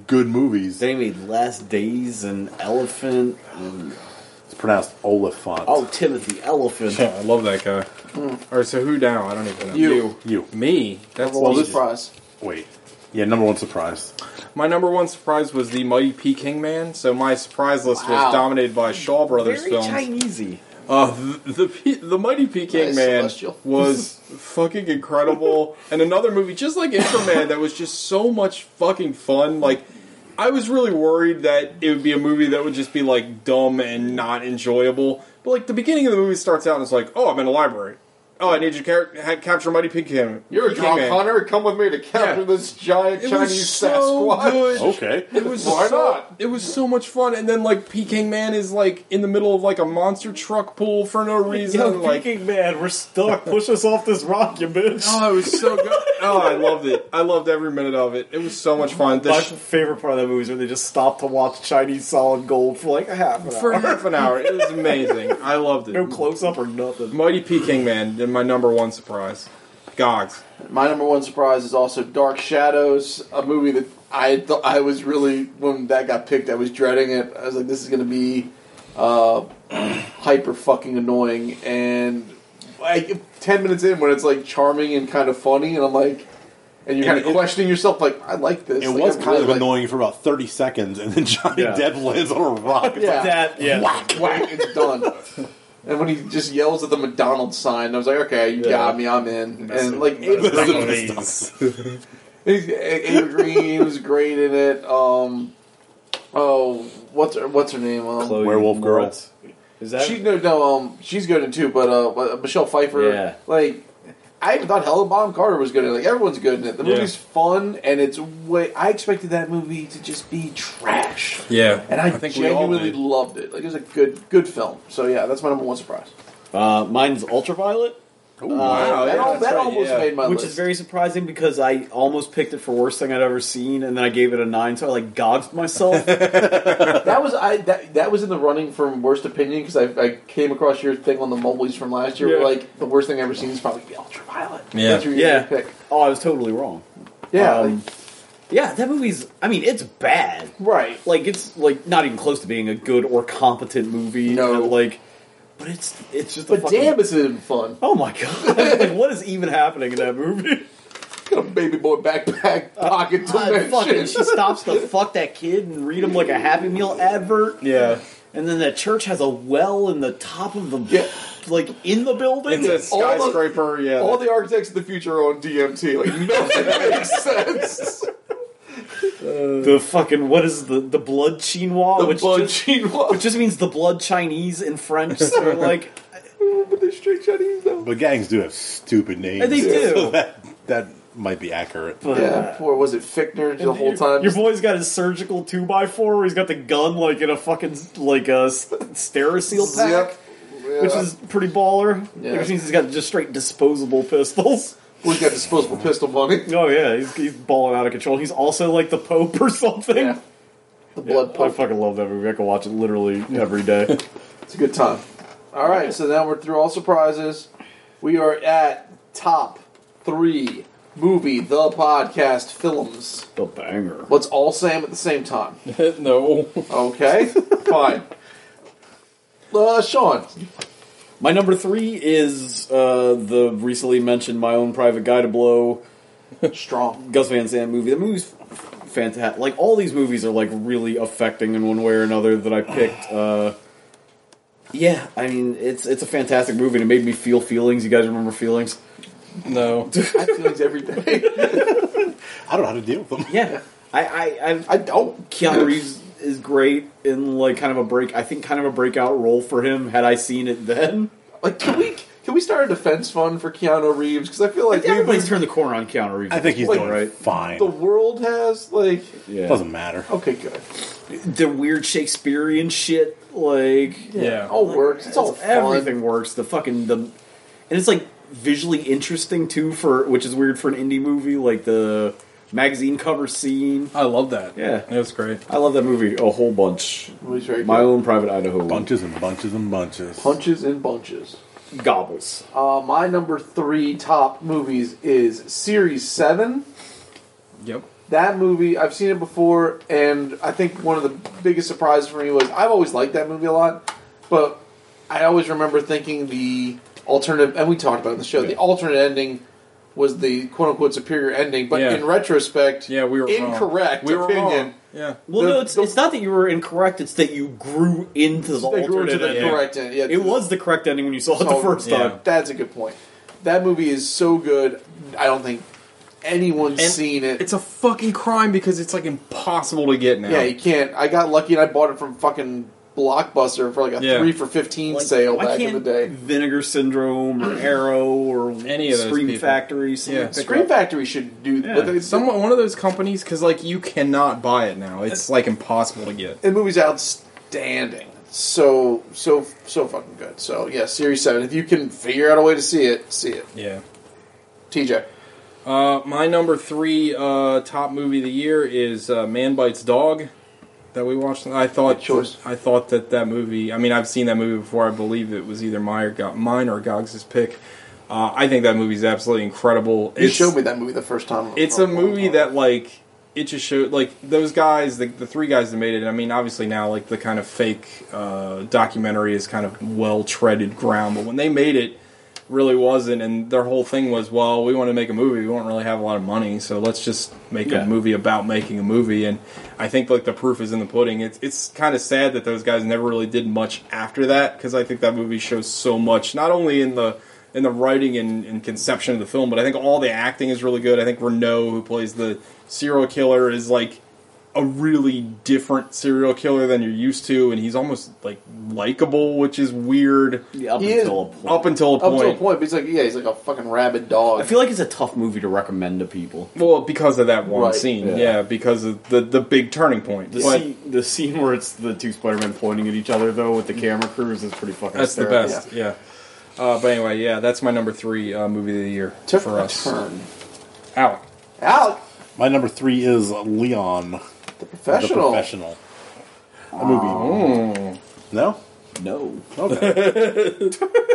good movies.
They made Last Days and Elephant. And,
It's pronounced Oliphant.
oh, Timothy Elephant.
Yeah, I love that guy. All right, Hmm. so who now? I don't even know.
You.
you
Me. That's
Number one
easy.
surprise.
wait. Yeah, number one surprise.
My number one surprise was the Mighty Peking Man. So my surprise list
Wow.
was dominated by Shaw Brothers
Very
films.
Chinesey.
Uh, the, the P- the Mighty Peking
Nice,
Man
Celestial.
was fucking incredible, and another movie just like Inframan that was just so much fucking fun. Like, I was really worried that it would be a movie that would just be like dumb and not enjoyable. But like the beginning of the movie starts out and it's like, oh, I'm in a library. Oh, I need you to ca- ha- capture Mighty Peking.
You're a
Peking
drunk
Man.
hunter. Come with me to capture
Yeah.
this giant
It was
Chinese
so
Sasquatch.
good.
Okay.
It was
Why
so,
not?
It was so much fun, and then like Peking Man is like in the middle of like a monster truck pool for no reason.
Yo,
like,
Peking Man, we're stuck. Push us off this rock, you bitch.
oh, it was so good. oh, I loved it. I loved every minute of it. It was so much fun. The
My
sh-
favorite part of that movie is when they just stop to watch Chinese solid gold for like a half an
for
hour.
half an hour, it was amazing. I loved
No
it.
close up or nothing.
Mighty Peking Man did my number one surprise. Gogs.
My number one surprise is also Dark Shadows, a movie that I thought I was really when that got picked, I was dreading it. I was like, this is going to be uh, hyper fucking annoying. And like ten minutes in, when it's like charming and kind of funny, and I'm like, and you're kind
And
of
it-
questioning yourself, like, I like this.
It
Like,
was
I
kind
really
of
like-
annoying for about 30 seconds, and then Johnny
Yeah.
Depp lands on a rock. It's
Yeah.
like,
That yeah.
whack, it's done. And when he just yells at the McDonald's sign, I was like, okay, you got me, I'm in. And like, Ava
That's
Green,
amazing.
Ava Green was great in it. Um, oh, what's her, what's her name? Um,
Werewolf Girl.
Is that
she no, no, um, she's good in it too, but uh, but Michelle Pfeiffer,
Yeah.
like. I even thought Helen Bonham Carter was good. in it. Like everyone's good in it. The
Yeah.
movie's fun, and it's way. I expected that movie to just be trash,
Yeah,
and I,
we all
genuinely
did.
loved it. Like it was a good, good film. So yeah, that's my number one surprise.
Uh, mine's Ultraviolet.
wow, Uh,
that
yeah,
al-
that's
that
right,
almost
yeah.
made my
which
list.
is very surprising because I almost picked it for worst thing I'd ever seen, and then I gave it a nine, so I like gouged myself.
that was I that, that was in the running from worst opinion because I, I came across your thing on the Mobleys from last year.
Yeah.
Like the worst thing I've ever seen is probably Ultraviolet.
Yeah.
That's your
yeah.
pick.
Oh, I was totally wrong.
Yeah,
Um, yeah, that movie's. I mean, it's bad.
like- right.
Like it's like not even close to being a good or competent movie.
No.
and, like, but it's it's just. A
But
fucking,
damn, it's been fun.
Oh my god! like, what is even happening in that movie?
Got a baby boy backpack pocket
God, Uh, fucking, she
dimension.
stops to fuck that kid and read him like a Happy Meal advert.
Yeah,
And then the church has a well in the top of the
Yeah.
like in the building.
it's a
All the-
skyscraper. yeah,
All the architects of the future are on DMT. Like nothing makes sense.
the fucking what is the the blood chinois,
The
which
blood
just,
chinois.
which just means the blood Chinese in French. So like
but they're straight Chinese though.
But gangs do have stupid names.
they
So
do.
that, that might be accurate.
But,
Yeah, poor was it Fichtner the whole time?
Your boy's got his surgical two x four. Where he's got the gun like in a fucking like a s- Steraseal pack,
Yep. Yeah.
which is pretty baller.
Yeah.
Which means he's got just straight disposable pistols.
Well, he's got disposable pistol money.
Oh yeah, he's, he's balling out of control. He's also like the Pope or something.
Yeah. The blood
I
poke.
fucking love that movie. I could watch it literally every day.
It's a good time. All right, so now we're through all surprises. We are at top three movie, the podcast, films.
the banger.
Let's all say them at the same time.
no.
Okay? Fine. Uh, Sean.
My number three is uh, the recently mentioned My Own Private Guy to Blow
Strong.
Gus Van Sant movie. The movie's fantastic. Like, all these movies are, like, really affecting in one way or another that I picked. Uh, yeah, I mean, it's it's a fantastic movie, and it made me feel feelings. You guys remember feelings?
No.
I have feelings every day.
I don't know how to deal with them.
Yeah. I, I, I,
I don't.
Keanu Reeves is great in, like, kind of a break... I think kind of a breakout role for him, had I seen it then.
Like, can we can we start a defense fund for Keanu Reeves? Because I feel like we,
Everybody's
we,
turned the corner on Keanu Reeves.
I think he's
Wait,
doing
right.
fine.
the Oh. world has like.
Yeah.
Doesn't matter.
Okay, good.
the weird Shakespearean shit, like
Yeah.
All works. It's all fun.
everything works. The fucking the, and it's like visually interesting too for which is weird for an indie movie. Like the magazine cover scene.
I love that.
Yeah.
it was great.
I love that movie a whole bunch.
Movie's very
My
good.
own private Idaho
Bunches and bunches and bunches.
Punches and bunches.
gobbles.
Uh, my number three top movies is Series 7.
Yep.
That movie, I've seen it before, and I think one of the biggest surprises for me was I've always liked that movie a lot, but I always remember thinking the alternative, and we talked about it in the show, the alternate ending was the quote unquote superior ending, but
Yeah.
in retrospect,
Yeah, we were wrong.
incorrect
We were
opinion.
wrong. Yeah.
Well,
The-
no, it's,
the-
it's not that you were incorrect. It's that you grew into the
They grew
alternate
to the
ending.
correct end. Yeah,
It was the correct ending when you saw it
So-
the first
Yeah.
time.
That's a good point. That movie is so good. I don't think anyone's
And
seen it.
It's a fucking crime because it's like impossible to get now.
Yeah, you can't. I got lucky and I bought it from fucking Blockbuster for like a
Yeah.
three for fifteen
Like,
sale
why
back in
can't
the day.
Vinegar Syndrome or Arrow or
Any of those
Scream
people.
Factory. something
Yeah.
like that.
Screen Factory should do
Yeah.
but they-
Someone, one of those companies, because like you cannot buy it now. It's like impossible to get.
The movie's outstanding. So so so fucking good. So yeah, Series Seven. If you can figure out a way to see it, see it.
Yeah.
TJ.
Uh, my number three uh, top movie of the year is uh, Man Bites Dog that we watched. I thought
Good choice.
I thought that that movie. I mean, I've seen that movie before. I believe it was either my or Go- mine or Gogs's pick. Uh, I think that movie's absolutely incredible.
You
It's-
showed me that movie the first time. Oh,
it's a movie that like it just showed like those guys the, the three guys that made it i mean obviously now like the kind of fake uh, documentary is kind of well treaded ground but when they made it really wasn't and their whole thing was well we want to make a movie we won't really have a lot of money so let's just make
Yeah.
a movie about making a movie and i think like the proof is in the pudding it's it's kind of sad that those guys never really did much after that because i think that movie shows so much not only in the in the writing and, and conception of the film but i think all the acting is really good i think renault who plays the serial killer is like a really different serial killer than you're used to, and he's almost like likable, which is weird.
Yeah, up
He is-
until a point.
Up until a
Up
point.
to a point, but he's like, yeah, he's like a fucking rabid dog.
I feel like it's a tough movie to recommend to people.
Well, because of that one
Right,
scene,
yeah.
yeah. because of the the big turning point.
The,
But
scene, the scene where it's the two Spider-Men pointing at each other, though, with the camera crews is pretty fucking
that's the
hysterical.
best. Yeah. Uh, but anyway, yeah, that's my number three uh, movie of the year
took
for
a
us.
turn.
Out.
Out,
My number three is Leon,
professional. Mm.
the professional. A movie. No,
No.
okay.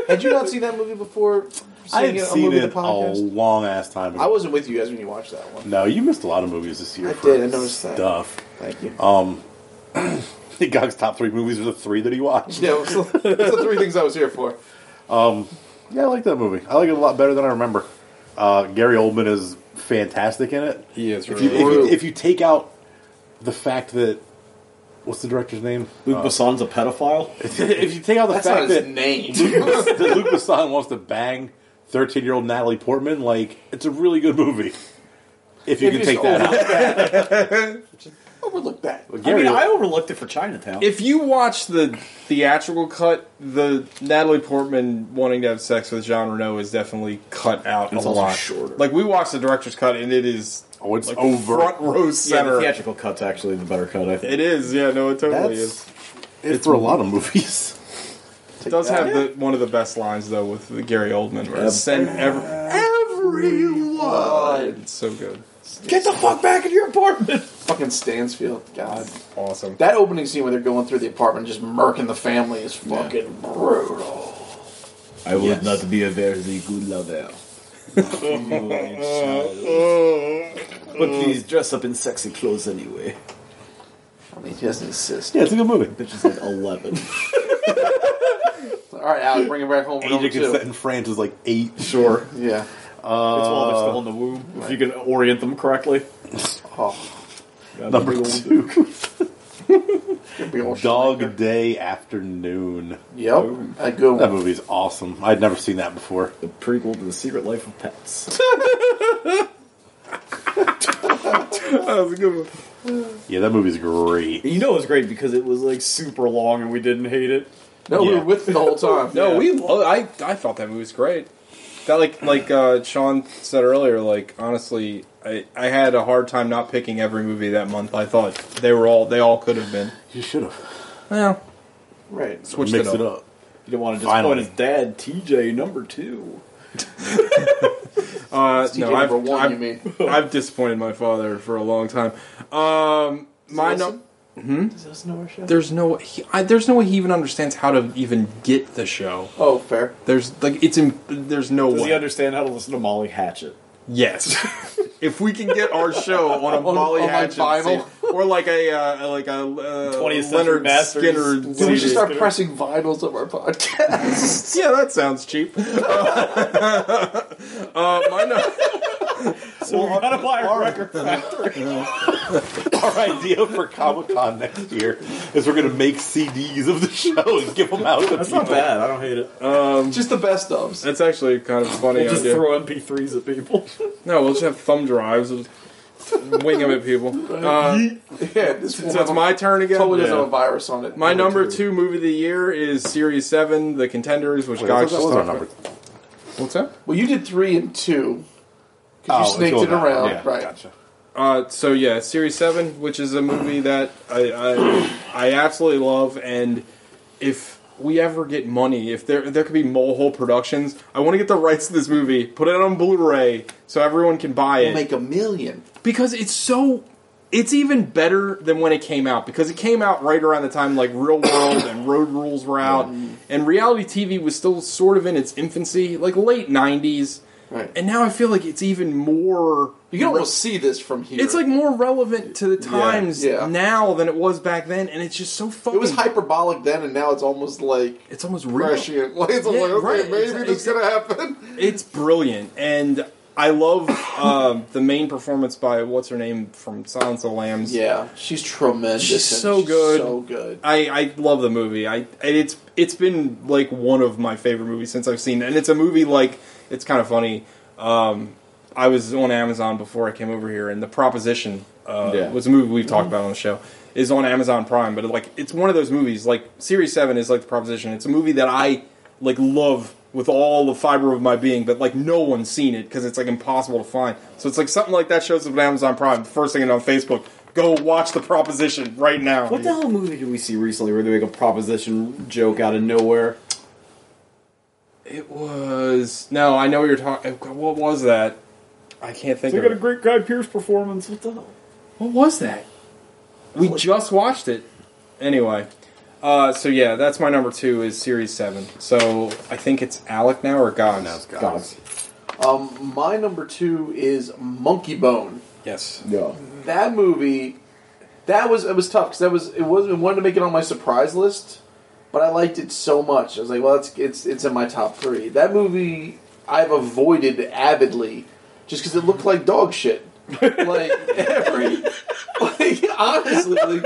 Had you not seen that movie before?
I
seeing
had seen
movie, the
it a long ass time ago.
I wasn't with you guys when you watched that one.
No, you missed a lot of movies this year.
I
for
did, I noticed that.
Stuff.
Thank you.
Oh. He got his top three movies were the three that he watched.
yeah, it was- it's the three things I was here for.
Yeah, I like that movie. I like it a lot better than I remember. Uh, Gary Oldman is fantastic in it.
He is
If you,
really.
if, you, if you take out the fact that what's the director's name?
Luke Besson's a pedophile?
if you take out the
That's
fact
not his
that,
name.
that Luke Besson wants to bang thirteen-year-old Natalie Portman, like it's a really good movie. If you
If
can
you
take that out,
Overlook that.
I
Gary
mean,
Oldman-
I overlooked it for Chinatown.
if you watch the theatrical cut, the Natalie Portman wanting to have sex with Jean Reno is definitely cut out
It's
a
also
lot.
shorter.
Like we watched the director's cut, and it is
Oh, it's
like,
overt.
front row
yeah, the
center.
theatrical cut's actually the better cut, I think.
it is. Yeah, no, it totally is.
that's it's for a lot of movies.
It does
that.
have the, one of the best lines though with the Gary Oldman. Where it's send every everyone. It's so good.
Get the fuck back into your apartment!
Fucking Stansfield. God.
Awesome.
That opening scene where they're going through the apartment just murking the family is fucking brutal.
I will not be a very good lover. but please dress up in sexy clothes anyway.
I mean, he doesn't insist.
Yeah, it's a good movie.
Bitches at 11.
All right, Al, bring him back home. with
Age
number
of consent
two.
in France is like eight.
Sure.
Yeah.
it's while they're still in the
uh,
womb, if you can orient them correctly.
Oh,
Number two,
big old
Dog Day Afternoon.
Yep. A good
That
one.
movie's awesome. I'd never seen that before.
The prequel to The Secret Life of Pets.
That was a good one.
Yeah, that movie's great.
you know it was great because it was like super long and we didn't hate it.
No, we
Yeah.
were with you the whole time.
No, we. Lo- I I thought that movie was great. That like like uh, Sean said earlier. Like honestly, I I had a hard time not picking every movie that month. I thought they were all they all could have been.
You should have
Well,
Right.
switched
mixed it up.
You didn't want to disappoint
Finally.
his dad, TJ, number two.
Uh,
TJ
no, I've,
number one,
I've,
you mean.
I've disappointed my father for a long time. Um, my Hmm? no,
listen? Does this know our show?
there's no he, I, there's no way he even understands how to even get the show.
Oh, fair.
There's like it's in, there's no
Does
way.
he understand how to listen to Molly Hatchet?
Yes. if we can get our show on a Molly
on, like,
Hatchet
vinyl?
CD, or like a uh, like a uh,
20th century
Leonard
masters.
Skinner.
Dude,
Did we
CD.
should start pressing vinyls of our podcast?
Yeah, that sounds cheap. uh, my no-
So we're gonna buy a record factory.
Our idea for Comic Con next year is we're going to make CDs of the show and give them out to
That's
people.
not bad. I don't hate it.
Just the best ofs.
That's actually kind of a funny
We'll just
idea.
throw MP3s at people.
no, we'll just have thumb drives. We'll just wing them at people. Uh,
Yeah, this
so it's my turn again.
totally doesn't
Yeah.
have a virus on it.
My number two movie of the year is Series Seven, The Contenders, which
Wait, I
guys
thought that
just
was our
talked
number.
about. What's that?
Well, you did three and two. 'cause
Oh,
you snaked
it's
it
all that.
around.
Yeah,
right.
Gotcha.
Uh, so yeah, Series Seven, which is a movie that I, I I absolutely love, and if we ever get money, if there there could be Molehole Productions, I want to get the rights to this movie, put it on Blu-ray, so everyone can buy
We'll
it
make a million.
because it's so it's even better than when it came out because it came out right around the time like real world and road rules were out
Mm.
and reality tv was still sort of in its infancy like late 90s
Right.
and now i feel like it's even more
You can almost see this from here.
it's like more relevant to the times
Yeah.
now than it was back then and it's just so fucking
it was hyperbolic then, and now it's almost like
it's almost real
prescient. Like, it's
Yeah,
like okay,
right.
maybe
Exa-
this is gonna happen.
it's brilliant and i love um, the main performance by what's her name from silence of the lambs
Yeah, she's tremendous.
She's
and
so good.
So good.
I, I love the movie. I and it's it's been like one of my favorite movies since I've seen, it. and it's a movie like it's kind of funny. Um, I was on Amazon before I came over here, and The Proposition uh,
Yeah.
was a movie we've talked about on the show. Is on Amazon Prime, but like it's one of those movies. Like Series Seven is like The Proposition. It's a movie that I like love with all the fiber of my being, but like no one's seen it because it's like impossible to find. So it's like something like that shows up on Amazon Prime. First thing on Facebook, go watch The Proposition right now.
What the hell movie did we see recently where they make a proposition joke out of nowhere?
It was no, I know what you're talking. What was that? I can't think of. it.
great Guy Pierce performance. What the hell?
What was that? We just watched it. Anyway, uh, so yeah, that's my number two is series seven. So I think it's Alec now or Gogs.
Now it's gone.
Gods.
Um, my number two is Monkey Bone.
Yes.
No.
That movie, that was it was tough because that was it was I wanted to make it on my surprise list, but I liked it so much. I was like, well, it's it's it's in my top three. That movie I've avoided avidly just because it looked like dog shit. like every, like honestly, like,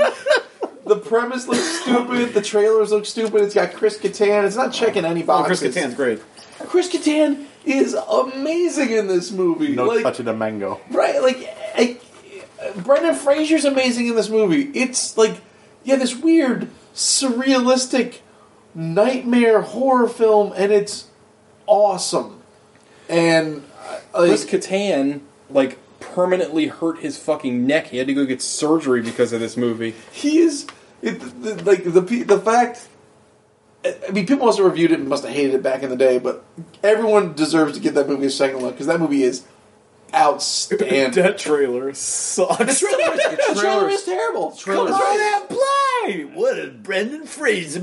the premise looks stupid. The trailers look stupid. It's got Chris Kattan. It's not checking any
Oh,
boxes.
Chris Kattan's great.
Chris Kattan is amazing in this movie.
No
like,
touching a mango.
Right, like, I, Brendan Fraser's amazing in this movie. It's like, yeah, this weird, surrealistic nightmare horror film, and it's awesome. And uh,
Chris
like,
Kattan like permanently hurt his fucking neck. He had to go get surgery because of this movie.
he is it, the, the- like the pe- the fact. I I mean, people must have reviewed it and must have hated it back in the day, but everyone deserves to get that movie a second look because that movie is outstanding.
trailer
The
sucks.
trailer, is- the trailer is terrible.
trailer's-
Come on, out.
play! What a Brendan Fraser.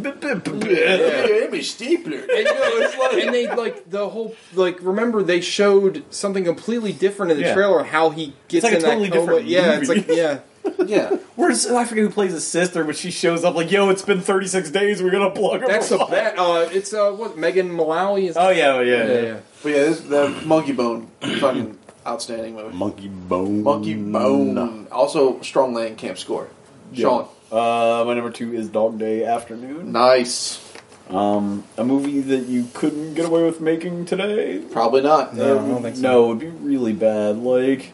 Yeah, Amy Stiepler.
And, you know, it's like- and they like the whole like remember they showed something completely different in the
Yeah.
trailer how he gets
like a
in that
totally
coma.
different
yeah it's like
movie.
yeah
Yeah.
Where's I forget who plays his sister, but she shows up like, "Yo, it's been 36 days. We're gonna plug her."
that's a that uh it's uh what Megan Mullally is
Oh yeah, oh, yeah,
yeah,
yeah.
yeah.
But yeah, this, the Monkey Bone, fucking outstanding movie.
Monkey bone.
Monkey
Mm.
Bone, also strong land camp score. Sean,
Uh, my number two is Dog Day Afternoon.
nice.
Um, a movie that you couldn't get away with making today.
Probably not.
No, I don't think so.
No, it'd be really bad. Like,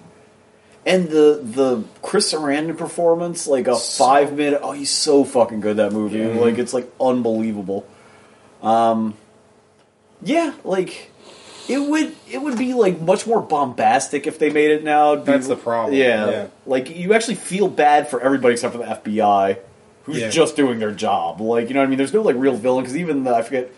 and the the Chris Sarandon performance, like a five minute. Oh, he's so fucking good that movie. Like, it's like unbelievable. Um, yeah, like it would it would be like much more bombastic if they made it now. It'd be-
That's the problem.
Yeah,
Yeah.
like you actually feel bad for everybody except for the FBI, who's
Yeah.
just doing their job. Like, you know what I mean? There's no like real villain because even the, I forget.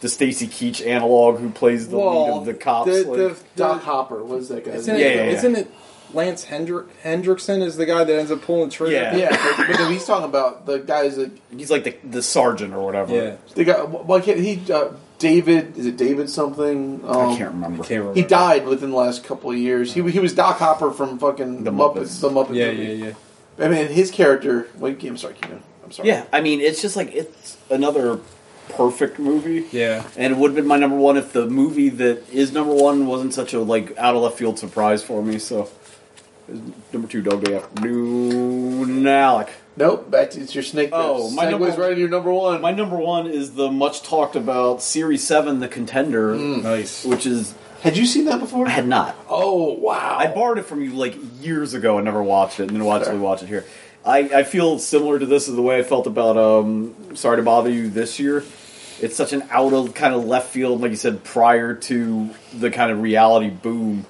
The Stacy Keach analog who plays the lead
Well,
of the cops.
the-
like-
the-
Doc Hopper, what is that guy?
Isn't it,
Yeah, yeah, yeah.
isn't it Lance Hendri- Hendrickson is the guy that ends up pulling the trigger?
Yeah.
Yeah, but, but no, he's talking about the guys that
He's like the, the sergeant or whatever.
Yeah.
the guy. Why can't he? Uh, David is it David something? Um,
I can't remember.
Can't remember.
He died within the last couple of years. He he was Doc Hopper from fucking the
The Muppets.
Muppets. The Muppets.
Yeah,
movie.
yeah, yeah.
I mean, his character. Wait, I'm sorry, Keenan. I'm sorry.
Yeah, I mean, it's just like it's another perfect movie.
Yeah.
And it would have been my number one if the movie that is number one wasn't such a like out of left field surprise for me. So number two, Dog Day Afternoon, Alec.
Nope. Back to it's your snake.
Oh, my
segues
number-
right into your number one.
My number one is the much talked about Series Seven, The Contender,
Mm.
Mm. Nice.
which is
Had you seen that before?
I had not.
Oh wow!
I borrowed it from you like years ago and never watched it, and then watched
Fair.
we watch it here. I, I feel similar to this is the way I felt about um, Sorry to Bother You this year. It's such an out of kind of left field, like you said, prior to the kind of reality boom,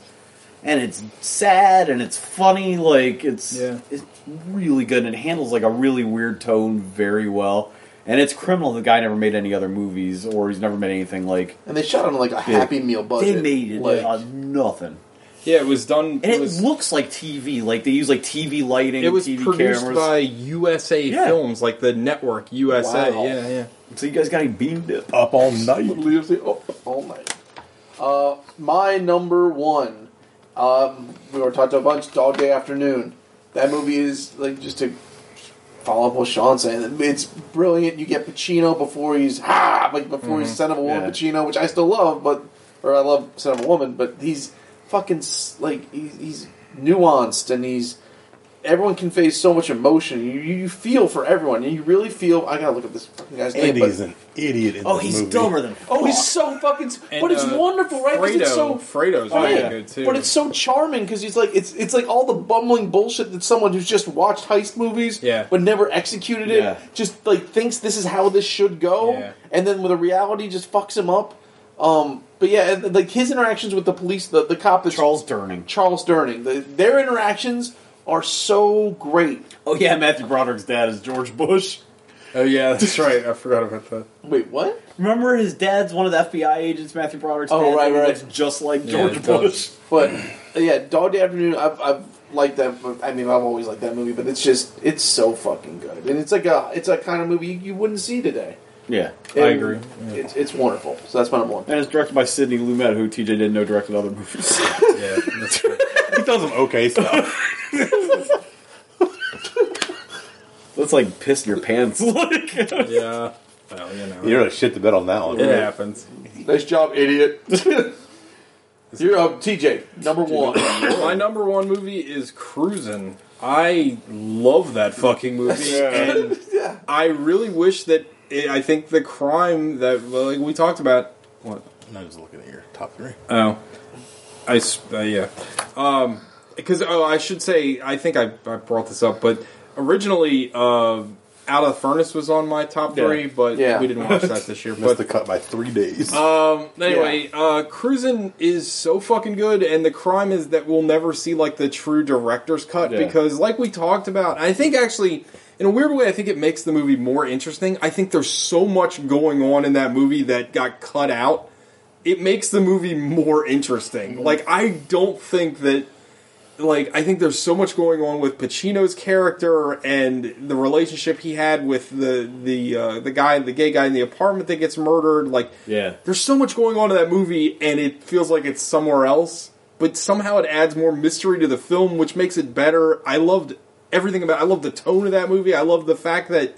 and it's sad and it's funny. Like it's
Yeah.
it's really good and it handles like a really weird tone very well. And it's criminal. The guy never made any other movies, or he's never made anything like.
and they shot on like a Happy Meal budget.
They made it
Like,
uh, nothing.
Yeah, it was done.
And
It
it
was,
looks like TV. Like they use like TV lighting,
it was
TV
produced
cameras.
by USA
Yeah.
Films, like the network USA.
Wow.
Yeah, yeah.
so you guys got any beamed dip?
Up all night.
literally up to- up all night. Uh, my number one. Um, we were talked to a bunch. Dog Day Afternoon. That movie is like just to follow up what Sean saying. It's brilliant. You get Pacino before he's ha like before
Mm-hmm.
he's son of a woman
Yeah.
Pacino, which I still love, but or I love son of a woman, but he's fucking s- like he's, he's nuanced and he's everyone conveys so much emotion. You, you feel for everyone, and you really feel. I gotta look at this fucking guy's name.
Andy's
but-
an idiot in
Oh,
this
he's
movie.
dumber than.
oh, he's so fucking. but it's
uh,
wonderful, right? 'Cause
Fredo,
it's so
Fredo's
Oh,
really
yeah.
good too.
But it's so charming because he's like it's it's like all the bumbling bullshit that someone who's just watched heist movies
Yeah.
but never executed it
Yeah.
just like thinks this is how this should go,
Yeah.
and then with a reality just fucks him up. Um, but yeah, and, like his interactions with the police, the the cop, that's
Charles Durning.
Charles Durning, the, their interactions are so great.
Oh yeah, Matthew Broderick's dad is George Bush.
oh yeah, that's right. I forgot about that.
Wait, what?
Remember his dad's one of the FBI agents, Matthew Broderick's
Oh,
dad.
right,
who
right.
looks just like
Yeah,
George
it does.
Bush.
But uh, yeah, Dog Day Afternoon. I've, I've liked that. mo- I mean, I've always liked that movie, but it's just it's so fucking good, and it's like a it's a kind of movie you, you wouldn't see today.
Yeah.
I
And
agree,
It's it's wonderful. So that's my number one.
And it's directed by Sidney Lumet, who TJ didn't know directed other movies.
Yeah, that's right.
He does some okay stuff.
That's like piss in your pants. like
yeah. Well, you know,
you really shit the bed on that one.
it happens.
Nice job, idiot. You're up, TJ. Number one.
My number one movie is Cruisin'. I love that fucking movie, and I really wish that it, I think the crime that well, like we talked about. What?
And I was looking at your top three.
Oh, I s- uh, yeah. Um, because oh, I should say I think I, I brought this up, but originally uh, Out of the Furnace was on my top
Yeah.
three, but
Yeah.
we didn't watch that this year.
Missed
but
the cut by three days.
Oh,
um, anyway, uh, Cruisin' is so fucking good, and the crime is that we'll never see like the true director's cut
Yeah.
because, like we talked about, I think actually. In a weird way, I think it makes the movie more interesting. I think there's so much going on in that movie that got cut out. It makes the movie more interesting. Like, I don't think that like I think there's so much going on with Pacino's character and the relationship he had with the the uh, the guy, the gay guy in the apartment that gets murdered. Like,
Yeah.
there's so much going on in that movie, and it feels like it's somewhere else. But somehow it adds more mystery to the film, which makes it better. I loved everything about. I loved the tone of that movie. I loved the fact that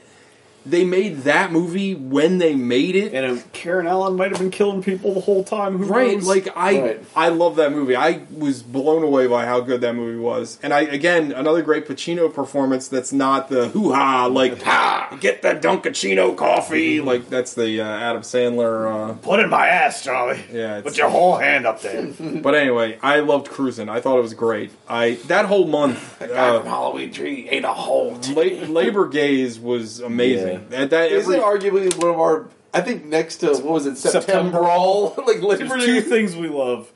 they made that movie when they made it.
And um, Karen Allen might have been killing people the whole time. Who
Right,
knows?
like I,
Right.
I love that movie. I was blown away by how good that movie was, and I again another great Pacino performance. That's not the hoo ha, like ha, get the Dunkachino coffee, like that's the uh, Adam Sandler. Uh,
Put in my ass, Charlie.
yeah, it's,
Put your whole hand up there.
but anyway, I loved Cruising. I thought it was great. I that whole month,
Guy from
uh,
Halloween Tree ate a whole. T-
la- Labor Gaze was amazing. That, that
is
every,
it arguably one of our? I think next to what was it? September all like Labor
There's two
Day.
things we love: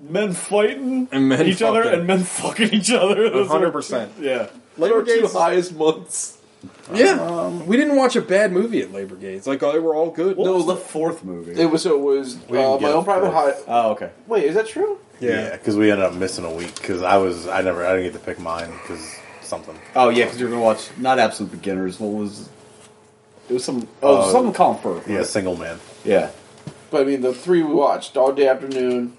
men fighting
And men
each other,
fucking.
and men fucking each other. Those are-
100%.
Yeah.
Labor
Our two
Gaze,
highest months.
yeah. we didn't watch a bad movie at Labor Gaze. Like they were all good.
What
No,
was the fourth movie?
It was. It was uh,
didn't
my
get
own
it.
private high.
oh, okay.
Wait, is that true?
yeah, because we ended up missing a week because I was I never I didn't get to pick mine because something.
Oh yeah, because you were gonna watch not Absolute Beginners. What was? It was some. Oh,
Uh,
some Colin Firth.
Yeah, single man.
Yeah.
But I mean, the three we watched: Dog Day Afternoon,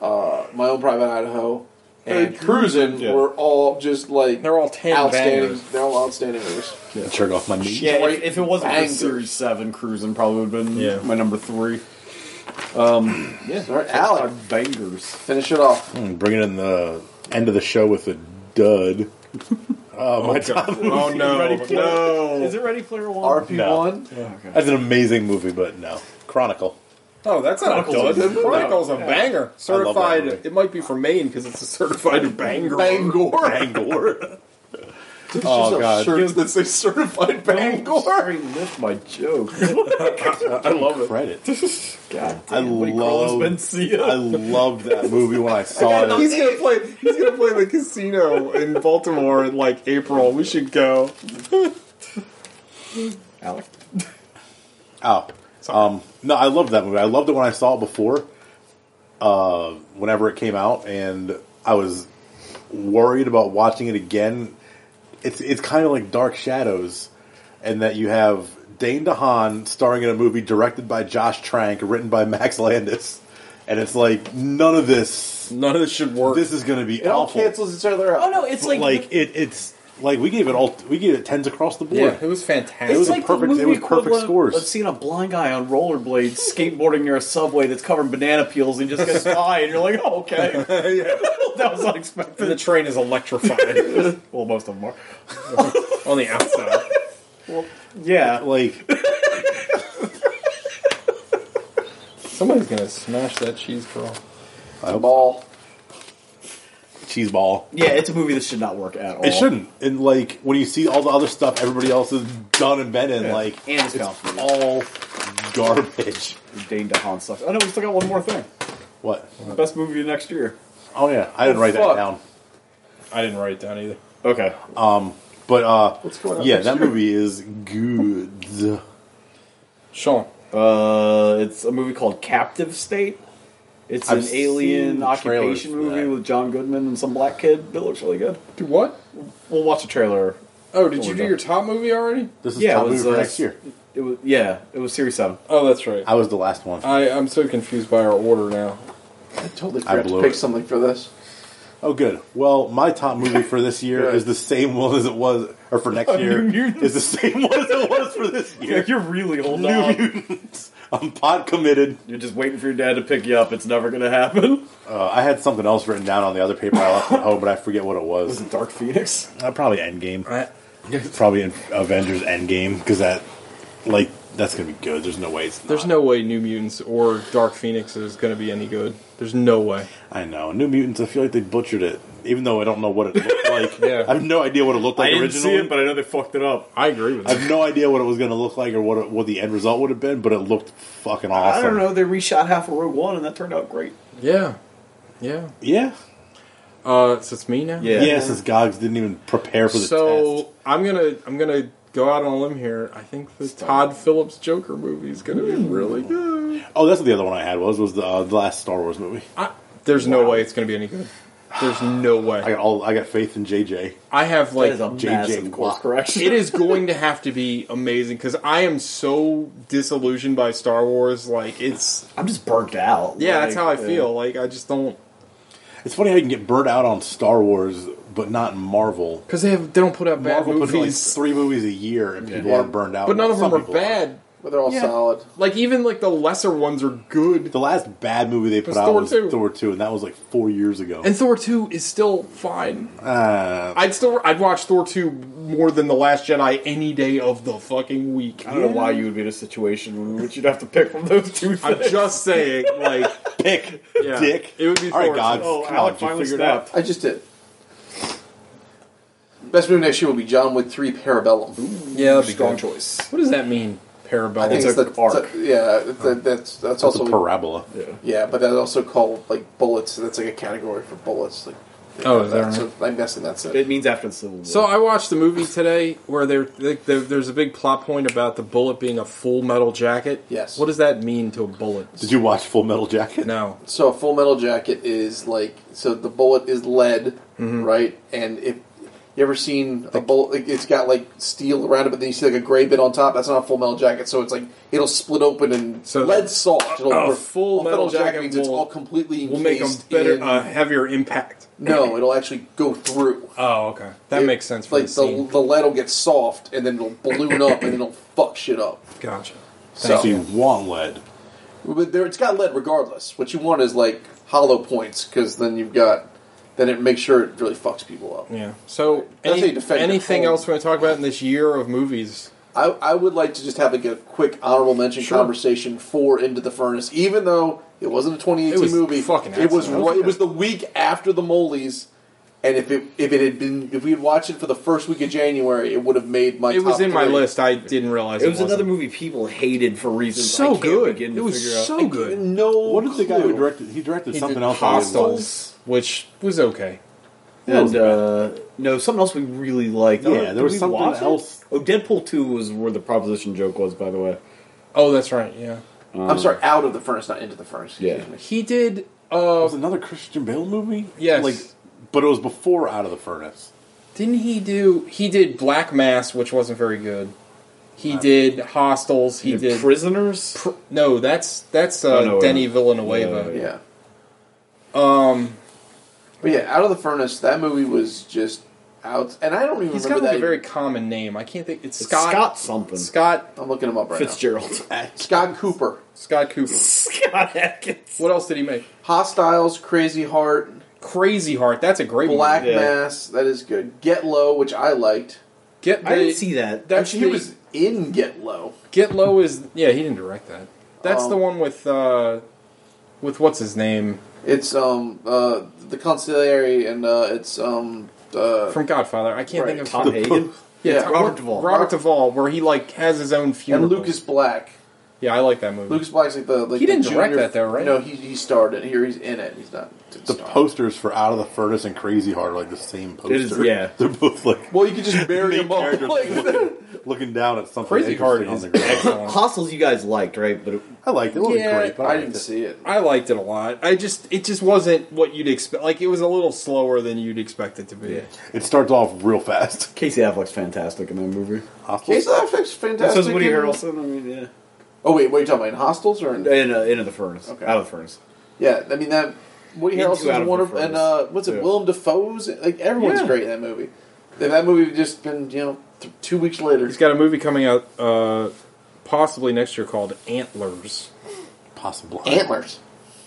uh, My Own Private Idaho, and Cruisin'
yeah.
were all just like
they're all ten
outstanding.
bangers.
They're all outstanding movies.
Yeah. Shirt off my knee.
Yeah,
Straight
if, if it wasn't for
bangers.
Series 7, Cruising probably would have been
Yeah.
my number three. Um, yeah,
All right, Alec.
our bangers.
Finish it off.
Mm, bringing in the end of the show with a dud. Oh my god,
Oh no,
Ready for
no.
Is it Ready Player One?
RP one.
that's an amazing movie, but no. Chronicle.
Oh, that's not a
Chronicles
dud.
is a good
Chronicles a banger. Certified.
movie.
It might be from Maine because it's a certified banger.
Bangor.
Bangor.
Just
oh
a
god,
Shirts that say certified
Don't
Bangor.
sorry, lift my joke.
I love it.
credit.
God
I
damn, Woody Carlos
love- I
Mencia.
loved that movie when I saw it.
He's gonna play. He's gonna play the casino in Baltimore in like April. We should go.
Alec.
Oh, um, no, I loved that movie. I loved it when I saw it before, uh, whenever it came out, and I was worried about watching it again. It's it's kind of like Dark Shadows, and that you have Dane DeHaan starring in a movie directed by Josh Trank, written by Max Landis, and it's like none of this.
None of this should work.
This is going to be
It all
awful.
cancels each other out.
Oh, no, it's
like,
like,
it, it's like we gave it all. We gave it tens across the board.
was fantastic.
It
it's
was a
like
perfect-
the movie
it was perfect
equivalent
scores.
of seeing a blind guy on rollerblades skateboarding near a subway that's covered in banana peels and he just gets high and you're like, oh, okay. that was unexpected.
The train is electrified. well, most of them are. On the outside.
Yeah.
Like,
Somebody's gonna smash that cheese curl.
I hope-
Ball.
cheese ball.
Yeah, it's a movie that should not work at all.
It shouldn't. And like when you see all the other stuff everybody else has done and been in, like
And it's complicated.
all garbage.
Dane DeHaan sucks. Oh no, we still got one more thing.
What?
Best movie of next year.
Oh yeah, I didn't write that
Fuck.
down.
I didn't write it down either.
Okay.
But uh,
going on
yeah,
next
that
year?
movie is good.
Sean.
Uh, it's a movie called Captive State. It's
I've
an
seen
alien
trailers
occupation
for
movie
that.
with John Goodman and some black kid that looks really good.
Do what?
We'll watch a trailer.
Oh, did you
Or
do
the-
your top movie already?
This is
Yeah, it
top
was,
movie for
uh,
next year.
It was yeah, it was series seven.
Oh, that's right.
I was the last one.
I, I'm so confused by our order now.
I totally
I
forgot
blew
to pick
it.
something for this.
Oh, good. Well, my top movie for this year is the same one as it was, or for next year is the same one as it was for this year.
you're really old
New Mutants. I'm pot committed.
You're just waiting for your dad to pick you up. It's never gonna happen.
Uh, I had something else written down on the other paper I left at home, but I forget what it was.
Dark Phoenix.
Uh, probably Endgame.
I,
Probably in Avengers Endgame because that, like, that's gonna be good. There's no way it's.
there's
not.
no way New Mutants or Dark Phoenix is going to be any good. There's no way.
I know New Mutants. I feel like they butchered it, even though I don't know what it looked like.
Yeah.
I have no idea what it looked like originally.
I know they fucked it up.
I agree with
I
that.
have no idea what it was going to look like or what it, what the end result would have been, but it looked fucking awesome.
I don't know. They reshot half of Rogue One, and that turned out great.
Yeah. Yeah.
Yeah.
Uh, so it's me now?
Yeah.
Yeah, since Gogs didn't even prepare for the
So
test.
I'm gonna I'm gonna go out on a limb here. I think the Todd Phillips Joker movie is gonna be really good.
Oh, that's what the other one I had was was the, uh, the last Star Wars movie.
I, there's no way it's gonna be any good. There's no
I
way.
got all I got faith in JJ.
I have
That
like
is a
JJ
massive course
Watt.
correction.
it is going to have to be amazing because I am so disillusioned by Star Wars. Like it's
I'm just burnt out.
yeah, that's
Like,
how I
uh,
feel. Like I just don't
It's funny how you can get burnt out on Star Wars, but not in Marvel.
because they have they don't put out bad
Marvel puts out, like
movies,
three movies a year, and people
Yeah.
are burned out.
but none of
Some
them are
people
bad.
But they're all
Yeah.
solid.
Like even like the lesser ones are good.
The last bad movie they put
was
out
Thor
was
2.
Thor two, and that was like four years ago.
And Thor two is still fine.
uh,
I'd still I'd watch Thor two more than the Last Jedi any day of the fucking week.
I don't know why you would be in a situation in which you'd have to pick from those two.
I'm
things.
just saying, like
pick,
Yeah.
dick.
It would be
all right,
Thor.
Gogs.
Oh,
come on,
Alec
you
finally
figured it out.
snapped.
I just did. Best movie next year will be John Wick 3 Parabellum.
yeah, that'd be
Strong
good.
choice.
What does that mean? Parabellum.
I think it's,
It's a
the
arc.
it's a- yeah, it's a- that's that's
That's a
also
parabola.
yeah, but that's also called like bullets. That's like a category for bullets. Like
oh, is that right?
so I'm guessing that's it.
It means after the Civil War.
So I watched the movie today where there, there there's a big plot point about the bullet being a full metal jacket.
Yes.
What does that mean to a bullet?
Did you watch Full Metal Jacket?
No.
So a full metal jacket is like so the bullet is lead,
Mm-hmm.
right? And if you ever seen a bullet, like, it's got like steel around it, but then you see like a gray bit on top. That's not a full metal jacket. So it's like it'll split open and
So
lead soft. It'll,
a full metal jacket
means it's
will-
all completely
We'll make a
encased
better,
in-
uh, heavier impact.
no, it'll actually go through.
Oh, okay. That
It-
makes sense for
Like
the scene.
the lead will get soft and then it'll balloon up and then it'll fuck shit up.
Gotcha.
So,
So you want lead.
but there, it's got lead regardless. What you want is like hollow points because then you've got then it makes sure it really fucks people up.
Yeah. So
That's
any-
how you defend your
anything
home.
else we want to talk about in this year of movies?
I, I would like to just have like a quick honorable mention
Sure.
conversation for Into the Furnace, even though it wasn't a 2018
It was
movie.
fucking
it was
excellent.
right, it was the week after the Moleys, and if it if it had been if we had watched it for the first week of January, it would have made my.
It was
top
in my
three.
list. I didn't realize
it was
wasn't.
another movie people hated for reasons I
So
can't
good.
begin
It
to figure out.
was so good.
No,
What is the guy who
clue.
directed? He directed
He
something
did
else.
Hostiles, which was okay.
And uh, no, something else we really liked. I don't
Yeah,
know,
there
did
was
we
something
watch it?
else.
Oh, Deadpool Two was where the proposition joke was, by the way.
Oh, that's right. Yeah,
I'm sorry, out of the furnace, not into the furnace. excuse
Yeah.
me.
he did.
It
Uh,
was another Christian Bale movie.
Yes.
but it was before Out of the Furnace.
didn't he do? He did Black Mass, which wasn't very good. He
Uh,
did Hostels. He did.
Prisoners.
pr- no, that's that's uh,
No, no,
Denny
yeah.
Villanueva.
Yeah,
Yeah. Um. But yeah, out of the furnace, that movie was just out, and I don't even
He's got
remember
like
that.
a very common name. I can't think. It's
It's
Scott.
Scott something.
Scott.
I'm looking him up right
Fitzgerald.
now. Scott Cooper,
Scott Cooper.
Scott Atkins.
What else did he make?
Hostiles, Crazy Heart,
Crazy Heart. That's a great
Black
movie.
Mass, that is good. Get Low, which I liked.
Get
I didn't
the-
see that.
That's
Actually, he
the-
was in Get Low.
Get Low is yeah. He didn't direct that. That's
Um,
the one with uh, with what's his name
It's um uh the conciliary and uh it's um uh
from Godfather. I can't think of
Tom Hagen.
yeah,
Robert Duvall.
Robert Duvall, where he like has his own funeral.
and Lucas Black.
Yeah, I like that movie.
Lucas Black's like the like
He
the
didn't direct
junior-
that though, right?
No, he he starred it. Here he's in it. He's not
The
star.
posters for Out of the Furnace and Crazy Heart are like the same poster.
It is- yeah.
They're both like
Well, you could just bury
main
him up.
characters
Like,
looking, looking down at something.
Crazy Heart
interesting on
is
the ground.
excellent.
Hostels, you guys liked, right? But it,
I liked it. It wasn't
Yeah,
great, but I,
I
liked
didn't
it.
see it.
I liked it a lot. I just it just wasn't what you'd expect. Like it was a little slower than you'd expect it to be.
It starts off real fast.
Casey Affleck's fantastic in that movie.
Hostile?
Case of that Effect's fantastic. in-
I mean, yeah.
Oh wait, what are you talking about? In Hostels or in,
In, uh, into the furnace.
Okay.
Out of the furnace.
yeah? I mean that Woody
Me too, out
Harrelson's
of
one of
preference.
and uh what's it?
Yeah.
Willem Dafoe's like everyone's
Yeah.
great in that movie. If that movie had just been you know th- two weeks later,
He's got a movie coming out uh, possibly next year called Antlers.
Possible.
antlers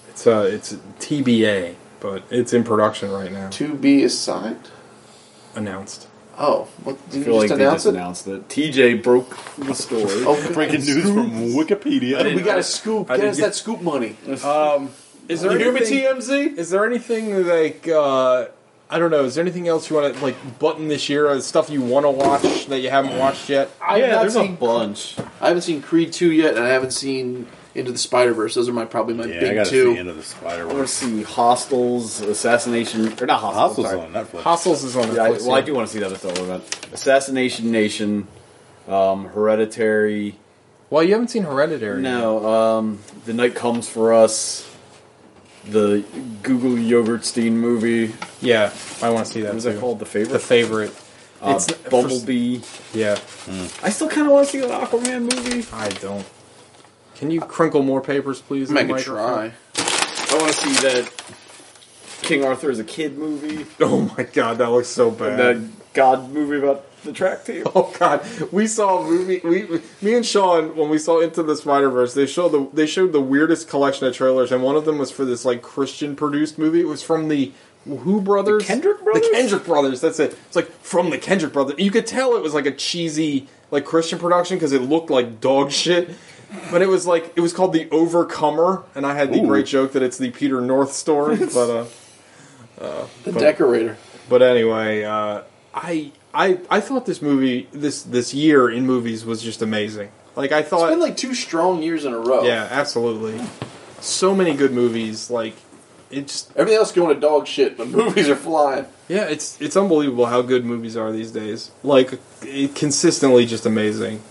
It's uh it's TBA, but it's in production right now.
to be assigned.
Announced.
Oh, what, did
I
you
feel
just
like they
announce
just
it?
announced it. TJ broke the story.
Oh,
Breaking news from
we
Wikipedia.
got a scoop.
I
Get
didn't
us
get-
that scoop money.
Um, is there anything?
TMZ?
Is there anything like uh, I don't know? Is there anything else you want to like button this year? Or stuff you want to watch that you haven't watched yet?
I've
yeah,
not
there's
seen-
a bunch.
I haven't seen Creed two yet, and I haven't seen Into the Spider Verse. Those are my probably my
Yeah, I
big
gotta see
two.
Into the Spider
I want
Verse.
to see Hostels, Assassination, or not Hostels.
Hostle's
sorry.
on Netflix.
Hostels is on Netflix.
Yeah, I, well, I
yeah.
do want to see that. That's all about Assassination Nation, um, Hereditary.
Well, you haven't seen Hereditary.
No, um, The Night Comes for Us. The Google Yogurtstein movie.
Yeah, I want to see that.
What was that
too.
called? The
The
Favorite?
favorite.
Uh,
it's
Bumblebee.
yeah,
I still kind of want to see an Aquaman movie.
I don't. Can you crinkle more papers, please?
Make
in
a
the microphone?
try.
I want to see that King Arthur is a kid movie.
Oh my god, that looks so bad.
That God movie about the track team.
Oh God, we saw a movie. We, me and Sean, when we saw Into the Spider Verse, they showed the they showed the weirdest collection of trailers, and one of them was for this like Christian produced movie. It was from the Who Brothers,
The Kendrick Brothers?
the Kendrick Brothers. That's it. It's like from the Kendrick Brothers. You could tell it was like a cheesy like Christian production because it looked like dog shit. But it was like it was called the Overcomer, and I had the
Ooh.
great joke that it's the Peter North story. but uh,
The Decorator.
but anyway, uh, I I I thought this movie this this year in movies was just amazing. Like I
It's
thought,
been like two strong years in a row.
yeah, absolutely. So many good movies. Like it's
Everything else going to dog shit, but movies are flying.
yeah, it's it's unbelievable how good movies are these days. Like it, consistently just amazing.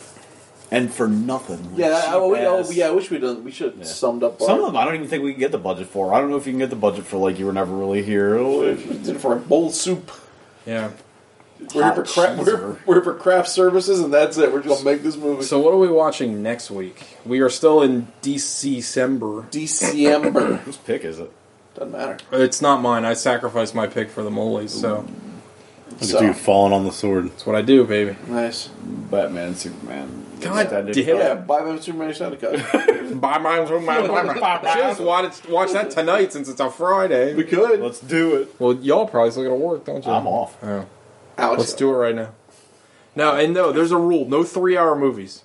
And for nothing.
Yeah, that, oh, we, oh,
Cheap ass.
yeah. I wish we done. We should have summed up.
Some
our-
of them I don't even think we can get the budget for. I don't know if you can get the budget for like you were never really here.
We did it for a bowl of soup.
Yeah.
We're here for
Hot
crap. We're,
cheeser.
we're here for craft services, and that's it. We're just gonna make this movie.
So what are we watching next week? We are still in DC December.
December
Whose pick is it?
doesn't matter.
It's not mine. I sacrificed my pick for the Moleys, so
Look
So.
at you falling on the sword.
that's what I do, baby.
Nice.
Batman, Superman.
God
Extended
damn
Yeah,
Yeah.
buy them too many Santa
Buy mine, buy mine, buy mine. Just watch, watch that tonight since it's a Friday.
We could.
Let's do it.
Well, y'all probably still gotta work, don't you?
I'm off.
Oh.
Ouch.
Let's do it right now. No, and no, there's a rule: no three-hour movies.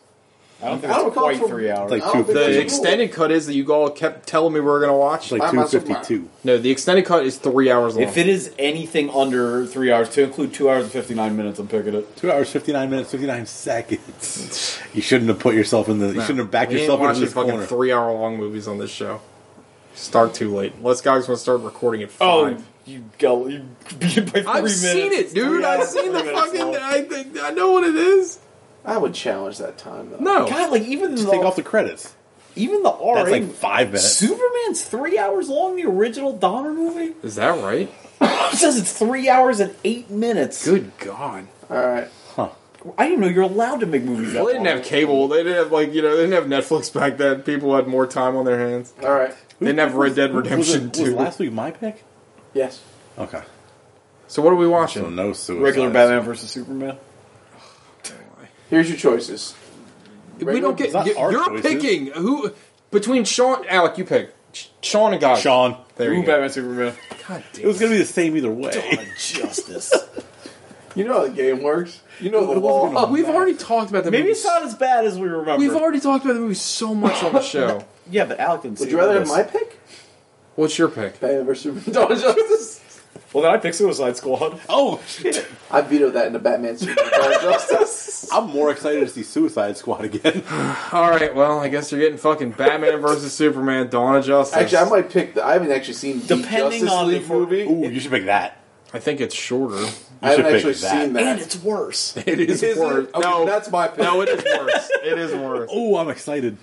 I don't think
I don't
it's
call
quite
for-
three hours.
Like
I
two
don't think
The
Cool.
extended cut is that you all kept telling me we were gonna watch.
It's like
I'm
two
on
fifty two.
no, the extended cut is three hours long.
if it is anything under three hours, to include two hours and fifty nine minutes, I'm picking it.
Two hours fifty nine minutes fifty nine seconds. You shouldn't have put yourself in the. You
No.
shouldn't have backed
we
yourself
ain't
into
watching
this
fucking
corner.
three-hour-long movies on this show. Start too late. Let's guys want to start recording at
Oh,
five.
you got you beat it by 3
I've
minutes.
seen it, dude.
Three
I've
hours,
seen the
three minutes
fucking.
long.
I think I know what it is.
I would challenge that time though.
No,
God, like even the,
Just take off the credits.
even the RA.
That's like five minutes.
Superman's three hours long. The original Donner movie
is that right?
it says it's three hours and eight minutes.
Good God.
All right.
I didn't know you're allowed to make movies.
Well,
that
they didn't
long.
have cable. They didn't have like you know they didn't have Netflix back then. People had more time on their hands.
All right.
They didn't have Red Dead
Was it-
Redemption
Was
Two.
last week my pick?
Yes.
Okay.
So what are we
So
watching?
no suicide.
regular Batman versus Superman.
Here's your choices.
we don't get.
It's not
You,
our
you're
choices.
picking who between Sean, Alec. You pick Sh- Sean and God.
Sean.
There you
Ooh,
go.
Batman Superman.
It was going to be the same either way.
Justice.
You know how the game works. You know the
Oh,
law.
we've already talked about the
Maybe
movie.
it's not as bad as we remember.
We've already talked about the movie so much on the show.
yeah, but Alec didn't
Would
see
you rather have
this.
my pick?
What's your pick?
Batman vs Superman: Dawn of Justice.
Well, then I picked Suicide Squad.
Oh,
I vetoed that in the Batman Superman: Dawn of Justice.
I'm more excited to see Suicide Squad again.
All right, well, I guess you're getting fucking Batman versus Superman, Dawn of Justice.
Actually, I might pick. The, I haven't actually seen the
Depending
Justice
on
League
if-
movie.
Ooh, you should pick that.
I think it's shorter.
I
should
haven't
pick
actually
that.
seen
And
that.
it's worse.
It is,
Is it?
worse.
Okay,
no,
that's my pick.
no, it is worse. It is worse.
Oh, I'm excited.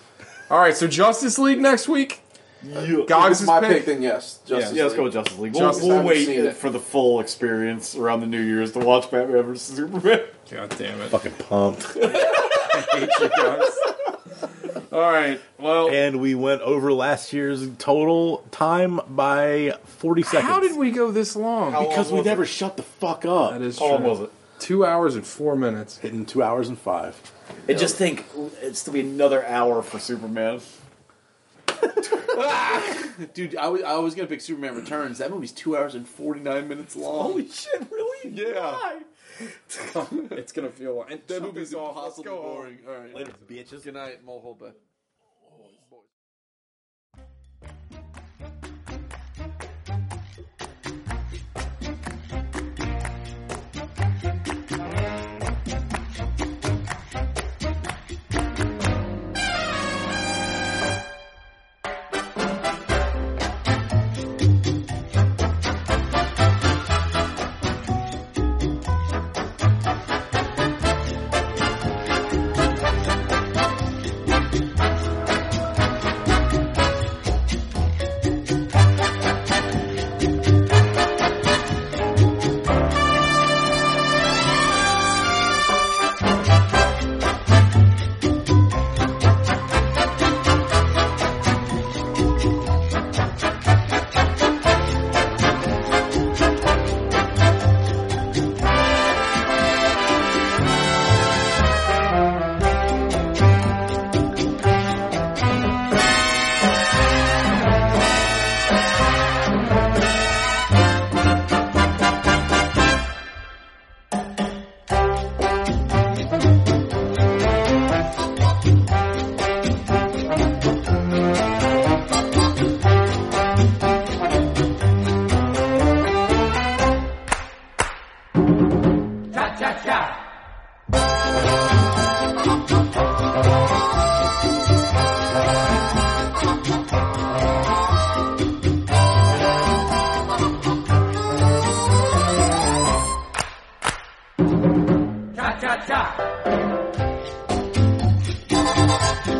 All right, so Justice League next week.
If
Gogs
it's
is
my
pick.
pick, then yes. Justice
Yeah, let's go
League.
with Justice League. We'll,
Justice- I
we'll
haven't seen
wait
it.
for the full experience around the New Year's to watch Batman vs Superman.
God damn it!
Fucking pumped.
I hate you guys. All right, well,
And we went over last year's total time by 40 seconds.
how did we go this long?
Because we never shut the fuck up.
That is
How long
true.
was it?
Two hours and four minutes.
Hitting two hours and five.
And just think, it's to be another hour for Superman.
Dude, I was, I was gonna pick Superman Returns. That movie's two hours and forty nine minutes long.
shit, really?
Yeah, it's gonna feel like and that movie's awful. Let's
Possibly
go on.
boring. All right.
bitches.
Good night, Mo Holbeth.
Cha cha cha.